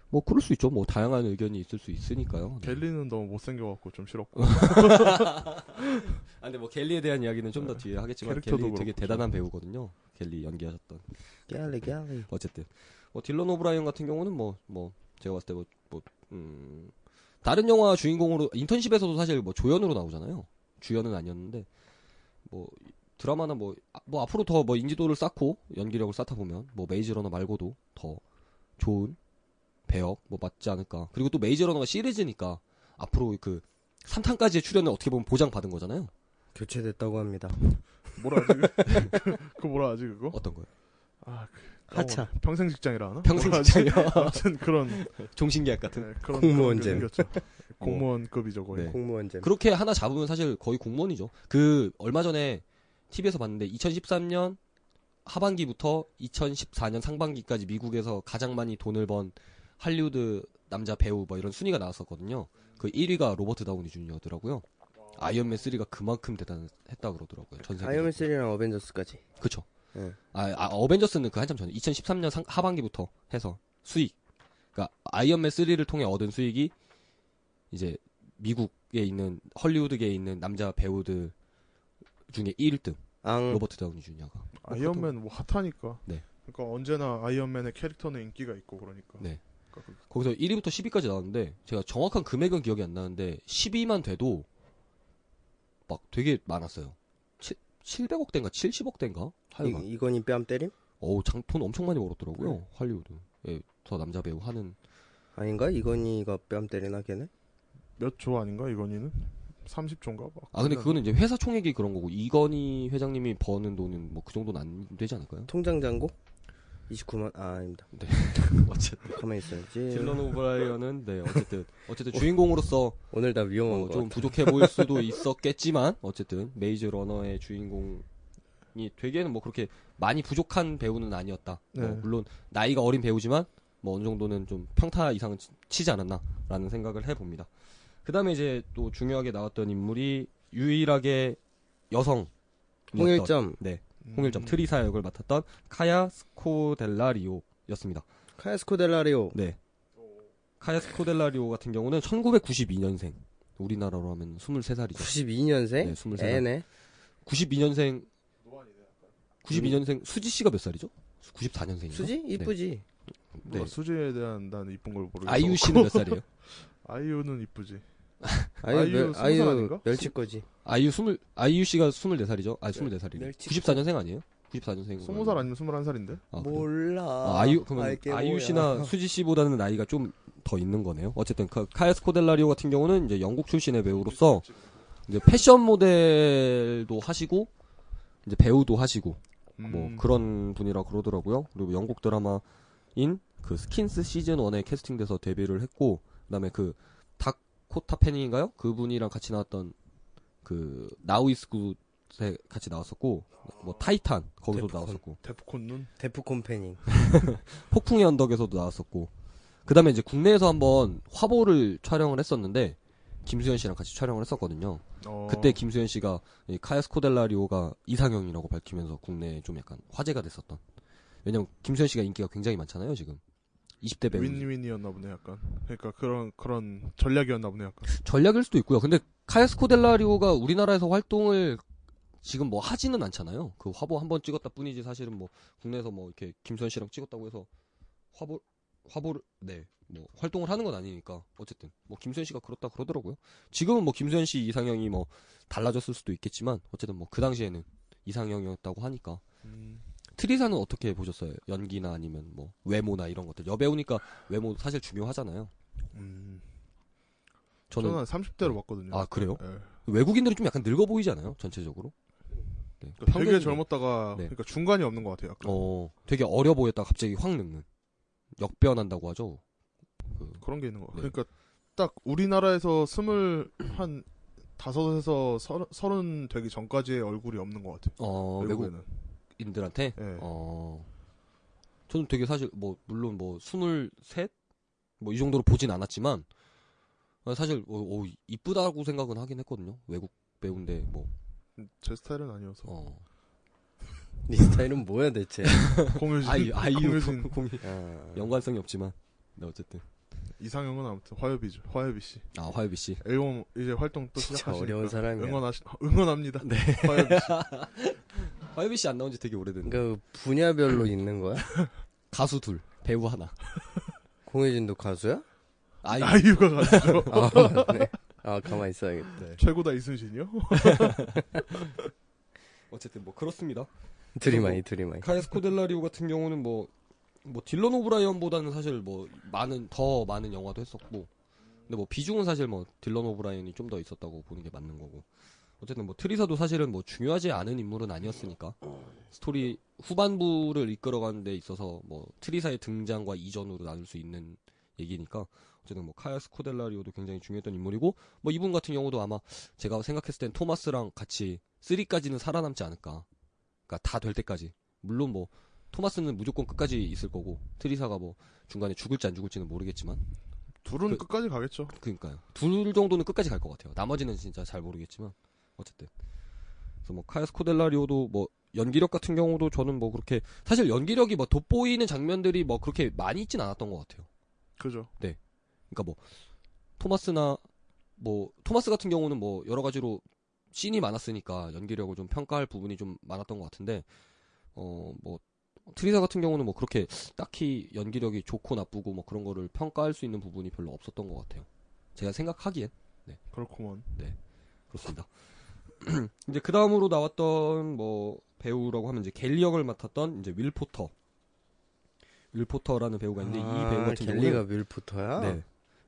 [SPEAKER 2] 뭐 그럴 수 있죠. 뭐 다양한 의견이 있을 수 있으니까요. 네.
[SPEAKER 3] 갤리는 너무 못생겨갖고 좀 싫었고
[SPEAKER 2] 아, 근데 뭐 갤리에 대한 이야기는 좀 더 뒤에 하겠지만 갤리
[SPEAKER 3] 네. 캐릭터도
[SPEAKER 2] 되게
[SPEAKER 3] 그렇고. 그렇죠. 네.
[SPEAKER 2] 대단한 배우거든요. 갤리 연기하셨던
[SPEAKER 1] 갤리, 갤리.
[SPEAKER 2] 어쨌든 뭐 딜런 오브라이언 같은 경우는 뭐 뭐 제가 봤을 때 뭐 뭐 음 다른 영화 주인공으로 인턴십에서도 사실 뭐 조연으로 나오잖아요. 주연은 아니었는데 뭐 드라마나 뭐 뭐 앞으로 더 뭐 인지도를 쌓고 연기력을 쌓다 보면 뭐 메이즈 러너 말고도 더 좋은 배역 뭐 맞지 않을까. 그리고 또 메이즈 러너가 시리즈니까 앞으로 그 3탄까지의 출연을 어떻게 보면 보장받은 거잖아요.
[SPEAKER 1] 교체됐다고 합니다.
[SPEAKER 2] 네.
[SPEAKER 3] 뭐라 하지? 그- 그 뭐라 하지 그거?
[SPEAKER 2] 어떤 거요?
[SPEAKER 3] 아, 그,
[SPEAKER 1] 하차.
[SPEAKER 3] 어, 평생 직장이라 하나?
[SPEAKER 2] 평생
[SPEAKER 3] 뭐라 하지?
[SPEAKER 2] 직장이요.
[SPEAKER 3] 아무튼 그런
[SPEAKER 2] 종신계약 같은.
[SPEAKER 3] 네, 그런
[SPEAKER 1] 공무원 잼.
[SPEAKER 3] 그런 게 생겼죠. 공무원급이죠 거의.
[SPEAKER 2] 네.
[SPEAKER 1] 공무원잼.
[SPEAKER 2] 그렇게 하나 잡으면 사실 거의 공무원이죠. 그 얼마 전에 TV에서 봤는데 2013년 하반기부터 2014년 상반기까지 미국에서 가장 많이 돈을 번 할리우드 남자 배우 뭐 이런 순위가 나왔었거든요. 그 1위가 로버트 다우니 주니어더라고요. 아이언맨 3가 그만큼 대단했다 그러더라고요. 전 세계.
[SPEAKER 1] 아이언맨 3랑 어벤져스까지.
[SPEAKER 2] 그쵸.
[SPEAKER 1] 네.
[SPEAKER 2] 아, 아, 어벤져스는 그 한참 전에 2013년 상- 하반기부터 해서 수익. 그러니까 아이언맨 3를 통해 얻은 수익이 이제 미국에 있는 헐리우드계에 있는 남자 배우들 중에 1등
[SPEAKER 1] 앙.
[SPEAKER 2] 로버트 다우니 주니어가.
[SPEAKER 3] 아이언맨 뭐 핫하니까.
[SPEAKER 2] 네.
[SPEAKER 3] 그러니까 언제나 아이언맨의 캐릭터는 인기가 있고 그러니까.
[SPEAKER 2] 네.
[SPEAKER 3] 그러니까 그-
[SPEAKER 2] 거기서 1위부터 10위까지 나왔는데 제가 정확한 금액은 기억이 안 나는데 10위만 돼도 막 되게 많았어요. 700억 대인가 70억 대인가? 하여간
[SPEAKER 1] 이, 네. 이건이 뺨 때림?
[SPEAKER 2] 어우, 장, 돈 엄청 많이 벌었더라고요. 할리우드. 예, 저 남자 배우 하는
[SPEAKER 1] 아닌가? 이건이가 뺨 때리나 걔네?
[SPEAKER 3] 몇 조 아닌가 이건희는? 30조인가?
[SPEAKER 2] 아 근데 그거는 이제 회사 총액이 그런 거고 이건희 회장님이 버는 돈은 뭐 그 정도는 안 되지 않을까요?
[SPEAKER 1] 통장 잔고? 29만 아 아닙니다.
[SPEAKER 2] 어쨌든
[SPEAKER 1] 가만히 있어야지.
[SPEAKER 2] 딜런 오브라이언은 네 어쨌든 어쨌든 주인공으로서
[SPEAKER 1] 오늘 나 위험한
[SPEAKER 2] 어,
[SPEAKER 1] 거.
[SPEAKER 2] 좀 부족해 보일 수도 있었겠지만 어쨌든 메이즈 러너의 주인공이 되게는 뭐 그렇게 많이 부족한 배우는 아니었다. 뭐
[SPEAKER 3] 네.
[SPEAKER 2] 물론 나이가 어린 배우지만 뭐 어느 정도는 좀 평타 이상은 치- 치지 않았나라는 생각을 해봅니다. 그다음에 이제 또 중요하게 나왔던 인물이 유일하게 여성
[SPEAKER 1] 홍일점
[SPEAKER 3] 음.
[SPEAKER 2] 홍일점 트리사 역을 맡았던 카야 스코델라리오였습니다.
[SPEAKER 1] 카에스코 델라리오.
[SPEAKER 2] 네. 카야스코 델라리오 같은 경우는 1992년생. 우리나라로 하면 23살이죠.
[SPEAKER 1] 92년생?
[SPEAKER 2] 네, 23살.
[SPEAKER 1] 애네.
[SPEAKER 2] 92년생. 92년생 수지 씨가 몇 살이죠? 94년생이요.
[SPEAKER 1] 수지? 이쁘지?
[SPEAKER 2] 네.
[SPEAKER 3] 어, 수지에 대한 난 이쁜 걸 모르겠어.
[SPEAKER 2] 아이유 씨는 몇 살이에요?
[SPEAKER 3] 아이유는 이쁘지.
[SPEAKER 1] 아유,
[SPEAKER 3] 아이유
[SPEAKER 1] 멸-
[SPEAKER 3] 스무 살
[SPEAKER 1] 아유
[SPEAKER 3] 아닌가?
[SPEAKER 1] 멸치거지.
[SPEAKER 2] 아이유 스물 아이유 씨가 24살이죠? 아 24살이네.
[SPEAKER 1] 멸치.
[SPEAKER 2] 94년생 아니에요? 94년생.
[SPEAKER 3] 20살 아니면 21살인데?
[SPEAKER 2] 아,
[SPEAKER 1] 뭐
[SPEAKER 2] 그래요?
[SPEAKER 1] 몰라.
[SPEAKER 2] 아, 아이유 그러면
[SPEAKER 1] 알게
[SPEAKER 2] 아이유
[SPEAKER 1] 뭐야.
[SPEAKER 2] 씨나 수지 씨보다는 나이가 좀 더 있는 거네요. 어쨌든 그 카- 카야스코 델라리오 같은 경우는 이제 영국 출신의 배우로서 이제 패션 모델도 하시고 이제 배우도 하시고
[SPEAKER 3] 음,
[SPEAKER 2] 뭐 그런 분이라 그러더라고요. 그리고 영국 드라마인 그 스킨스 시즌 1에 캐스팅돼서 데뷔를 했고 그다음에 그 다코타 패닝인가요? 그분이랑 같이 나왔던 그 나우이스 굿에 같이 나왔었고 뭐 타이탄 거기서도
[SPEAKER 1] 데프콘.
[SPEAKER 2] 나왔었고
[SPEAKER 3] 데프콘 눈?
[SPEAKER 1] 데프콘 패닝.
[SPEAKER 2] 폭풍의 언덕에서도 나왔었고 그다음에 이제 국내에서 한번 화보를 촬영을 했었는데 김수현 씨랑 같이 촬영을 했었거든요.
[SPEAKER 3] 어,
[SPEAKER 2] 그때 김수현 씨가 이 카야스코델라리오가 이상형이라고 밝히면서 국내에 좀 약간 화제가 됐었던. 왜냐면 김수현 씨가 인기가 굉장히 많잖아요, 지금. 20대 배우.
[SPEAKER 3] 윈윈이었나 보네 약간. 그러니까 그런 그런 전략이었나 보네 약간.
[SPEAKER 2] 전략일 수도 있고요. 근데 카야스코델라리오가 우리나라에서 활동을 지금 뭐 하지는 않잖아요. 그 화보 한 번 찍었다 뿐이지 사실은 뭐 국내에서 뭐 이렇게 김수현 씨랑 찍었다고 해서 화보 화보를 네. 뭐 활동을 하는 건 아니니까 어쨌든 뭐 김수현 씨가 그렇다 그러더라고요. 지금은 뭐 김수현 씨 이상형이 뭐 달라졌을 수도 있겠지만 어쨌든 뭐 그 당시에는 이상형이었다고 하니까
[SPEAKER 3] 음,
[SPEAKER 2] 트리사는 어떻게 보셨어요? 연기나 아니면 뭐 외모나 이런 것들 여배우니까 외모 사실 중요하잖아요.
[SPEAKER 3] 음.
[SPEAKER 2] 저는
[SPEAKER 3] 저는, 한 30대로 봤거든요.
[SPEAKER 2] 아 그래요?
[SPEAKER 3] 예.
[SPEAKER 2] 외국인들이 좀 약간 늙어 보이지 않아요? 전체적으로? 네.
[SPEAKER 3] 그러니까
[SPEAKER 2] 평균-
[SPEAKER 3] 되게 젊었다가
[SPEAKER 2] 네.
[SPEAKER 3] 그러니까 중간이 없는 것 같아요. 약간
[SPEAKER 2] 어, 되게 어려 보였다가 갑자기 확 늙는. 역변한다고 하죠. 그,
[SPEAKER 3] 그런 게 있는 것 같아요.
[SPEAKER 2] 네.
[SPEAKER 3] 그러니까 딱 우리나라에서 스물 한 다섯에서 서른- 서른 되기 전까지의 얼굴이 없는 것 같아요.
[SPEAKER 2] 어,
[SPEAKER 3] 외국에는.
[SPEAKER 2] 외국인들한테?
[SPEAKER 3] 네.
[SPEAKER 2] 어. 저는 되게 사실, 뭐, 물론 뭐, 23? 뭐, 이 정도로 보진 않았지만, 어, 사실, 어, 어, 이쁘다고 생각은 하긴 했거든요. 외국 배우인데, 뭐,
[SPEAKER 3] 음, 제 스타일은 아니어서.
[SPEAKER 2] 어.
[SPEAKER 1] 니네 스타일은 뭐야 대체?
[SPEAKER 3] 공효진,
[SPEAKER 2] 아이유, 뭐. 아이유,
[SPEAKER 3] 공효진
[SPEAKER 2] 공이.
[SPEAKER 1] 아.
[SPEAKER 2] 연관성이 없지만, 네, 어쨌든.
[SPEAKER 3] 이상형은 아무튼 화요비죠. 화요비 씨.
[SPEAKER 2] 아, 화요비 씨.
[SPEAKER 3] 앨범 이제 활동 또
[SPEAKER 1] 진짜
[SPEAKER 3] 시작하시니까
[SPEAKER 1] 어려운 사람이야.
[SPEAKER 3] 응원하시 응원합니다.
[SPEAKER 2] 네.
[SPEAKER 3] 화요비 씨.
[SPEAKER 2] 화요비 씨 안 나온 지 되게 오래됐는데.
[SPEAKER 1] 그러니까 분야별로 있는 거야?
[SPEAKER 2] 가수 둘, 배우 하나.
[SPEAKER 1] 공효진도 가수야?
[SPEAKER 2] 아이
[SPEAKER 3] 아이유가 가죠.
[SPEAKER 1] 아, 네. 아 가만 있어야겠다.
[SPEAKER 2] 네.
[SPEAKER 3] 최고다 이순신이요.
[SPEAKER 2] 그 어쨌든 뭐 그렇습니다.
[SPEAKER 1] 드림아이 드림아이.
[SPEAKER 2] 카에스코델라리오 같은 경우는 뭐, 뭐 딜런 오브라이언보다는 사실 뭐 많은 더 많은 영화도 했었고, 근데 뭐 비중은 사실 뭐 딜런 오브라이언이 좀 더 있었다고 보는 게 맞는 거고. 어쨌든 뭐 트리사도 사실은 뭐 중요하지 않은 인물은 아니었으니까 스토리 후반부를 이끌어가는 데 있어서 뭐 트리사의 등장과 이전으로 나눌 수 있는 얘기니까 어쨌든 뭐 카야스코델라리오도 굉장히 중요했던 인물이고 뭐 이분 같은 경우도 아마 제가 생각했을 땐 토마스랑 같이 3까지는 살아남지 않을까 그러니까 다 될 때까지 물론 뭐 토마스는 무조건 끝까지 있을 거고 트리사가 뭐 중간에 죽을지 안 죽을지는 모르겠지만
[SPEAKER 3] 둘은
[SPEAKER 2] 그-
[SPEAKER 3] 끝까지 가겠죠.
[SPEAKER 2] 그러니까요 둘 정도는 끝까지 갈 것 같아요 나머지는 진짜 잘 모르겠지만 어쨌든 그래서 뭐 카야스코델라리오도 뭐 연기력 같은 경우도 저는 뭐 그렇게 사실 연기력이 뭐 돋보이는 장면들이 뭐 그렇게 많이 있진 않았던 것 같아요
[SPEAKER 3] 그죠.
[SPEAKER 2] 그러니까 뭐 토마스나 뭐 토마스 같은 경우는 뭐 여러 가지로 씬이 많았으니까 연기력을 좀 평가할 부분이 좀 많았던 것 같은데 어 뭐 트리사 같은 경우는 뭐 그렇게 딱히 연기력이 좋고 나쁘고 뭐 그런 거를 평가할 수 있는 부분이 별로 없었던 것 같아요. 제가 생각하기엔
[SPEAKER 3] 그렇구먼.
[SPEAKER 2] 그렇습니다. 이제 그 다음으로 나왔던 뭐 배우라고 하면 이제 갤리 역을 맡았던 이제 윌 포터. 윌 포터라는 배우가 있는데 이 배우 같은
[SPEAKER 1] 아, 갤리가
[SPEAKER 2] 경우는
[SPEAKER 3] 아.
[SPEAKER 1] 밀포터야?
[SPEAKER 2] 네.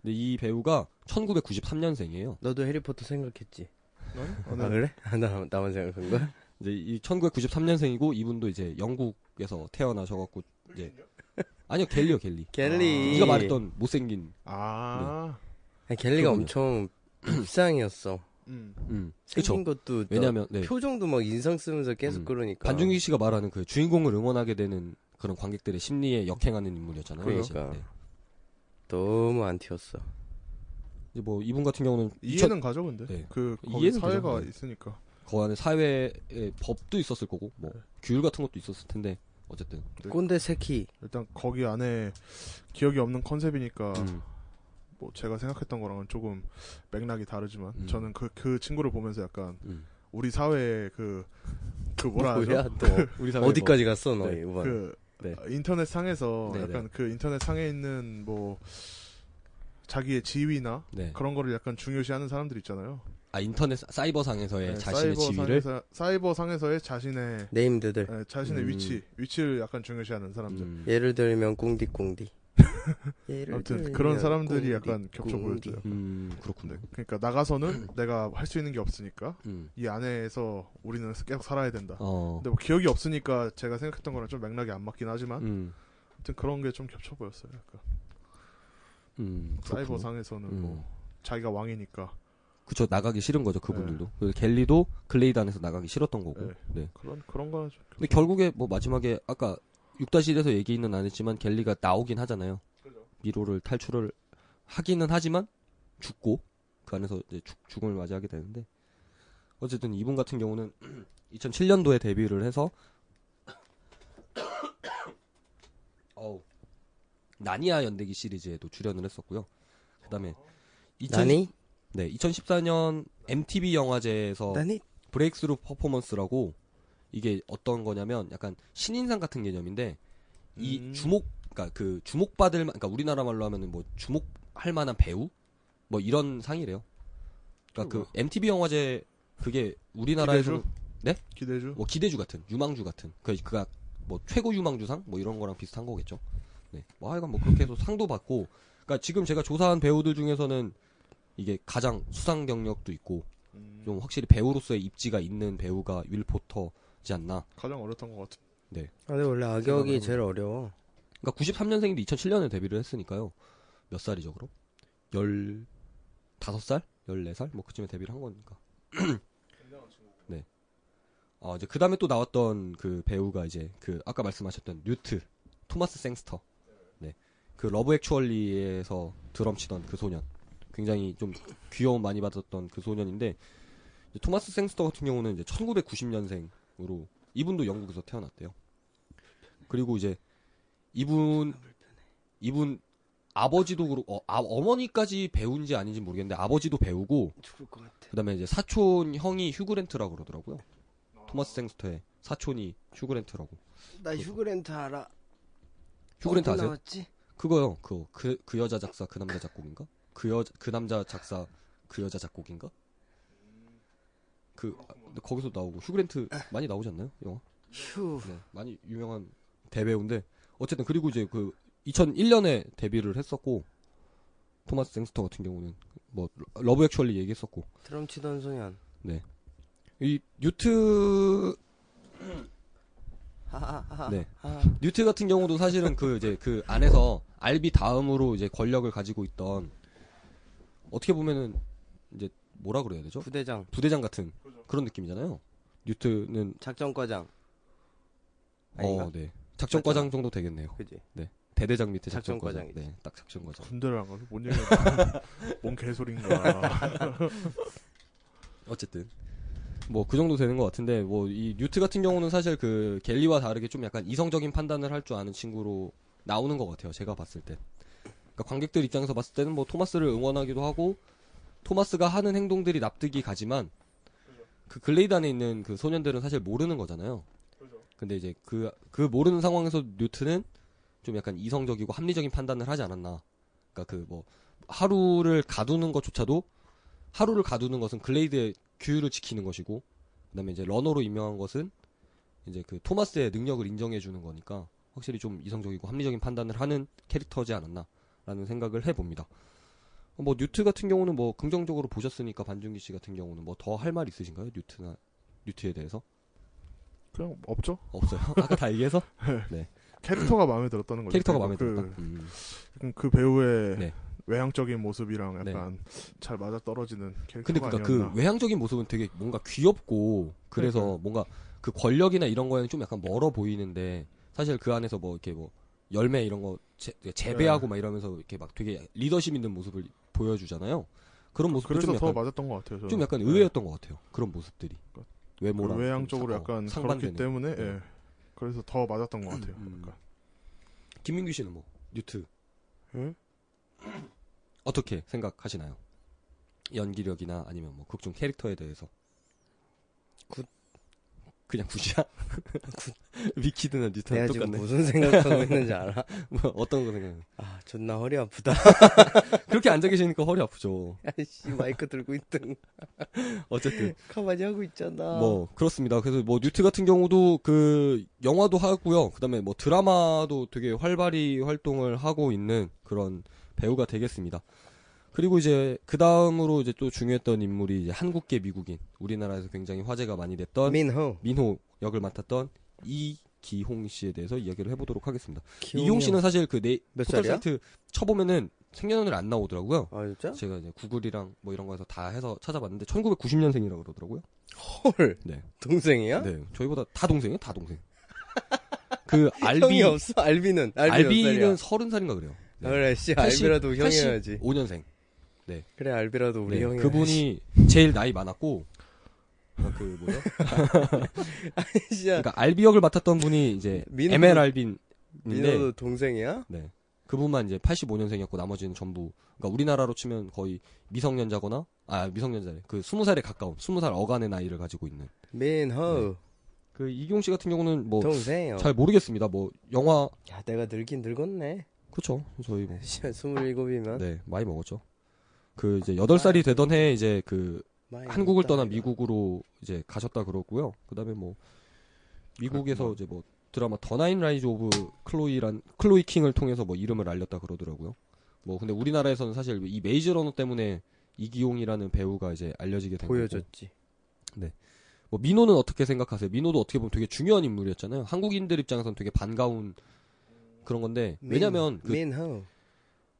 [SPEAKER 2] 근데 이 배우가 1993년생이에요.
[SPEAKER 1] 너도 해리포터 생각했지?
[SPEAKER 2] 어,
[SPEAKER 3] 아,
[SPEAKER 2] 네.
[SPEAKER 1] 아 그래? 나 나만 생각한 거야?
[SPEAKER 2] 이제 이 1993년생이고 이분도 이제 영국에서 태어나셔갖고 이제 아니요 갤리요 갤리.
[SPEAKER 1] 갤리.
[SPEAKER 2] 네가 말했던 못생긴.
[SPEAKER 3] 아.
[SPEAKER 1] 아니, 갤리가
[SPEAKER 2] 그분이요.
[SPEAKER 1] 엄청 입상이었어.
[SPEAKER 3] 음.
[SPEAKER 2] 음.
[SPEAKER 1] 생긴
[SPEAKER 2] 그렇죠.
[SPEAKER 1] 것도 나-
[SPEAKER 2] 왜냐하면 네.
[SPEAKER 1] 그러니까 표정도 막 인상 쓰면서 계속
[SPEAKER 2] 음.
[SPEAKER 1] 그러니까.
[SPEAKER 2] 반중기 씨가 말하는 그 주인공을 응원하게 되는 그런 관객들의 심리에 역행하는 인물이었잖아요.
[SPEAKER 1] 그러니까.
[SPEAKER 2] 사실. 네.
[SPEAKER 1] 너무 안 튀었어.
[SPEAKER 2] 이제 뭐 이분 같은 경우는 2000
[SPEAKER 3] 이해는 가죠 근데.
[SPEAKER 2] 네.
[SPEAKER 3] 그 거기
[SPEAKER 2] 이해는
[SPEAKER 3] 사회가
[SPEAKER 2] 되죠. 네.
[SPEAKER 3] 있으니까. 네.
[SPEAKER 2] 거안에 사회의 법도 있었을 거고 뭐 규율 같은 것도 있었을 텐데 어쨌든.
[SPEAKER 4] 꼰대 새끼.
[SPEAKER 3] 일단 거기 안에 기억이 없는 컨셉이니까
[SPEAKER 2] 음.
[SPEAKER 3] 뭐 제가 생각했던 거랑은 조금 맥락이 다르지만
[SPEAKER 2] 음.
[SPEAKER 3] 저는 그 그 친구를 보면서 약간
[SPEAKER 2] 음.
[SPEAKER 3] 우리 사회의 그그 뭐라
[SPEAKER 1] 뭐야
[SPEAKER 3] 하죠?
[SPEAKER 1] 또
[SPEAKER 2] 우리 사회
[SPEAKER 1] 어디까지 갔어 너 이번?
[SPEAKER 2] 네,
[SPEAKER 3] 네, 뭐. 그
[SPEAKER 2] 네.
[SPEAKER 3] 인터넷 상에서
[SPEAKER 2] 네,
[SPEAKER 3] 약간 그 인터넷 상에 있는 뭐 자기의 지위나
[SPEAKER 2] 뭐, 네.
[SPEAKER 3] 그런 거를 약간 중요시하는 사람들 있잖아요.
[SPEAKER 2] 아 인터넷 사이버 상에서의
[SPEAKER 3] 네,
[SPEAKER 2] 자신의
[SPEAKER 3] 사이버
[SPEAKER 2] 지위를
[SPEAKER 3] 상에서, 사이버 상에서의 자신의
[SPEAKER 4] 네임드들.
[SPEAKER 3] 네, 자신의
[SPEAKER 2] 음.
[SPEAKER 3] 위치 위치를 약간 중요시하는 사람들.
[SPEAKER 2] 음.
[SPEAKER 4] 예를 들면 꽁디꽁디. 예를
[SPEAKER 3] 아무튼
[SPEAKER 4] 들면
[SPEAKER 3] 그런 사람들이
[SPEAKER 4] 꽁디,
[SPEAKER 3] 약간 겹쳐
[SPEAKER 4] 꽁디.
[SPEAKER 3] 보였어요.
[SPEAKER 2] 음,
[SPEAKER 3] 네,
[SPEAKER 2] 그렇군요.
[SPEAKER 3] 그러니까 나가서는 내가 할 수 있는 게 없으니까
[SPEAKER 2] 음.
[SPEAKER 3] 이 안에서 우리는 계속 살아야 된다.
[SPEAKER 2] 어.
[SPEAKER 3] 근데 뭐 기억이 없으니까 제가 생각했던 거랑 좀 맥락이 안 맞긴 하지만
[SPEAKER 2] 음.
[SPEAKER 3] 아무튼 그런 게 좀 겹쳐 보였어요. 약간
[SPEAKER 2] 음.
[SPEAKER 3] 사이버
[SPEAKER 2] 그렇군요.
[SPEAKER 3] 상에서는
[SPEAKER 2] 음.
[SPEAKER 3] 뭐 자기가 왕이니까
[SPEAKER 2] 그쵸 나가기 싫은 거죠 그분들도 그 갤리도 글레이드 안에서 나가기 싫었던 거고
[SPEAKER 3] 네.
[SPEAKER 2] 네.
[SPEAKER 3] 그런 그런 거는 좀
[SPEAKER 2] 근데 결국에 뭐 마지막에 아까 6-1에서 얘기는 안 했지만 갤리가 나오긴 하잖아요 미로를 탈출을 하기는 하지만 죽고 그 안에서 이제 죽, 죽음을 맞이하게 되는데 어쨌든 이분 같은 경우는 2007년도에 데뷔를 해서 어우 나니아 연대기 시리즈에도 출연을 했었고요 그다음에 2000
[SPEAKER 4] 어. 나니?
[SPEAKER 2] 네, 2014년 MTV 영화제에서
[SPEAKER 4] 나니?
[SPEAKER 2] 브레이크스루 퍼포먼스라고 이게 어떤 거냐면 약간 신인상 같은 개념인데 이
[SPEAKER 3] 음.
[SPEAKER 2] 주목 그러니까 그 주목받을 만- 그러니까 우리나라 말로 하면은 뭐 주목할 만한 배우 뭐 이런 상이래요. 그러니까 그 MTV 영화제 그게 우리나라에서
[SPEAKER 3] 기대해줘.
[SPEAKER 2] 뭐 기대주 같은 유망주 같은 그 그가 뭐 최고 유망주상 뭐 이런 거랑 비슷한 거겠죠. 네. 뭐 하여간 뭐 그렇게 해서 상도 받고 그러니까 지금 제가 조사한 배우들 중에서는 이게 가장 수상 경력도 있고
[SPEAKER 3] 음,
[SPEAKER 2] 좀 확실히 배우로서의 입지가 있는 배우가 윌 포터지 않나.
[SPEAKER 3] 가장 어렸던 것 같은.
[SPEAKER 4] 아, 근데 원래
[SPEAKER 2] 생각을
[SPEAKER 4] 악역이
[SPEAKER 2] 해보자.
[SPEAKER 4] 제일 어려워.
[SPEAKER 2] 그러니까 93년생인데 2007년에 데뷔를 했으니까요. 몇 살이죠, 그럼? 15살? 14살? 뭐 그쯤에 데뷔를 한 거니까. 네. 어, 이제 그 다음에 또 나왔던 그 배우가 이제 그 아까 말씀하셨던 뉴트, 토마스 생스터. 네. 그 러브 액츄얼리에서 드럼 치던 그 소년. 굉장히 좀 귀여움 많이 받았던 그 소년인데 이제 토마스 생스터 같은 경우는 이제 1990년생으로 이분도 영국에서 태어났대요. 그리고 이제 이분 이분 아버지도 그렇고 어, 아, 어머니까지 배운지 아닌지 모르겠는데 아버지도 배우고
[SPEAKER 4] 죽을 것 같아.
[SPEAKER 2] 그다음에 이제 사촌 형이 휴그랜트라고 그러더라고요. 토마스 생스터의 사촌이 휴그랜트라고.
[SPEAKER 4] 나 휴그랜트 알아.
[SPEAKER 2] 휴그랜트
[SPEAKER 4] 어디
[SPEAKER 2] 아세요?
[SPEAKER 4] 나왔지?
[SPEAKER 2] 그거요. 그거. 그, 그 여자 작사 그 남자 작곡인가? 그 여자 그 남자 작사 그 여자 작곡인가? 그 아, 근데 거기서 나오고 휴그랜트 많이 나오지 않나요? 영화?
[SPEAKER 4] 휴.
[SPEAKER 2] 네, 많이 유명한 대배우인데 어쨌든 그리고 이제 그 2001년에 데뷔를 했었고 토마스 생스터 같은 경우는 뭐 러- 러브 액츄얼리 얘기했었고
[SPEAKER 4] 드럼 치던 소년.
[SPEAKER 2] 이 뉴트
[SPEAKER 4] 하하하.
[SPEAKER 2] 네.
[SPEAKER 4] 아,
[SPEAKER 2] 뉴트 같은 경우도 사실은 그 이제 그 안에서 알비 다음으로 이제 권력을 가지고 있던 어떻게 보면은 이제 뭐라 그래야 되죠
[SPEAKER 4] 부대장,
[SPEAKER 2] 부대장 같은 그런 느낌이잖아요 뉴트는
[SPEAKER 4] 작전과장. 아닌가?
[SPEAKER 2] 어 네 작전과장 정도 되겠네요
[SPEAKER 4] 그지?
[SPEAKER 2] 대대장 밑에 작전과장
[SPEAKER 4] 작전과장이지.
[SPEAKER 2] 네딱 작전과장
[SPEAKER 3] 군대를 안 가서 뭔 얘기야? 뭔 개소린가.
[SPEAKER 2] 어쨌든 뭐 그 정도 되는 것 같은데 뭐 이 뉴트 같은 경우는 사실 그 갤리와 다르게 좀 약간 이성적인 판단을 할 줄 아는 친구로 나오는 것 같아요 제가 봤을 때 그러니까 관객들 입장에서 봤을 때는 뭐 토마스를 응원하기도 하고 토마스가 하는 행동들이 납득이 가지만 그 글레이드 안에 있는 그 소년들은 사실 모르는 거잖아요 근데 이제 그, 그 모르는 상황에서 뉴트는 좀 약간 이성적이고 합리적인 판단을 하지 않았나 그러니까 그 뭐 하루를 가두는 것조차도 하루를 가두는 것은 글레이드의 규율을 지키는 것이고 그다음에 이제 러너로 임명한 것은 이제 그 토마스의 능력을 인정해 주는 거니까 확실히 좀 이성적이고 합리적인 판단을 하는 캐릭터지 않았나라는 생각을 해봅니다. 어, 뭐 뉴트 같은 경우는 뭐 긍정적으로 보셨으니까 반준기 씨 같은 경우는 뭐 더 할 말 있으신가요? 뉴트나 뉴트에 대해서
[SPEAKER 3] 그냥 없죠.
[SPEAKER 2] 없어요. 아까 다 얘기해서
[SPEAKER 3] 캐릭터가 마음에 들었다는 거죠.
[SPEAKER 2] 캐릭터가 마음에
[SPEAKER 3] 그-
[SPEAKER 2] 들었다. 음.
[SPEAKER 3] 그, 그 배우의
[SPEAKER 2] 네.
[SPEAKER 3] 외향적인 모습이랑
[SPEAKER 2] 네.
[SPEAKER 3] 약간 잘 맞아 떨어지는
[SPEAKER 2] 근데
[SPEAKER 3] 캐릭터가
[SPEAKER 2] 그니까
[SPEAKER 3] 아니었나.
[SPEAKER 2] 그 외향적인 모습은 되게 뭔가 귀엽고 그래서
[SPEAKER 3] 그러니까요.
[SPEAKER 2] 뭔가 그 권력이나 이런 거에는 좀 약간 멀어 보이는데 사실 그 안에서 뭐 이렇게 뭐 열매 이런 거 재, 재배하고
[SPEAKER 3] 네.
[SPEAKER 2] 막 이러면서 이렇게 막 되게 리더십 있는 모습을 보여주잖아요. 그런 모습도
[SPEAKER 3] 래서
[SPEAKER 2] 좀
[SPEAKER 3] 더
[SPEAKER 2] 약간
[SPEAKER 3] 맞았던 것 같아요. 저는.
[SPEAKER 2] 좀 약간
[SPEAKER 3] 네.
[SPEAKER 2] 의외였던 것 같아요. 그런 모습들이
[SPEAKER 3] 그러니까
[SPEAKER 2] 외모랑
[SPEAKER 3] 그
[SPEAKER 2] 좀
[SPEAKER 3] 외향적으로
[SPEAKER 2] 사- 어,
[SPEAKER 3] 약간 그렇기
[SPEAKER 2] 상반되는.
[SPEAKER 3] 때문에
[SPEAKER 2] 네.
[SPEAKER 3] 예. 그래서 더 맞았던 것 같아요.
[SPEAKER 2] 음.
[SPEAKER 3] 그러니까.
[SPEAKER 2] 김민규 씨는 뭐 뉴트
[SPEAKER 3] 예?
[SPEAKER 1] 응?
[SPEAKER 2] 어떻게 생각하시나요? 연기력이나 아니면 뭐 극중 캐릭터에 대해서
[SPEAKER 1] 굿.
[SPEAKER 2] 그냥 굿이야? 위키드나 뉴트랑
[SPEAKER 1] 내가 지금
[SPEAKER 2] 똑같네
[SPEAKER 1] 무슨 생각하고 있는지 알아?
[SPEAKER 2] 뭐 어떤 거 생각해요?
[SPEAKER 1] 아, 존나 허리 아프다.
[SPEAKER 2] 그렇게 앉아 계시니까 허리 아프죠
[SPEAKER 1] 아이씨, 마이크 들고 있던
[SPEAKER 2] 어쨌든
[SPEAKER 1] 가만히 하고 있잖아.
[SPEAKER 2] 뭐 그렇습니다. 그래서 뭐 뉴트 같은 경우도 그 영화도 하고요. 그다음에 뭐 드라마도 되게 활발히 활동을 하고 있는 그런 배우가 되겠습니다. 그리고 이제 그 다음으로 이제 또 중요했던 인물이 이제 한국계 미국인 우리나라에서 굉장히 화제가 많이 됐던
[SPEAKER 1] 민호.
[SPEAKER 2] 민호 역을 맡았던 이기홍 씨에 대해서 이야기를 해보도록 하겠습니다. 이기홍
[SPEAKER 1] 기홍이
[SPEAKER 2] 씨는 사실 그네
[SPEAKER 1] 몇
[SPEAKER 2] 포털
[SPEAKER 1] 살이야?
[SPEAKER 2] 사이트 쳐보면은 생년월일 안 나오더라고요.
[SPEAKER 1] 아, 진짜?
[SPEAKER 2] 제가 이제 구글이랑 뭐 이런 거에서 다 해서 찾아봤는데 1990년생이라고 그러더라고요.
[SPEAKER 1] 헐.
[SPEAKER 2] 네.
[SPEAKER 1] 동생이야?
[SPEAKER 2] 네, 저희보다 다 동생이에요, 다 동생. 그
[SPEAKER 1] 형이
[SPEAKER 2] 알비
[SPEAKER 1] 없어? 알비는? 알비
[SPEAKER 2] 알비는
[SPEAKER 1] 몇 살이야?
[SPEAKER 2] 서른 살인가 그래요. 네.
[SPEAKER 1] 그래, 씨,
[SPEAKER 2] 팔십-
[SPEAKER 1] 알비라도
[SPEAKER 2] 팔십
[SPEAKER 1] 형이어야지.
[SPEAKER 2] 5년생.
[SPEAKER 1] 그래, 알비라도 우리
[SPEAKER 2] 네,
[SPEAKER 1] 형이야.
[SPEAKER 2] 그분이 제일 나이 많았고 어, 그 뭐야?
[SPEAKER 1] 씨야.
[SPEAKER 2] 그러니까 알비 역을 맡았던 분이 이제
[SPEAKER 1] 민호도-
[SPEAKER 2] ML 알빈인데
[SPEAKER 1] 민호도 동생이야?
[SPEAKER 2] 네. 그분만 이제 85년생이었고 나머지는 전부 그러니까 우리나라로 치면 거의 미성년자거나 아, 미성년자래. 그 20살에 가까운 20살 어간의 나이를 가지고 있는
[SPEAKER 1] 민호.
[SPEAKER 2] 그 이경 씨 같은 경우는 뭐 잘
[SPEAKER 1] 동생이요.
[SPEAKER 2] 모르겠습니다. 뭐 영화
[SPEAKER 1] 야, 내가 늙긴 늙었네. 네,
[SPEAKER 2] 그쵸 저희 뭐
[SPEAKER 1] 씨, 27이면.
[SPEAKER 2] 네, 많이 먹었죠. 그 이제 여덟 살이 되던 해 이제 그
[SPEAKER 1] 아,
[SPEAKER 2] 한국을 떠나 미국으로 이제 가셨다 그러고요. 그다음에 뭐 미국에서 이제 뭐 드라마 더 나인 라이즈 오브 클로이란 클로이 킹을 통해서 뭐 이름을 알렸다 그러더라고요. 뭐 근데 우리나라에서는 사실 이 메이즈 러너 때문에 이기용이라는 배우가 이제 알려지게 된 거고.
[SPEAKER 1] 보여줬지.
[SPEAKER 2] 뭐 민호는 어떻게 생각하세요? 민호도 어떻게 보면 되게 중요한 인물이었잖아요. 한국인들 입장에서는 되게 반가운 그런 건데
[SPEAKER 1] 네.
[SPEAKER 2] 왜냐면 그
[SPEAKER 1] 민호.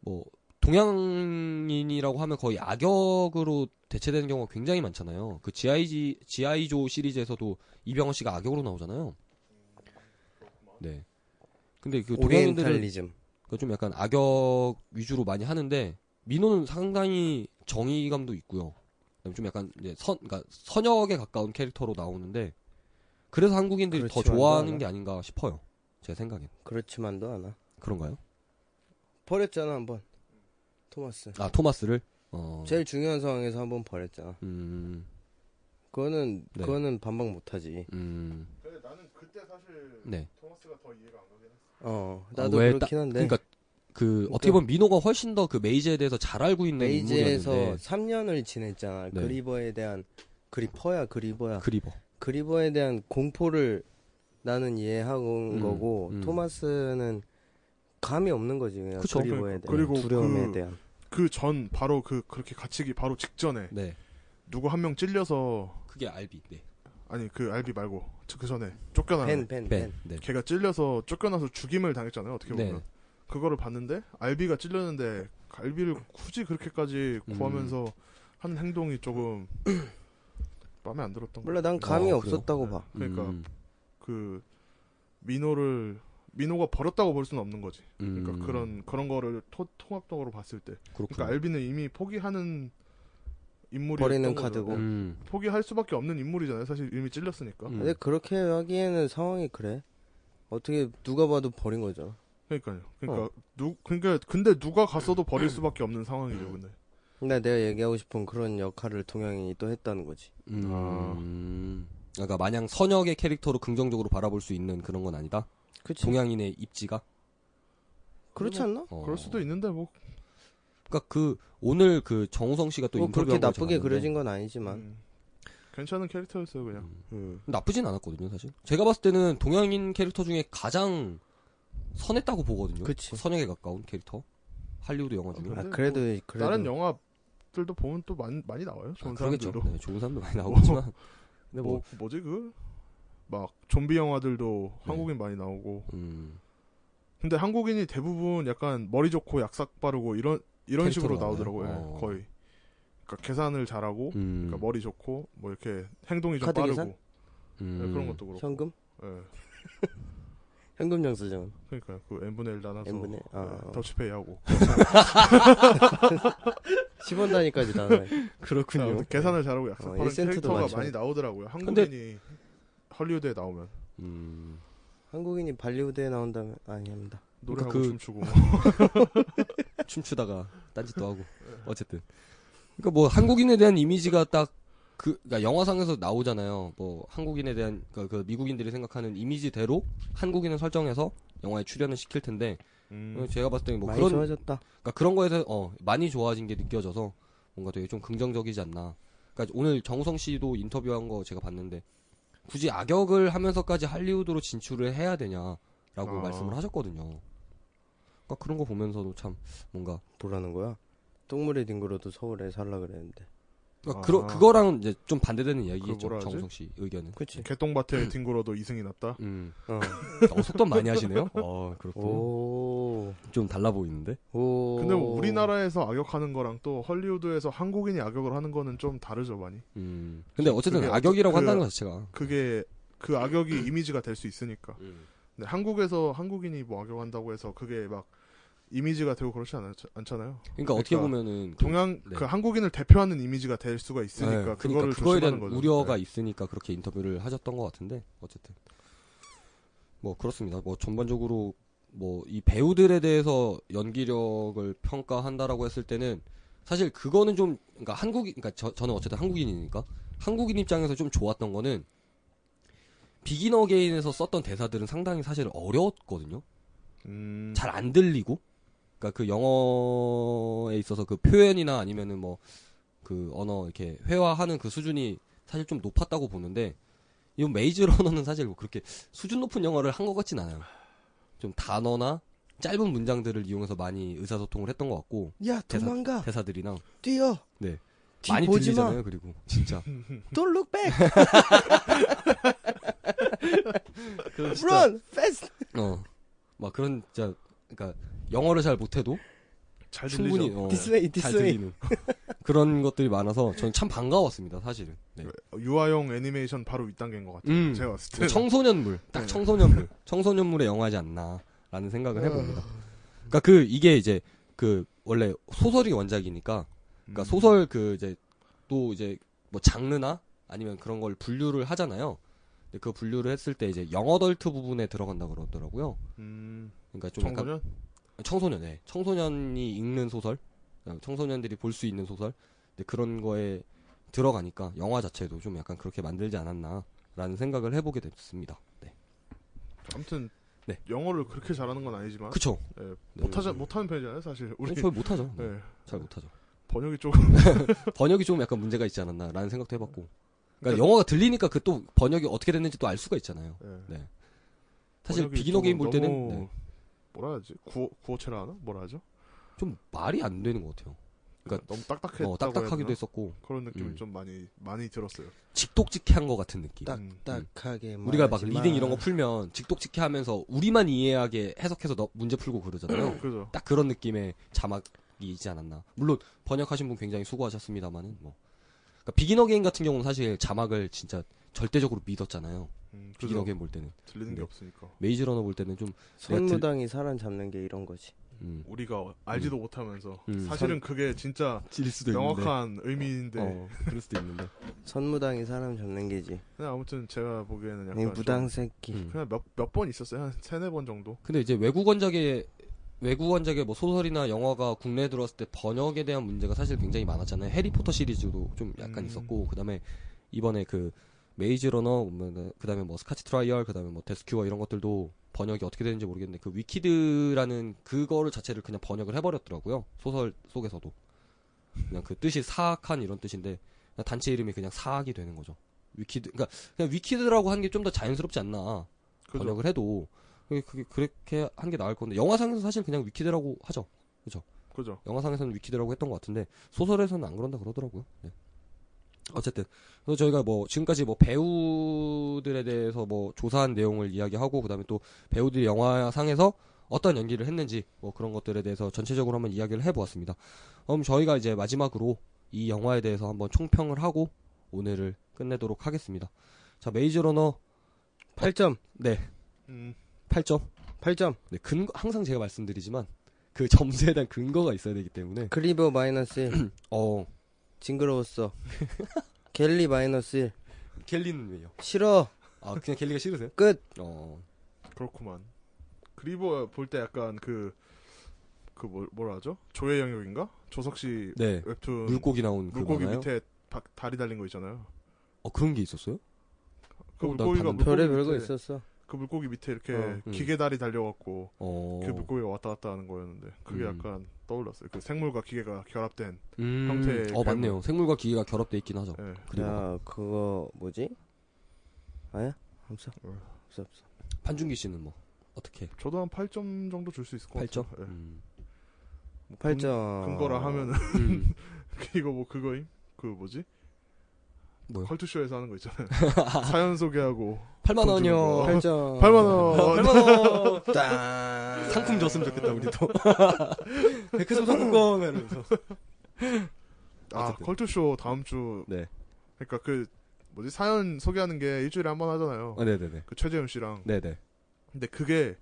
[SPEAKER 2] 뭐 동양인이라고 하면 거의 악역으로 대체되는 경우가 굉장히 많잖아요. 그 GIG GI조 시리즈에서도 이병헌 씨가 악역으로 나오잖아요. 네. 근데 그 동양인들은
[SPEAKER 1] 오리엔탈리즘.
[SPEAKER 2] 그좀 약간 악역 위주로 많이 하는데 민호는 상당히 정의감도 있고요. 그다음에 좀 약간 이제 선 그러니까 선역에 가까운 캐릭터로 나오는데 그래서 한국인들이 더
[SPEAKER 1] 그렇지만도
[SPEAKER 2] 좋아하는
[SPEAKER 1] 않아.
[SPEAKER 2] 게 아닌가 싶어요. 제 생각엔
[SPEAKER 1] 그렇지만도 않아.
[SPEAKER 2] 그런가요?
[SPEAKER 1] 버렸잖아, 한번. 토마스.
[SPEAKER 2] 아 토마스를 어
[SPEAKER 1] 제일 중요한 상황에서 한번 버렸잖아.
[SPEAKER 2] 음,
[SPEAKER 1] 그거는
[SPEAKER 2] 네.
[SPEAKER 1] 그거는 반박 못하지.
[SPEAKER 2] 음,
[SPEAKER 3] 근데 나는 그때 사실
[SPEAKER 2] 네.
[SPEAKER 3] 토마스가 더 이해가 안 가긴 했어.
[SPEAKER 1] 어,
[SPEAKER 2] 아,
[SPEAKER 1] 나도
[SPEAKER 2] 왜
[SPEAKER 1] 그렇긴
[SPEAKER 2] 따-
[SPEAKER 1] 한데.
[SPEAKER 2] 그러니까 그 어떻게 보면 민호가 훨씬 더 그 메이즈에 대해서 잘 알고 있는
[SPEAKER 1] 메이지에서
[SPEAKER 2] 인물이었는데
[SPEAKER 1] 네, 3년을 지냈잖아.
[SPEAKER 2] 네.
[SPEAKER 1] 그리버에 대한 그리퍼야 그리버야.
[SPEAKER 2] 그리버.
[SPEAKER 1] 그, 리버에 대한 공포를 나는 이해하고 온
[SPEAKER 2] 음,
[SPEAKER 1] 거고
[SPEAKER 2] 음.
[SPEAKER 1] 토마스는 감이 없는 거지 그냥
[SPEAKER 2] 그쵸.
[SPEAKER 1] 그리버에 대한
[SPEAKER 3] 그리고
[SPEAKER 1] 두려움에
[SPEAKER 3] 그-
[SPEAKER 1] 대한.
[SPEAKER 3] 그 전 바로 그 그렇게 갇히기 바로 직전에
[SPEAKER 2] 네.
[SPEAKER 3] 누구 한 명 찔려서
[SPEAKER 2] 그게 알비. 네.
[SPEAKER 3] 아니 그 알비 말고 그 전에
[SPEAKER 2] 아,
[SPEAKER 3] 쫓겨나
[SPEAKER 1] 벤 벤
[SPEAKER 2] 벤.
[SPEAKER 1] 벤.
[SPEAKER 2] 네.
[SPEAKER 3] 걔가 찔려서 쫓겨나서 죽임을 당했잖아요. 어떻게 보면
[SPEAKER 2] 네.
[SPEAKER 3] 그거를 봤는데 알비가 찔렸는데 알비를 굳이 그렇게까지
[SPEAKER 2] 음.
[SPEAKER 3] 구하면서 하는 행동이 조금 마음에 안 들었던 거.
[SPEAKER 1] 몰라 난 감이
[SPEAKER 2] 어, 그래요?
[SPEAKER 1] 없었다고 봐.
[SPEAKER 3] 그러니까
[SPEAKER 2] 음,
[SPEAKER 3] 그 민호를 민호가 버렸다고 볼 수는 없는 거지.
[SPEAKER 2] 음,
[SPEAKER 3] 그러니까 그런 그런 거를 토- 통합적으로 봤을 때,
[SPEAKER 2] 그렇군요.
[SPEAKER 3] 그러니까 알비는 이미 포기하는 인물이
[SPEAKER 1] 버리는 카드고.
[SPEAKER 2] 음,
[SPEAKER 3] 포기할 수밖에 없는 인물이잖아요. 사실 이미 찔렸으니까.
[SPEAKER 2] 음.
[SPEAKER 1] 근데 그렇게 하기에는 상황이 그래. 어떻게 누가 봐도 버린 거잖아.
[SPEAKER 3] 그러니까요. 그러니까 누 그러니까 근데 누가 갔어도 버릴 수밖에 없는 상황이죠. 근데
[SPEAKER 1] 근데 내가 얘기하고 싶은 그런 역할을 동양인이 또 했다는 거지.
[SPEAKER 2] 음,
[SPEAKER 3] 아.
[SPEAKER 2] 그러니까 마냥 선역의 캐릭터로 긍정적으로 바라볼 수 있는 그런 건 아니다.
[SPEAKER 1] 그치?
[SPEAKER 2] 동양인의 입지가.
[SPEAKER 1] 그렇지 않나?
[SPEAKER 2] 어.
[SPEAKER 3] 그럴 수도 있는데 뭐
[SPEAKER 2] 그러니까 그 오늘 그 정우성 씨가 또
[SPEAKER 1] 뭐
[SPEAKER 2] 인터뷰한
[SPEAKER 1] 그렇게
[SPEAKER 2] 걸
[SPEAKER 1] 나쁘게
[SPEAKER 2] 제가 봤는데
[SPEAKER 1] 그려진 건 아니지만.
[SPEAKER 3] 음, 괜찮은 캐릭터였어요. 그냥
[SPEAKER 1] 음.
[SPEAKER 2] 나쁘진 않았거든요, 사실. 제가 봤을 때는 동양인 캐릭터 중에 가장 선했다고 보거든요.
[SPEAKER 1] 그치.
[SPEAKER 2] 선역에 가까운 캐릭터. 할리우드 영화 중에.
[SPEAKER 1] 아
[SPEAKER 3] 근데
[SPEAKER 1] 그래도 그래도
[SPEAKER 3] 다른 영화들도 보면 또 많이 많이 나와요. 좋은
[SPEAKER 2] 그러겠죠.
[SPEAKER 3] 사람들도. 어.
[SPEAKER 2] 네, 좋은 사람도 많이 나오지만. 근데 뭐,
[SPEAKER 3] 뭐 뭐지 그? 막 좀비 영화들도
[SPEAKER 2] 네.
[SPEAKER 3] 한국인 많이 나오고.
[SPEAKER 2] 음,
[SPEAKER 3] 근데 한국인이 대부분 약간 머리 좋고 약삭 바르고 이런 이런 식으로
[SPEAKER 2] 캐릭터가
[SPEAKER 3] 나오더라고요.
[SPEAKER 2] 나와요? 어.
[SPEAKER 3] 거의. 그러니까 계산을 잘하고
[SPEAKER 2] 음,
[SPEAKER 3] 그러니까 머리 좋고 뭐 이렇게 행동이 좀
[SPEAKER 1] 카드
[SPEAKER 3] 빠르고
[SPEAKER 1] 계산?
[SPEAKER 2] 음,
[SPEAKER 3] 네, 그런 것도 그렇고.
[SPEAKER 1] 현금?
[SPEAKER 3] 예.
[SPEAKER 1] 현금 영수증.
[SPEAKER 3] 그러니까 그 n분의 1 나눠서
[SPEAKER 1] N분의- 아,
[SPEAKER 3] 예,
[SPEAKER 2] 네,
[SPEAKER 1] 어.
[SPEAKER 3] 더치페이 하고
[SPEAKER 1] 10원 단위까지 나눠.
[SPEAKER 2] 그렇군요. 네.
[SPEAKER 3] 아무튼 네, 계산을 잘하고 약삭
[SPEAKER 1] 어,
[SPEAKER 3] 바른
[SPEAKER 1] 일 센트도
[SPEAKER 3] 캐릭터가
[SPEAKER 1] 많죠.
[SPEAKER 3] 많이 나오더라고요.
[SPEAKER 2] 근데-
[SPEAKER 3] 한국인이 헐리우드에 나오면.
[SPEAKER 2] 음,
[SPEAKER 1] 한국인이 발리우드에 나온다면 아닙니다.
[SPEAKER 3] 노래하고
[SPEAKER 2] 그-
[SPEAKER 3] 춤추고
[SPEAKER 2] 춤추다가 딴짓도 하고
[SPEAKER 3] 네.
[SPEAKER 2] 어쨌든 그러니까 뭐 한국인에 대한 이미지가 딱 그 그러니까 영화상에서 나오잖아요. 뭐 한국인에 대한 그러니까 그 미국인들이 생각하는 이미지대로 한국인을 설정해서 영화에 출연을 시킬 텐데 어,
[SPEAKER 3] 음,
[SPEAKER 2] 제가 봤을 때뭐
[SPEAKER 1] 많이
[SPEAKER 2] 그런
[SPEAKER 1] 좋아졌다.
[SPEAKER 2] 그러니까 그런 거에 대해서 어, 많이 좋아진 게 느껴져서 뭔가 되게 좀 긍정적이지 않나. 그러니까 오늘 정우성 씨도 인터뷰한 거 제가 봤는데 굳이 악역을 하면서까지 할리우드로 진출을 해야 되냐라고
[SPEAKER 3] 아.
[SPEAKER 2] 말씀을 하셨거든요. 그러니까 그런 거 보면서도 참 뭔가
[SPEAKER 1] 뭐라는 거야? 똥물의 딩그로도 서울에 살라 그랬는데.
[SPEAKER 2] 그러니까
[SPEAKER 3] 아.
[SPEAKER 2] 그러, 그거랑 이제 좀 반대되는
[SPEAKER 3] 그걸
[SPEAKER 2] 얘기겠죠
[SPEAKER 3] 뭐라 하지?
[SPEAKER 2] 정우성 씨 의견은.
[SPEAKER 1] 그치?
[SPEAKER 3] 개똥밭에 뒹굴어도 이승이 났다.
[SPEAKER 2] 음.
[SPEAKER 1] 어.
[SPEAKER 2] 어, 속담 많이 하시네요. 어, 그렇고
[SPEAKER 1] 오.
[SPEAKER 2] 좀 달라 보이는데.
[SPEAKER 1] 오.
[SPEAKER 3] 근데 뭐 우리나라에서 악역하는 거랑 또 헐리우드에서 한국인이 악역을 하는 거는 좀 다르죠 많이.
[SPEAKER 2] 음. 근데 어쨌든
[SPEAKER 3] 그게
[SPEAKER 2] 악역이라고
[SPEAKER 3] 그-
[SPEAKER 2] 한다는 것 자체가.
[SPEAKER 3] 그게 그 악역이 이미지가 될 수 있으니까.
[SPEAKER 2] 음.
[SPEAKER 3] 근데 한국에서 한국인이 뭐 악역한다고 해서 그게 막 이미지가 되고 그렇지 않, 않잖아요.
[SPEAKER 2] 그러니까 어떻게
[SPEAKER 3] 그러니까
[SPEAKER 2] 보면은 그-
[SPEAKER 3] 동양
[SPEAKER 2] 네.
[SPEAKER 3] 그 한국인을 대표하는 이미지가 될 수가
[SPEAKER 2] 네,
[SPEAKER 3] 있으니까
[SPEAKER 2] 그러니까
[SPEAKER 3] 그거를
[SPEAKER 2] 그거에 대한
[SPEAKER 3] 조심하는 거죠.
[SPEAKER 2] 우려가
[SPEAKER 3] 네.
[SPEAKER 2] 있으니까 그렇게 인터뷰를 하셨던 것 같은데 어쨌든 뭐 그렇습니다. 뭐 전반적으로 뭐 이 배우들에 대해서 연기력을 평가한다라고 했을 때는 사실 그거는 좀 그러니까 한국 그러니까 저, 저는 어쨌든 한국인이니까 한국인 입장에서 좀 좋았던 거는 비긴 어게인에서 썼던 대사들은 상당히 사실 어려웠거든요.
[SPEAKER 3] 음,
[SPEAKER 2] 잘 안 들리고 그러니까 그 영어에 있어서 그 표현이나 아니면은 뭐 그 언어 이렇게 회화하는 그 수준이 사실 좀 높았다고 보는데 이 메이즈 러너는 사실 뭐 그렇게 수준 높은 영어를 한 것 같진 않아요. 좀 단어나 짧은 문장들을 이용해서 많이 의사소통을 했던 것 같고
[SPEAKER 4] 야
[SPEAKER 2] 대사-
[SPEAKER 4] 도망가
[SPEAKER 2] 대사들이나
[SPEAKER 4] 뛰어
[SPEAKER 2] 네.
[SPEAKER 4] 뒤
[SPEAKER 2] 많이
[SPEAKER 4] 보지 마.
[SPEAKER 2] 들리잖아요. 그리고 진짜
[SPEAKER 4] Don't look back
[SPEAKER 2] 그 진짜
[SPEAKER 4] run fast
[SPEAKER 2] 어막 그런 진짜 그러니까 영어를 잘 못해도
[SPEAKER 3] 잘 들리죠.
[SPEAKER 2] 충분히 어,
[SPEAKER 4] This way, this
[SPEAKER 2] 잘
[SPEAKER 4] way.
[SPEAKER 2] 들리는 그런 것들이 많아서 저는 참 반가웠습니다 사실은 네.
[SPEAKER 3] 유아용 애니메이션 바로 윗단계인 것 같아요.
[SPEAKER 2] 음.
[SPEAKER 3] 제가 봤을 때.
[SPEAKER 2] 뭐 청소년물 딱 청소년물 청소년물의 영화지 않나라는 생각을 해봅니다. 그러니까 그 이게 이제 그 원래 소설이 원작이니까
[SPEAKER 3] 음.
[SPEAKER 2] 그러니까 소설 그 이제 또 이제 뭐 장르나 아니면 그런 걸 분류를 하잖아요. 근데 그 분류를 했을 때 이제 영어덜트 부분에 들어간다 그러더라고요.
[SPEAKER 3] 음,
[SPEAKER 2] 그러니까 좀 약간
[SPEAKER 3] 청소년?
[SPEAKER 2] 청소년, 네. 청소년이 읽는 소설, 그다음에 청소년들이 볼 수 있는 소설, 근데 그런 거에 들어가니까 영화 자체도 좀 약간 그렇게 만들지 않았나라는 생각을 해보게 됐습니다. 네.
[SPEAKER 3] 아무튼
[SPEAKER 2] 네.
[SPEAKER 3] 영어를 그렇게 잘하는 건 아니지만
[SPEAKER 2] 그쵸.
[SPEAKER 3] 예,
[SPEAKER 2] 네.
[SPEAKER 3] 못하자 못하는 편이잖아요 사실. 우리
[SPEAKER 2] 아니, 저희 못하죠. 네,
[SPEAKER 3] 예,
[SPEAKER 2] 잘 못하죠.
[SPEAKER 3] 번역이 조금
[SPEAKER 2] 번역이 좀 약간 문제가 있지 않았나라는 생각도 해봤고. 그러니까 영화가 들리니까 그 또 번역이 어떻게 됐는지 또 알 수가 있잖아요.
[SPEAKER 3] 예.
[SPEAKER 2] 네. 사실
[SPEAKER 3] 번역이
[SPEAKER 2] 비기너 게임 볼
[SPEAKER 3] 조금
[SPEAKER 2] 때는
[SPEAKER 3] 너무
[SPEAKER 2] 네,
[SPEAKER 3] 뭐라 하지 구어, 구어체라 하나 뭐라 하죠?
[SPEAKER 2] 좀 말이 안 되는 것 같아요. 그러니까
[SPEAKER 3] 너무 딱딱했다고
[SPEAKER 2] 어, 딱딱하기도
[SPEAKER 3] 해야 되나?
[SPEAKER 2] 했었고
[SPEAKER 3] 그런 느낌이
[SPEAKER 2] 음.
[SPEAKER 3] 좀 많이 많이 들었어요.
[SPEAKER 2] 직독직해한 것 같은 느낌.
[SPEAKER 3] 음.
[SPEAKER 4] 딱딱하게
[SPEAKER 2] 우리가 막
[SPEAKER 4] 말하지 마.
[SPEAKER 2] 리딩 이런 거 풀면 직독직해 하면서 우리만 이해하게 해석해서 너- 문제 풀고 그러잖아요.
[SPEAKER 3] 어, 그죠?
[SPEAKER 2] 딱 그런 느낌의 자막이 있지 않았나. 물론 번역하신 분 굉장히 수고하셨습니다만은 뭐. 그러니까 비긴 어게인 같은 경우는 사실 자막을 진짜 절대적으로 믿었잖아요.
[SPEAKER 3] 음, 그죠?
[SPEAKER 2] 비긴 어게인 볼 때는.
[SPEAKER 3] 들리는
[SPEAKER 2] 네.
[SPEAKER 3] 게 없으니까
[SPEAKER 2] 메이즈 러너 볼 때는 좀
[SPEAKER 1] 선무당이 사람 잡는 게 이런 거지.
[SPEAKER 2] 음,
[SPEAKER 3] 우리가 어- 알지도 못하면서
[SPEAKER 2] 음.
[SPEAKER 3] 사실은 그게 진짜
[SPEAKER 2] 질 수도
[SPEAKER 3] 명확한 의미인데
[SPEAKER 2] 어, 그럴 수도 있는데.
[SPEAKER 1] 선무당이 사람 잡는 게지.
[SPEAKER 3] 그냥 네, 아무튼 제가 보기에는
[SPEAKER 1] 이
[SPEAKER 3] 약간
[SPEAKER 1] 네, 무당
[SPEAKER 3] 좀
[SPEAKER 1] 새끼.
[SPEAKER 2] 음.
[SPEAKER 3] 그냥 몇 몇 번 있었어요 한 세네 번 정도.
[SPEAKER 2] 근데 이제 외국 원작의 외국 원작의 뭐 소설이나 영화가 국내에 들어왔을 때 번역에 대한 문제가 사실 굉장히 많았잖아요. 해리포터 시리즈도 좀 약간
[SPEAKER 3] 음.
[SPEAKER 2] 있었고 그다음에 이번에 그 메이즈 러너 보면은 그다음에 뭐 스카치 트라이얼 그다음에 뭐 데스큐어 이런 것들도 번역이 어떻게 되는지 모르겠는데 그 위키드라는 그거를 자체를 그냥 번역을 해버렸더라고요 소설 속에서도 그냥 그 뜻이 사악한 이런 뜻인데 그냥 단체 이름이 그냥 사악이 되는 거죠 위키드 그러니까 그냥 위키드라고 한 게 좀 더 자연스럽지 않나
[SPEAKER 3] 그죠?
[SPEAKER 2] 번역을 해도 그게, 그게 그렇게 한 게 나을 건데 영화상에서 사실 그냥 위키드라고 하죠.
[SPEAKER 3] 그죠?
[SPEAKER 2] 영화상에서는 위키드라고 했던 것 같은데 소설에서는 안 그런다 그러더라고요. 네. 어쨌든 그래서 저희가 뭐 지금까지 뭐 배우들에 대해서 뭐 조사한 내용을 이야기하고 그다음에 또 배우들이 영화상에서 어떤 연기를 했는지 뭐 그런 것들에 대해서 전체적으로 한번 이야기를 해보았습니다. 그럼 저희가 이제 마지막으로 이 영화에 대해서 한번 총평을 하고 오늘을 끝내도록 하겠습니다. 자 메이저 러너
[SPEAKER 1] 8점.
[SPEAKER 2] 네
[SPEAKER 3] 음,
[SPEAKER 2] 8점
[SPEAKER 1] 8점.
[SPEAKER 2] 네, 근거, 항상 제가 말씀드리지만 그 점수에 대한 근거가 있어야 되기 때문에
[SPEAKER 1] 그리버 마이너스 1.
[SPEAKER 2] 어
[SPEAKER 1] 징그러웠어. 갤리 마이너스 1.
[SPEAKER 2] 켈리는 왜요?
[SPEAKER 1] 싫어.
[SPEAKER 2] 아 그냥 켈리가 싫으세요?
[SPEAKER 1] 끝.
[SPEAKER 2] 어
[SPEAKER 3] 그렇구만. 그리버 볼 때 약간 그, 그 뭘, 뭐라 하죠? 조회 영역인가? 조석 씨
[SPEAKER 2] 네.
[SPEAKER 3] 웹툰.
[SPEAKER 2] 물고기 나온 그거
[SPEAKER 3] 물고기
[SPEAKER 2] 나요?
[SPEAKER 3] 밑에 바- 다리 달린 거 있잖아요.
[SPEAKER 2] 어 그런 게 있었어요?
[SPEAKER 3] 그
[SPEAKER 2] 어, 나
[SPEAKER 3] 물고기가
[SPEAKER 2] 봤는데.
[SPEAKER 3] 물고기
[SPEAKER 1] 별의 별거
[SPEAKER 3] 밑에-
[SPEAKER 1] 있었어.
[SPEAKER 3] 그 물고기 밑에 이렇게
[SPEAKER 2] 어, 음.
[SPEAKER 3] 기계 다리 달려갖고
[SPEAKER 2] 어.
[SPEAKER 3] 그 물고기가 왔다 갔다 하는 거였는데 그게
[SPEAKER 2] 음.
[SPEAKER 3] 약간 떠올랐어요. 그 생물과 기계가 결합된.
[SPEAKER 2] 음.
[SPEAKER 3] 형태의
[SPEAKER 2] 어
[SPEAKER 3] 괴물.
[SPEAKER 2] 맞네요. 생물과 기계가 결합돼 있긴 하죠.
[SPEAKER 3] 예.
[SPEAKER 2] 그리고
[SPEAKER 1] 야, 그거 뭐지? 아니야? 없어.
[SPEAKER 3] 어.
[SPEAKER 1] 없어 없어.
[SPEAKER 2] 판준기 씨는 뭐 어떻게?
[SPEAKER 3] 저도 한 8점 정도 줄 수 있을 것
[SPEAKER 2] 8점?
[SPEAKER 3] 같아요. 예.
[SPEAKER 2] 음.
[SPEAKER 3] 뭐 근-
[SPEAKER 1] 8점.
[SPEAKER 3] 근거라 하면은
[SPEAKER 2] 음.
[SPEAKER 3] 이거 뭐 그거임? 그 뭐지?
[SPEAKER 2] 뭐요?
[SPEAKER 3] 컬투쇼에서 하는 거 있잖아요. 사연 소개하고
[SPEAKER 2] 8만
[SPEAKER 3] 돈
[SPEAKER 2] 원이요.
[SPEAKER 3] 주는 거.
[SPEAKER 2] 어.
[SPEAKER 1] 8점.
[SPEAKER 3] 8만 원.
[SPEAKER 2] 8만 원.
[SPEAKER 1] 짠.
[SPEAKER 2] 상품 줬으면 좋겠다 우리도. 백화점 상품권 이러면서.
[SPEAKER 3] 아,
[SPEAKER 2] 어쨌든.
[SPEAKER 3] 컬투쇼 다음 주
[SPEAKER 2] 네.
[SPEAKER 3] 그러니까 그 뭐지? 사연 소개하는 게 일주일에 한 번 하잖아요.
[SPEAKER 2] 아, 네네네.
[SPEAKER 3] 그 최재현 씨랑
[SPEAKER 2] 네네.
[SPEAKER 3] 근데 그게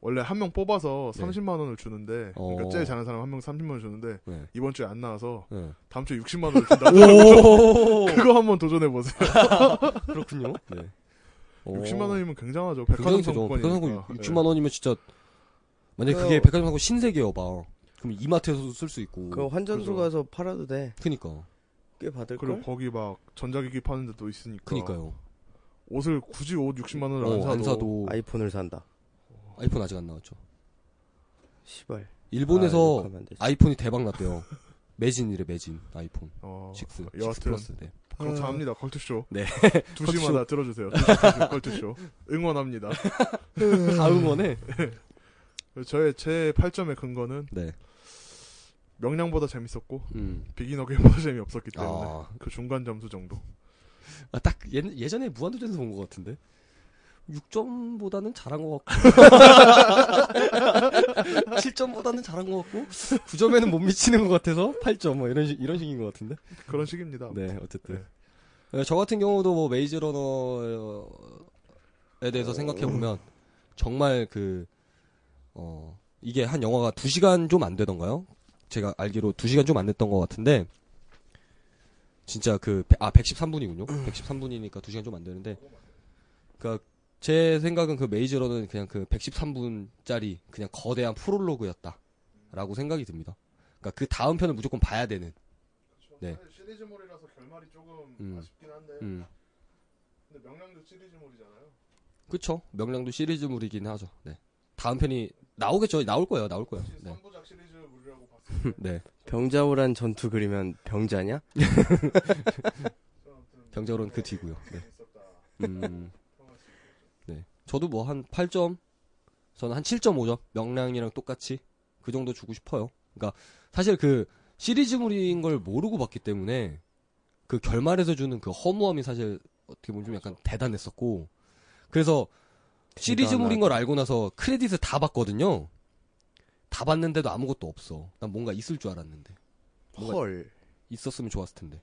[SPEAKER 3] 원래 한 명 뽑아서
[SPEAKER 2] 네.
[SPEAKER 3] 30만 원을 주는데
[SPEAKER 2] 어.
[SPEAKER 3] 그러니까 제일 잘하는 사람 한 명 30만 원 주는데
[SPEAKER 2] 네.
[SPEAKER 3] 이번 주에 안 나와서
[SPEAKER 2] 네.
[SPEAKER 3] 다음 주에 60만 원을 준다.
[SPEAKER 2] 오
[SPEAKER 3] 그거 한번 도전해 보세요.
[SPEAKER 2] 그렇군요. 네. 어.
[SPEAKER 3] 60만 원이면 굉장하죠.
[SPEAKER 2] 백화점 예.
[SPEAKER 3] 백화점
[SPEAKER 2] 상품
[SPEAKER 3] 상품권이.
[SPEAKER 2] 백화점 상품 60만 원이면 진짜 만약에
[SPEAKER 1] 그거-
[SPEAKER 2] 그게 백화점 상품 신세계여 봐. 그럼 이마트에서도 쓸 수 있고.
[SPEAKER 1] 그 환전소
[SPEAKER 3] 그죠.
[SPEAKER 1] 가서 팔아도 돼.
[SPEAKER 2] 그니까.
[SPEAKER 1] 꽤 받을
[SPEAKER 3] 네. 그리고
[SPEAKER 1] 걸.
[SPEAKER 3] 거기 막 전자기기 파는 데도 있으니까.
[SPEAKER 2] 그니까요.
[SPEAKER 3] 옷을 굳이 옷 60만 원을 안,
[SPEAKER 2] 어,
[SPEAKER 3] 사도
[SPEAKER 2] 안 사도
[SPEAKER 1] 아이폰을 산다.
[SPEAKER 2] 아이폰 아직 안 나왔죠.
[SPEAKER 1] 시발. 아,
[SPEAKER 2] 일본에서
[SPEAKER 1] 욕하면 안 되지.
[SPEAKER 2] 아이폰이 대박 났대요. 매진이래 매진 아이폰
[SPEAKER 3] 어,
[SPEAKER 2] 6, 6
[SPEAKER 3] 여하튼
[SPEAKER 2] 플러스 네.
[SPEAKER 3] 감사합니다. 컬투쇼.
[SPEAKER 2] 네.
[SPEAKER 3] 두 시마다 들어주세요. 2시, 컬투쇼. 응원합니다.
[SPEAKER 2] 다 응원해.
[SPEAKER 3] 저의 제 8점의 근거는
[SPEAKER 2] 네.
[SPEAKER 3] 명량보다 재밌었고
[SPEAKER 2] 음.
[SPEAKER 3] 비기너 게임보다 재미없었기 때문에
[SPEAKER 2] 아,
[SPEAKER 3] 그 중간 점수 정도.
[SPEAKER 2] 아, 딱 예, 예전에 무한도전에서 본 것 같은데 6점보다는 잘한 것 같고 7점보다는 잘한 것 같고 9점에는 못 미치는 것 같아서 8점 뭐 이런 식 이런 식인 것 같은데.
[SPEAKER 3] 그런 식입니다.
[SPEAKER 2] 네, 어쨌든. 어, 저 같은 경우도 뭐 메이즈 러너에 대해서 생각해 보면 정말 그, 어, 이게 한 영화가 2시간 좀 안 되던가요? 제가 알기로 2시간 좀 안 됐던 것 같은데, 진짜 그, 백- 아, 113분이군요. 113분이니까 2시간 좀 안 되는데, 그니까 제 생각은 그 메이즈 러너는 그냥 그 113분짜리 그냥 거대한 프롤로그였다. 라고 생각이 듭니다. 그니까 그 다음 편을 무조건 봐야 되는, 네.
[SPEAKER 3] 시리즈물이라서 결말이 조금
[SPEAKER 2] 음.
[SPEAKER 3] 아쉽긴 한데
[SPEAKER 2] 음.
[SPEAKER 3] 근데 명량도 시리즈물이잖아요.
[SPEAKER 2] 그쵸. 명량도 시리즈물이긴 하죠. 네. 다음 편이 나오겠죠. 나올 거예요. 나올 거예요. 네.
[SPEAKER 3] 선부작 시리즈물이라고 봤을 때
[SPEAKER 2] 네.
[SPEAKER 1] 병자호란 전투 그리면 병자냐?
[SPEAKER 2] 병자론 그 뒤고요. 네. 음. 네. 저도 뭐 한 8점, 저는 한 7.5점. 명량이랑 똑같이 그 정도 주고 싶어요. 그러니까 사실 그 시리즈물인 걸 모르고 봤기 때문에 그 결말에서 주는 그 허무함이 사실 어떻게 보면 좀 약간 대단했었고 그래서 시리즈물인 걸 알고 나서 크레딧을 다 봤거든요. 다 봤는데도 아무것도 없어. 난 뭔가 있을 줄 알았는데. 뭐가
[SPEAKER 1] 헐.
[SPEAKER 2] 있었으면 좋았을 텐데.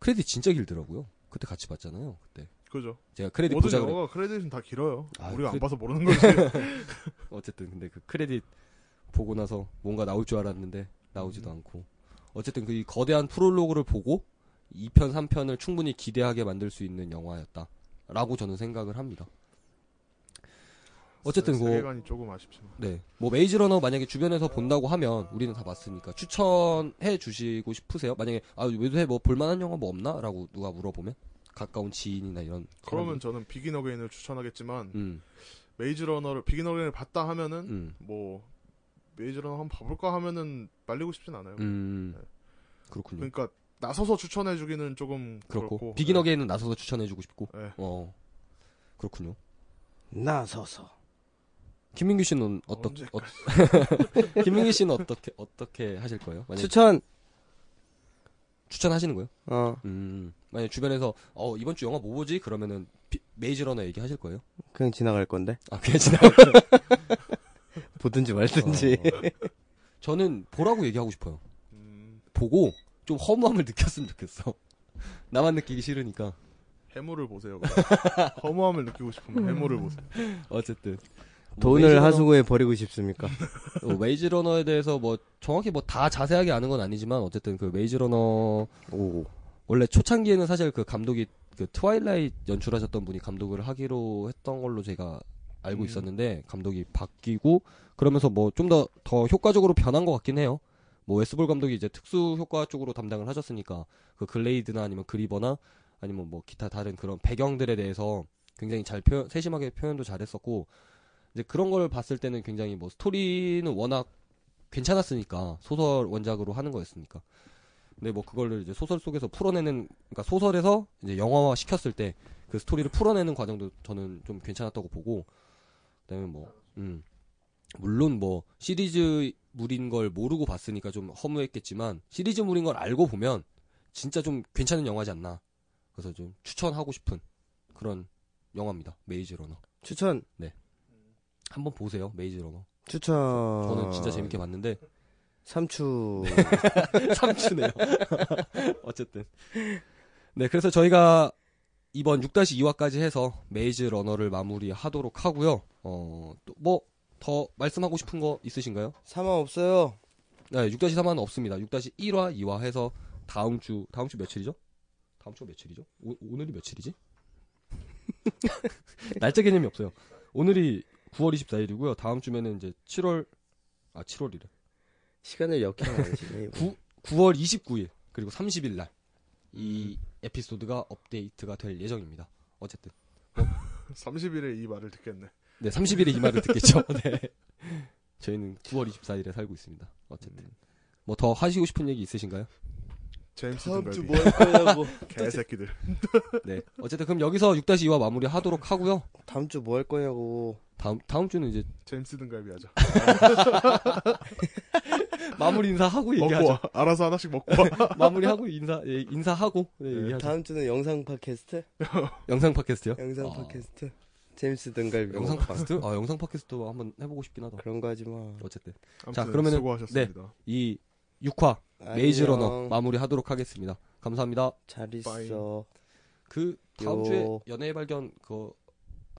[SPEAKER 2] 크레딧 진짜 길더라고요. 그때 같이 봤잖아요. 그때
[SPEAKER 3] 그죠.
[SPEAKER 2] 제가 크레딧
[SPEAKER 3] 모든
[SPEAKER 2] 보자 그래.
[SPEAKER 3] 영화가 크레딧은 다 길어요.
[SPEAKER 2] 아,
[SPEAKER 3] 우리가
[SPEAKER 2] 그래-
[SPEAKER 3] 안 봐서 모르는 거지.
[SPEAKER 2] 어쨌든 근데 그 크레딧 보고 나서 뭔가 나올 줄 알았는데 나오지도
[SPEAKER 3] 음.
[SPEAKER 2] 않고. 어쨌든 그 이 거대한 프롤로그를 보고 2편, 3편을 충분히 기대하게 만들 수 있는 영화였다라고 저는 생각을 합니다. 어쨌든 뭐
[SPEAKER 3] 세계관이 조금 아쉽지만.
[SPEAKER 2] 네. 뭐 메이즈 러너 만약에 주변에서 본다고 하면 우리는 다 봤으니까 추천해 주시고 싶으세요? 만약에 아 요새 뭐 볼만한 영화 뭐 없나라고 누가 물어보면 가까운 지인이나 이런
[SPEAKER 3] 그러면 저는 비긴 어게인을 추천하겠지만
[SPEAKER 2] 음,
[SPEAKER 3] 메이즈 러너를 비긴 어게인을 봤다 하면은
[SPEAKER 2] 음,
[SPEAKER 3] 뭐 메이즈 러너 한번 봐볼까 하면은 말리고 싶진 않아요.
[SPEAKER 2] 음. 그렇군요.
[SPEAKER 3] 네. 그러니까 나서서 추천해주기는 조금
[SPEAKER 2] 네. 그렇고
[SPEAKER 3] 그렇고.
[SPEAKER 2] 비긴
[SPEAKER 3] 네.
[SPEAKER 2] 어게인은 나서서 추천해 주고 싶고.
[SPEAKER 3] 네.
[SPEAKER 2] 어. 그렇군요.
[SPEAKER 1] 나서서.
[SPEAKER 2] 김민규 씨는 어떻 어, 김민규 씨는 어떻게 어떻게 하실 거예요? 만약에
[SPEAKER 1] 추천.
[SPEAKER 2] 추천하시는 거예요?
[SPEAKER 1] 어.
[SPEAKER 2] 음. 만약에 주변에서 어 이번 주 영화 뭐 보지? 그러면은 비- 메이즈 러너 얘기하실 거예요?
[SPEAKER 1] 그냥 지나갈 건데.
[SPEAKER 2] 아, 그냥 지나
[SPEAKER 1] 보든지 말든지.
[SPEAKER 2] 어. 저는 보라고 얘기하고 싶어요.
[SPEAKER 3] 음,
[SPEAKER 2] 보고 좀 허무함을 느꼈으면 좋겠어. 나만 느끼기 싫으니까.
[SPEAKER 3] 해물을 보세요. 그럼. 허무함을 느끼고 싶으면
[SPEAKER 1] 음.
[SPEAKER 3] 해물을 보세요.
[SPEAKER 2] 어쨌든 뭐
[SPEAKER 1] 돈을
[SPEAKER 2] 메이즈러너-
[SPEAKER 1] 하수구에 버리고 싶습니까?
[SPEAKER 2] 어, 메이즈 러너에 대해서 뭐 정확히 뭐 다 자세하게 아는 건 아니지만 어쨌든 그 메이즈 러너
[SPEAKER 1] 오.
[SPEAKER 2] 원래 초창기에는 사실 그 감독이 그 트와일라이트 연출하셨던 분이 감독을 하기로 했던 걸로 제가 알고
[SPEAKER 3] 음.
[SPEAKER 2] 있었는데 감독이 바뀌고 그러면서 뭐 좀 더 더 효과적으로 변한 것 같긴 해요. 뭐 웨스볼 감독이 이제 특수 효과 쪽으로 담당을 하셨으니까 그 글레이드나 아니면 그리버나 아니면 뭐 기타 다른 그런 배경들에 대해서 굉장히 잘 표현, 세심하게 표현도 잘했었고 이제 그런 걸 봤을 때는 굉장히 뭐 스토리는 워낙 괜찮았으니까 소설 원작으로 하는 거였으니까 근데 뭐 그걸 이제 소설 속에서 풀어내는 그러니까 소설에서 이제 영화화 시켰을 때 그 스토리를 풀어내는 과정도 저는 좀 괜찮았다고 보고 그다음에 뭐 음. 물론 뭐 시리즈물인 걸 모르고 봤으니까 좀 허무했겠지만 시리즈물인 걸 알고 보면 진짜 좀 괜찮은 영화지 않나 그래서 좀 추천하고 싶은 그런 영화입니다 메이즈 러너
[SPEAKER 1] 추천
[SPEAKER 2] 한번 보세요 메이즈 러너
[SPEAKER 1] 추천.
[SPEAKER 2] 저는
[SPEAKER 1] 아.
[SPEAKER 2] 진짜 재밌게 봤는데
[SPEAKER 1] 삼추
[SPEAKER 2] 삼추네요. 어쨌든. 네, 그래서 저희가 이번 6-2화까지 해서 메이즈 러너를 마무리하도록 하고요. 어, 또 뭐 더 말씀하고 싶은 거 있으신가요?
[SPEAKER 1] 사망 없어요.
[SPEAKER 2] 네, 6-3화는 없습니다. 6-1화, 2화 해서 다음 주 다음 주 며칠이죠? 다음 주 며칠이죠? 오, 오늘이 며칠이지? 날짜 개념이 없어요. 오늘이 9월 24일이고요. 다음 주면은 이제 7월 아 7월이래.
[SPEAKER 1] 시간을 역행 안 시네.
[SPEAKER 2] 9월 29일 그리고 30일 날 이 에피소드가 업데이트가 될 예정입니다. 어쨌든
[SPEAKER 3] 30일에 이 말을 듣겠네.
[SPEAKER 2] 네 30일에 이 말을 듣겠죠. 네. 저희는 9월 24일에 살고 있습니다. 어쨌든 뭐 더 하시고 싶은 얘기 있으신가요?
[SPEAKER 3] 제임스
[SPEAKER 1] 다음
[SPEAKER 3] 등갈비.
[SPEAKER 1] 주뭐 할 거냐고.
[SPEAKER 3] 개새끼들.
[SPEAKER 2] 네. 어쨌든 그럼 여기서 6-2와 마무리하도록 하고요.
[SPEAKER 1] 다음 주 뭐 할 거냐고.
[SPEAKER 2] 다음 다음 주는 이제
[SPEAKER 3] 제임스 등갈비 하자.
[SPEAKER 2] 마무리 인사하고
[SPEAKER 3] 먹고
[SPEAKER 2] 얘기하죠.
[SPEAKER 3] 와. 알아서 하나씩 먹고 와.
[SPEAKER 2] 마무리하고 인사 예, 인사하고 뭐. 네, 얘기하죠.
[SPEAKER 1] 다음 주는 영상 팟캐스트?
[SPEAKER 2] 영상 팟캐스트요?
[SPEAKER 1] 영상
[SPEAKER 2] 아,
[SPEAKER 1] 팟캐스트. 제임스 등갈비.
[SPEAKER 2] 영상 팟캐스트? 아 영상 팟캐스트도 한번 해보고 싶긴 하다.
[SPEAKER 1] 그런 거 하지 마.
[SPEAKER 2] 어쨌든
[SPEAKER 3] 아무튼
[SPEAKER 2] 그러면은- 네.
[SPEAKER 3] 수고하셨습니다.
[SPEAKER 2] 이 6화 메이즈
[SPEAKER 1] 안녕.
[SPEAKER 2] 러너 마무리하도록 하겠습니다. 감사합니다.
[SPEAKER 1] 잘
[SPEAKER 3] 빠이.
[SPEAKER 1] 있어.
[SPEAKER 2] 그 다음
[SPEAKER 1] 요.
[SPEAKER 2] 주에 연애의 발견 그거